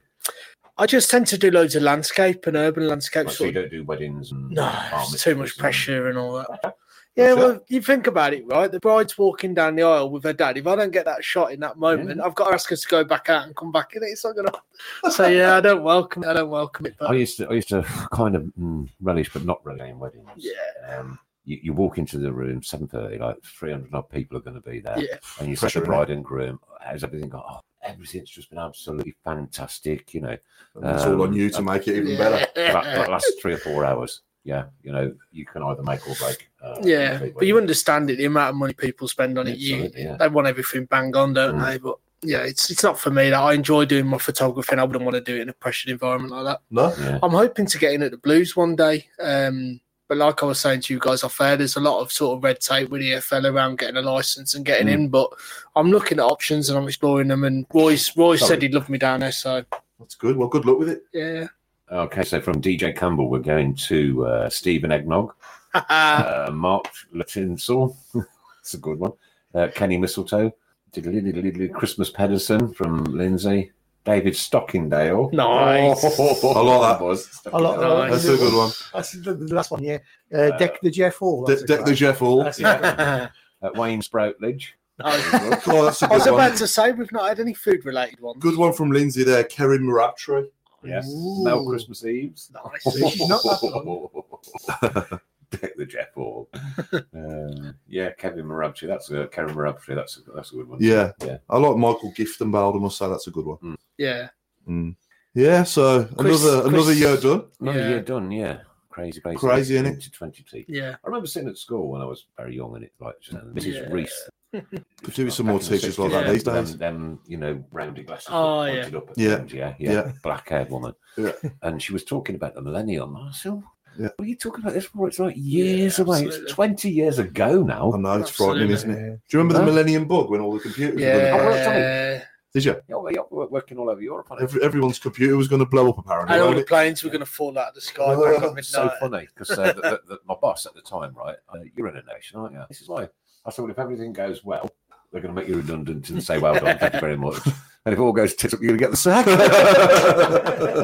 S4: I just tend to do loads of landscape and urban landscape
S2: Like, so
S4: sort
S2: you
S4: of
S2: don't do weddings and
S4: No,
S2: bar
S4: it's too much
S2: mitzvahs
S4: pressure and all
S3: [laughs]
S4: that. Yeah,
S3: Sure.
S4: well, you think about it, right? The bride's walking down the aisle with her dad. If I don't get that shot in that moment, I've got to ask her to go back out and come back in.
S3: [laughs]
S4: It's not going to. So yeah, I don't welcome it. I don't welcome it.
S3: Oh,
S2: And... I
S4: But
S2: used to, I used to kind of mm, relish, but not relish in weddings.
S4: yeah,
S2: Um, you, you walk into the room, seven thirty, like three hundred odd people are going to be there,
S4: yeah,
S2: and you said the
S3: Pressure, innit?
S2: bride and groom. How's everything gone? Oh, everything's just been absolutely fantastic. You know,
S3: And it's all on you to make it even
S4: [laughs]
S3: better.
S2: that, that last three or four hours. Yeah, you know, you can either make or break. Uh,
S4: yeah.
S2: complete
S4: But you
S2: wedding.
S4: understand it—the amount of money people spend on it. You,
S2: Absolutely, yeah.
S4: they want everything bang on, don't
S2: Mm.
S4: they? But yeah, it's it's not for me. That I enjoy doing my photography, and I wouldn't want to do it in a pressured environment like that.
S3: No,
S2: Yeah.
S4: I'm hoping to get in at the Blues one day. Um, but like I was saying to you guys off air, there's a lot of sort of red tape with the EFL around getting a license and getting
S2: Mm.
S4: in. But I'm looking at options and I'm exploring them. And Royce, Royce
S2: Sorry.
S4: said he'd love me down there, so
S3: that's good. Well, good luck with it. [laughs]
S4: yeah. [laughs]
S2: Okay, so from DJ Campbell, we're going to uh, Stephen Eggnog, uh, Mark Latinsel. [laughs] That's a good one. Uh, Kenny Mistletoe, diddly-diddly-diddly, Christmas Pedersen from Lindsay, David Stockingdale.
S4: Nice.
S3: I like that.
S2: was.
S5: I like that.
S4: Nice.
S3: That's a good one.
S5: That's the, the last one, yeah. Uh,
S2: Uh,
S5: Deck the Jeff Hall.
S3: De-
S5: that's a
S3: Deck the
S5: great-
S3: Jeff Hall.
S5: That's a
S2: Yeah.
S5: great-
S2: [laughs] Uh, Wayne Sproutledge.
S4: I
S3: Oh, that's a
S4: was
S3: good one.
S4: about to say we've not had any food related ones.
S3: Good one from Lindsay there, Kerry Muratri.
S2: Yes.
S4: Ooh.
S2: Mel Christmas Eves.
S4: Nice.
S5: She's not that
S2: [laughs] Deck the Jeff Hall. um, yeah, Kevin Marabtree. That's a Kevin Marabtree. That's a, that's a good one.
S3: Yeah.
S2: Yeah.
S3: I like Michael Giftenbald, I must say that's a good one.
S4: Yeah.
S3: Mm. Yeah, so
S4: Chris-
S3: another
S4: Chris-
S3: another year done.
S2: No,
S4: Yeah.
S2: you're done. Yeah. Crazy, crazy.
S3: Crazy, innit?
S2: Into 22.
S4: Yeah.
S2: I remember sitting at school when I was very young, and it's like just, Mrs.
S4: Yeah.
S2: Reese.
S3: Could do with some more
S2: Back in the
S3: teachers like that
S2: 60s,
S3: these days.
S2: Them, them, you know, rounded glasses.
S4: Oh,
S2: that pointed Up at
S3: Yeah.
S2: the end, yeah, yeah,
S3: Yeah.
S2: Black-haired woman.
S3: Yeah.
S2: And she was talking about the millennium. I said,
S3: Yeah.
S2: what are you talking about this for? It's like years away.
S4: absolutely.
S2: It's 20 years ago now.
S3: I know it's frightening,
S4: Absolutely.
S3: isn't it? Do you remember
S2: Huh?
S3: the Millennium Bug when all the computers were gonna
S2: Oh,
S3: crash?
S2: well
S4: Yeah.
S3: Did you?
S2: Yeah, well, yeah, we're working all over Europe. On it.
S3: Every, everyone's computer was gonna blow up apparently.
S4: And all
S3: wasn't
S4: the
S3: it?
S4: planes were going to fall out of the sky
S3: Oh,
S4: back at midnight.
S2: It's so funny because uh, the, the, the, my boss at the time, right? Uh, you're in a nation, aren't you? This is why I said, well, if everything goes well, they're going to make you redundant and say, well done, thank you very much. And if all goes tits up, you're going to get the
S3: [laughs]
S2: sack. [laughs]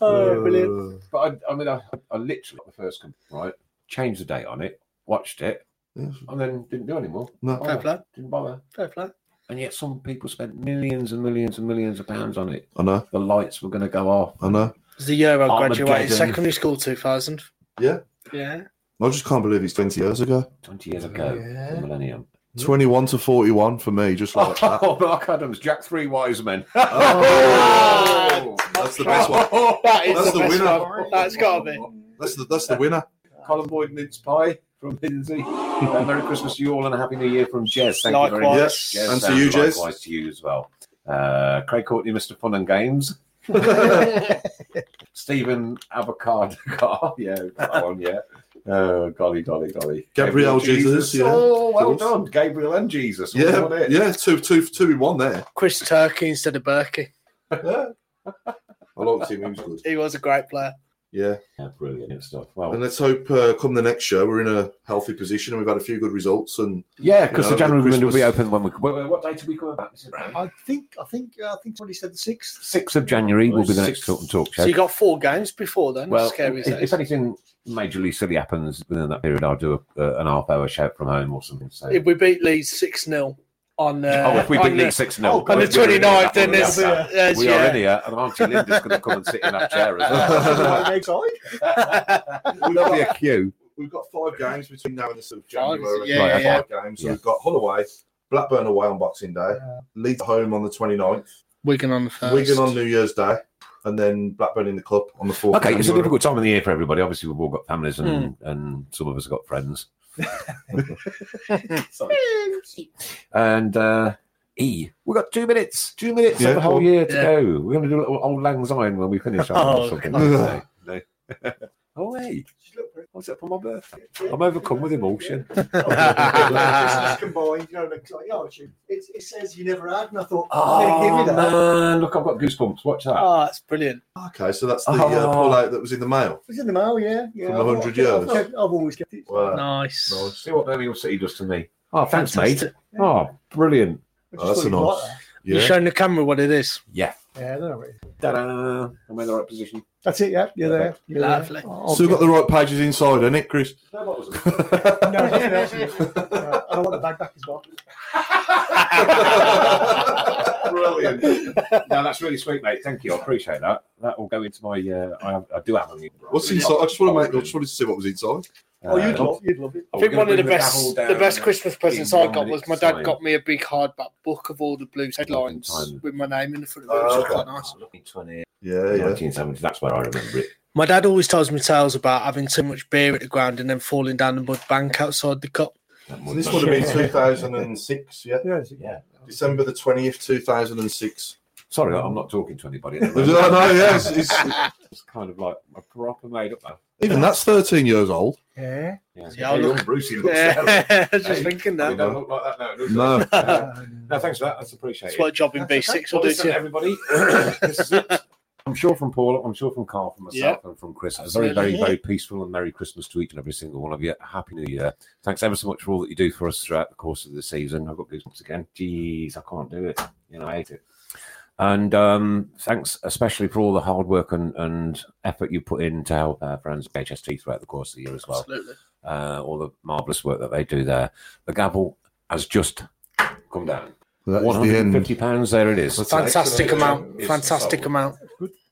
S4: oh, brilliant.
S3: Uh,
S2: but I, I mean, I, I literally got the first computer, right? Changed the date on it, watched it,
S3: yeah.
S2: and then didn't do any more.
S3: No.
S4: Fair
S2: Oh,
S4: play.
S2: Didn't bother.
S4: Fair play.
S2: And yet, some people spent millions and millions and millions of pounds on it.
S3: I know,
S2: The lights were going to go off.
S3: I know.
S4: It was the year I graduated
S2: Armageddon.
S4: secondary school, 2000.
S3: Yeah.
S4: Yeah.
S3: I just can't believe it's twenty years ago.
S2: Twenty years ago,
S5: Yeah.
S2: the millennium.
S3: 21 to 41 for me, just like
S4: [laughs]
S3: that.
S2: [laughs] Oh, Mark Adams, Jack Three Wise [laughs] Men.
S3: Oh, that's the best one.
S4: That is
S3: That's the
S4: the, best
S3: winner.
S4: one. That's got to be.
S3: That's the that's the winner.
S2: Colin Boyd mince pie from [laughs] Lindsay. Uh, Merry Christmas to you all and a Happy New Year from Jez. Thank you very
S4: Likewise.
S2: much.
S3: Yes, and to you, Jez.
S2: Likewise to you as well. Uh, Craig Courtney, Mr. Fun and Games.
S5: [laughs]
S2: Stephen Avocado. [laughs] yeah, that one, yeah. Oh, golly, golly, golly.
S3: Gabriel Jesus, yeah.
S2: Oh, well
S3: Jesus.
S2: done. Gabriel and Jesus. What about
S3: Yeah,
S2: it?
S3: yeah, two, two, two in one there.
S4: Chris Turkey instead of Berkey.
S3: I like the team. He was good.
S4: He was a great player.
S3: Yeah,
S2: Yeah, brilliant stuff. Well,
S3: and let's hope uh, come the next show we're in a healthy position and we've had a few good results.
S4: [laughs]
S3: And
S2: yeah, because the
S3: you know,
S2: January window will be
S3: Christmas-
S2: open when we. What, what date are we coming back? Is it around?
S5: I think I think I think somebody said the sixth.
S2: 6th of January will be the next
S3: Sixth.
S2: Talk and Talk show.
S4: So you got four games before then.
S2: Well,
S4: scary
S2: if,
S4: as that
S2: if
S4: is.
S2: anything majorly silly happens within that period, I'll do a, uh, an half hour shout from home or something. So.
S4: If we beat Leeds 6 0 on, uh,
S2: oh, if we
S4: on,
S2: beat
S4: the,
S2: Leeds 6 0.
S4: on the 29th, then there's.
S2: We are,
S4: there's
S2: we are
S4: yeah.
S2: in here, and Auntie Linda's going to come and sit in that chair as
S4: [laughs]
S2: well.
S5: Right outside.
S3: we've
S2: There'll be
S3: got,
S2: a queue.
S3: we've got five games between now and the sort of
S4: Five, is it?
S3: January.
S4: Yeah,
S3: Right,
S4: yeah,
S3: five games. So
S2: Yeah.
S3: we've got Hull away, Blackburn away on Boxing Day, Leeds at home on the 29th,
S4: Wigan on the first.
S3: Wigan on
S4: [laughs]
S3: New Year's Day, and then Blackburn in the Cup on the 4th.
S2: Okay, it's a
S3: January.
S2: difficult time of the year for everybody. Obviously, we've all got families, and, and some of us have got friends. Sorry. And uh, E, we've got two minutes, two minutes
S3: Yeah,
S2: of the whole
S3: well-
S2: year to
S4: Yeah.
S2: go. We're going to do a little old Lang Syne when we finish. aren't we, or
S4: Oh,
S2: something
S3: God.
S2: like that. [laughs] No. oh, hey. What's up for my birthday? I'm overcome with [laughs] emotion.
S4: Ah,
S5: Christmas combined, you know, like, like, oh, it, it says you never had, and I thought, oh, give me that.
S2: man, look, I've got goosebumps. Watch that.
S4: Oh, that's brilliant.
S3: Okay, so that's the
S2: Oh.
S3: uh, pullout that was in the mail.
S5: It was in the mail, yeah. yeah.
S3: From a
S5: I've-
S3: hundred
S5: I've-
S3: years.
S5: I've, kept- I've always kept it.
S3: Wow.
S4: Nice.
S3: Nice.
S2: See what Birmingham City does to me. Oh, thanks,
S4: Fantastic.
S2: mate. Oh, brilliant.
S5: I
S3: Oh,
S5: just
S3: that's a
S5: thought
S3: nice.
S4: You're
S3: Yeah.
S4: showing the camera what it is.
S2: Yeah.
S5: you'd like that. Yeah, I don't know. what it is.
S2: Ta-da. I'm in the right position.
S5: That's it, yeah. You're there. You're
S4: Lovely.
S5: There. Oh,
S3: Still
S5: okay.
S3: got the right pages inside, ain't it, Chris?
S5: No, nothing else. No, I don't want the bag back as well.
S2: Brilliant. No, that's really sweet, mate. Thank you. I appreciate that. That will go into my. Uh, I, have- I do have a new.
S3: [laughs]
S2: Uh,
S3: What's inside? I just want to make. I just wanted to see what was inside.
S5: Oh, you'd love, you'd love it.
S4: I think one of the best, the best Christmas presents I got was my dad got me a big hardback book of all the blues headlines
S2: Time.
S4: with my name in the front of it, which was quite nice.
S3: Yeah, yeah.
S2: 1970. That's where I remember it.
S4: My dad always tells me tales about having too much beer at the ground and then falling down the mud bank outside the cup.
S2: That
S3: So
S2: must-
S3: this would have been 2006. Yeah,
S5: Yeah, it's-
S2: Yeah.
S3: December the 20th, 2006.
S2: Sorry, I'm not talking to anybody. at the
S3: [laughs] I
S2: moment.
S3: know. Yeah, it's, it's- [laughs]
S2: It's kind of like a proper made up. man.
S3: even that's 13 years [laughs] old.
S5: yeah.
S2: Yeah,
S4: Yeah, I
S2: Hey,
S4: look-
S2: young Brucey looks
S4: Yeah,
S2: there.
S4: I was just
S2: Hey,
S4: thinking
S2: We
S4: that.
S2: don't look like that. No, it looks
S3: No.
S2: like that.
S5: Uh,
S2: no, thanks for that. That's appreciated.
S4: That's what a [laughs] job in B6
S2: Well,
S4: will do
S2: listen,
S4: to you.
S2: everybody. this is it. I'm sure from Paul, I'm sure from Carl, from myself, and from Chris. A very, very, very peaceful and Merry Christmas to each and every single one of you. Happy New Year. Thanks ever so much for all that you do for us throughout the course of the season. I've got goosebumps again. Jeez, I can't do it. You know, I hate it. And um, thanks especially for all the hard work and, and effort you put in to help our friends at HST throughout the course of the year as well
S4: Absolutely.
S2: uh, all the marvelous work that they do there. The gavel has just come down.
S3: That
S2: One hundred
S3: is the
S2: and
S3: end.
S2: fifty pounds. There it is.
S3: That's
S4: Fantastic
S3: Excellent.
S4: amount.
S2: It's
S4: Fantastic
S2: sold.
S4: amount.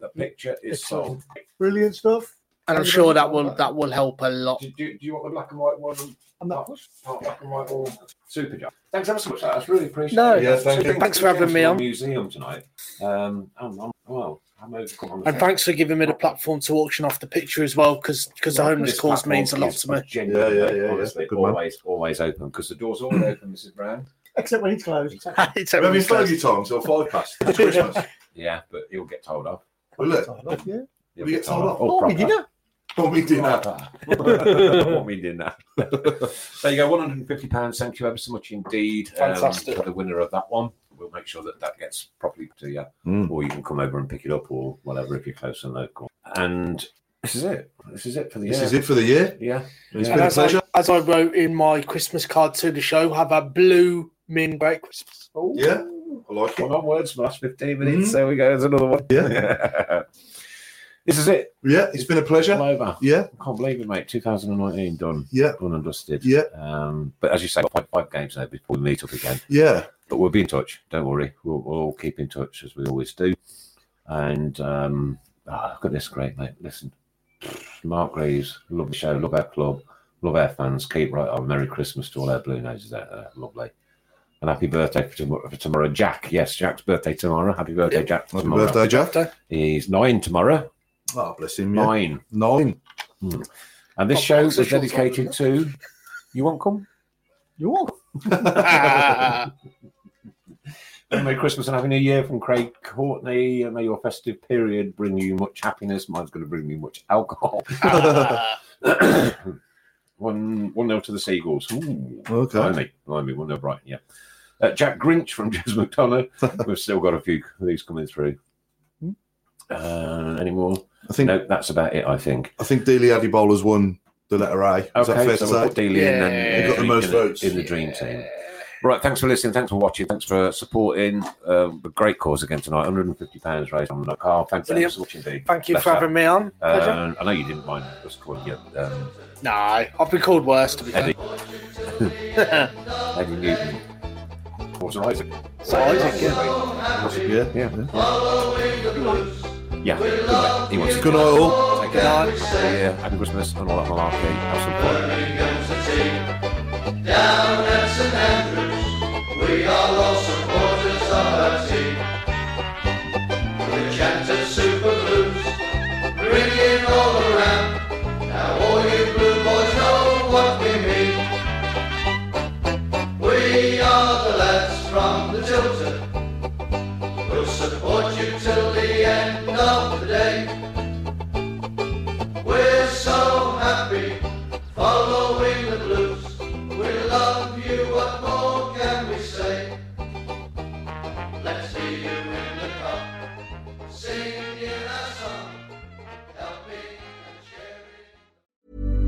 S2: The picture is sold.
S5: Brilliant stuff.
S4: And I'm sure that will that will help a lot.
S2: Do, do, do you want the black and white one?
S5: I'm
S2: Oh.
S5: not pushed.
S2: Part black and white or super job. Thanks ever so much. That's really appreciated.
S4: No.
S3: Yeah, thank you.
S4: Thanks for having me on.
S2: Museum tonight. Um, I'm, I'm, well, I'm overcome. I'm
S4: And thanks for giving me the platform to auction off the picture as well, because the homeless
S2: This
S4: cause
S2: platform
S4: means a lot
S2: is
S4: to me.
S2: genuinely,
S3: Yeah, yeah, yeah, yeah.
S2: honestly,
S3: Good man.
S2: always, always open because the door's always open, Mrs. Brown.
S5: Except when it's closed.
S4: [laughs]
S3: We've been
S4: It's everyone's
S3: playing
S4: first.
S3: your time till five past. It's Christmas. [laughs]
S2: Yeah, but he'll get told off.
S3: Will it?
S5: Yeah.
S2: He'll
S3: We get told off.
S5: Oh,
S2: proper.
S5: we did it.
S3: What we do now? [laughs]
S2: what we did now. there you go, one hundred and fifty pounds. Thank you ever so much indeed. um,
S4: Fantastic.
S2: for the winner of that one. We'll make sure that that gets properly to you,
S3: Mm.
S2: or you can come over and pick it up, or whatever if you're close and local. And this is it. This is it for the
S3: This
S2: year.
S3: is it for the year.
S2: Yeah.
S3: It's
S2: Yeah.
S3: been a
S4: as, I,
S3: pleasure.
S4: as I wrote in my Christmas card to the show, have a blue min [laughs] great Christmas.
S3: Yeah. Mm-hmm. I like it.
S2: Come on, Oh, words for the last fifteen minutes. There we go. There's another one. Yeah. [laughs] this is it.
S3: Yeah, it's been a
S2: All
S3: pleasure.
S2: over.
S3: Yeah,
S2: I can't believe it, mate. 2019 done.
S3: yeah,
S2: Done and dusted.
S3: Yeah.
S2: Um, but as you say, five, five games now before we meet up again.
S3: yeah.
S2: but we'll be in touch. Don't worry, we'll, we'll all keep in touch as we always do. And ah, um, oh, look at this, great mate. Listen, Mark Graves, love the show, love our club, Love our fans. Keep right on. Merry Christmas to all our Blue Noses out there. Lovely. And happy birthday for tomorrow, for tomorrow, Jack. Yes, Jack's birthday tomorrow. Happy birthday, Jack.
S3: Happy
S2: tomorrow.
S3: birthday, Jack.
S2: He's nine tomorrow.
S3: Oh, bless him. Yeah.
S2: Nine.
S3: Nine.
S2: And this
S4: Oh,
S2: show
S4: boxer
S2: is
S4: shorts on,
S2: dedicated to. You won't come?
S5: You're all
S2: Merry Christmas and Happy New Year from Craig Courtney. And may your festive period bring you much happiness. Mine's going to bring me much alcohol. [coughs] one one nil to the Seagulls. Ooh,
S3: Okay.
S2: Blimey, blimey, one nil Brighton. Yeah. Uh, Jack Grinch from [laughs] Jez McDonough.
S3: [laughs]
S2: We've still got a few of these coming through. Uh, any more?
S3: I Hmm. think
S2: no, that's about it. I think.
S3: I think Dealey Adibola's won the letter A. Is that
S2: Okay,
S3: fair
S2: so
S3: to
S2: we'll put
S3: say?
S2: Dealey in, and, in
S4: Yeah.
S3: He got the
S2: dream-
S3: most
S2: in
S3: votes.
S2: in the dream team. Right, thanks for listening. Thanks for watching. Thanks for supporting um, the great cause again tonight. £150 raised on the car. Thanks very much for watching, Dean.
S4: Thank you
S2: Bless
S4: for
S2: her.
S4: having me on. Pleasure.
S2: Um, I know you didn't mind us calling you um,
S4: no, I've been called worse to be fair.
S2: Eddie. Eddie Newton. What's an Isaac?
S4: So Isaac, yeah.
S3: Yeah.
S2: Yeah. Yeah. He wants to
S3: Good night, all.
S2: Take it out. Yeah. Happy Christmas and all that malarkey. Have some fun.
S1: Down at St Andrews, we are all supporters of our team. We chant a super blues, ringing all around. Now all you blue boys know what we mean. We are the lads from the Tilton. We'll support you till the end of the day. We're so happy following the blues. We love you, what more can we say? Let's see you in the cup, singing our song, helping and sharing.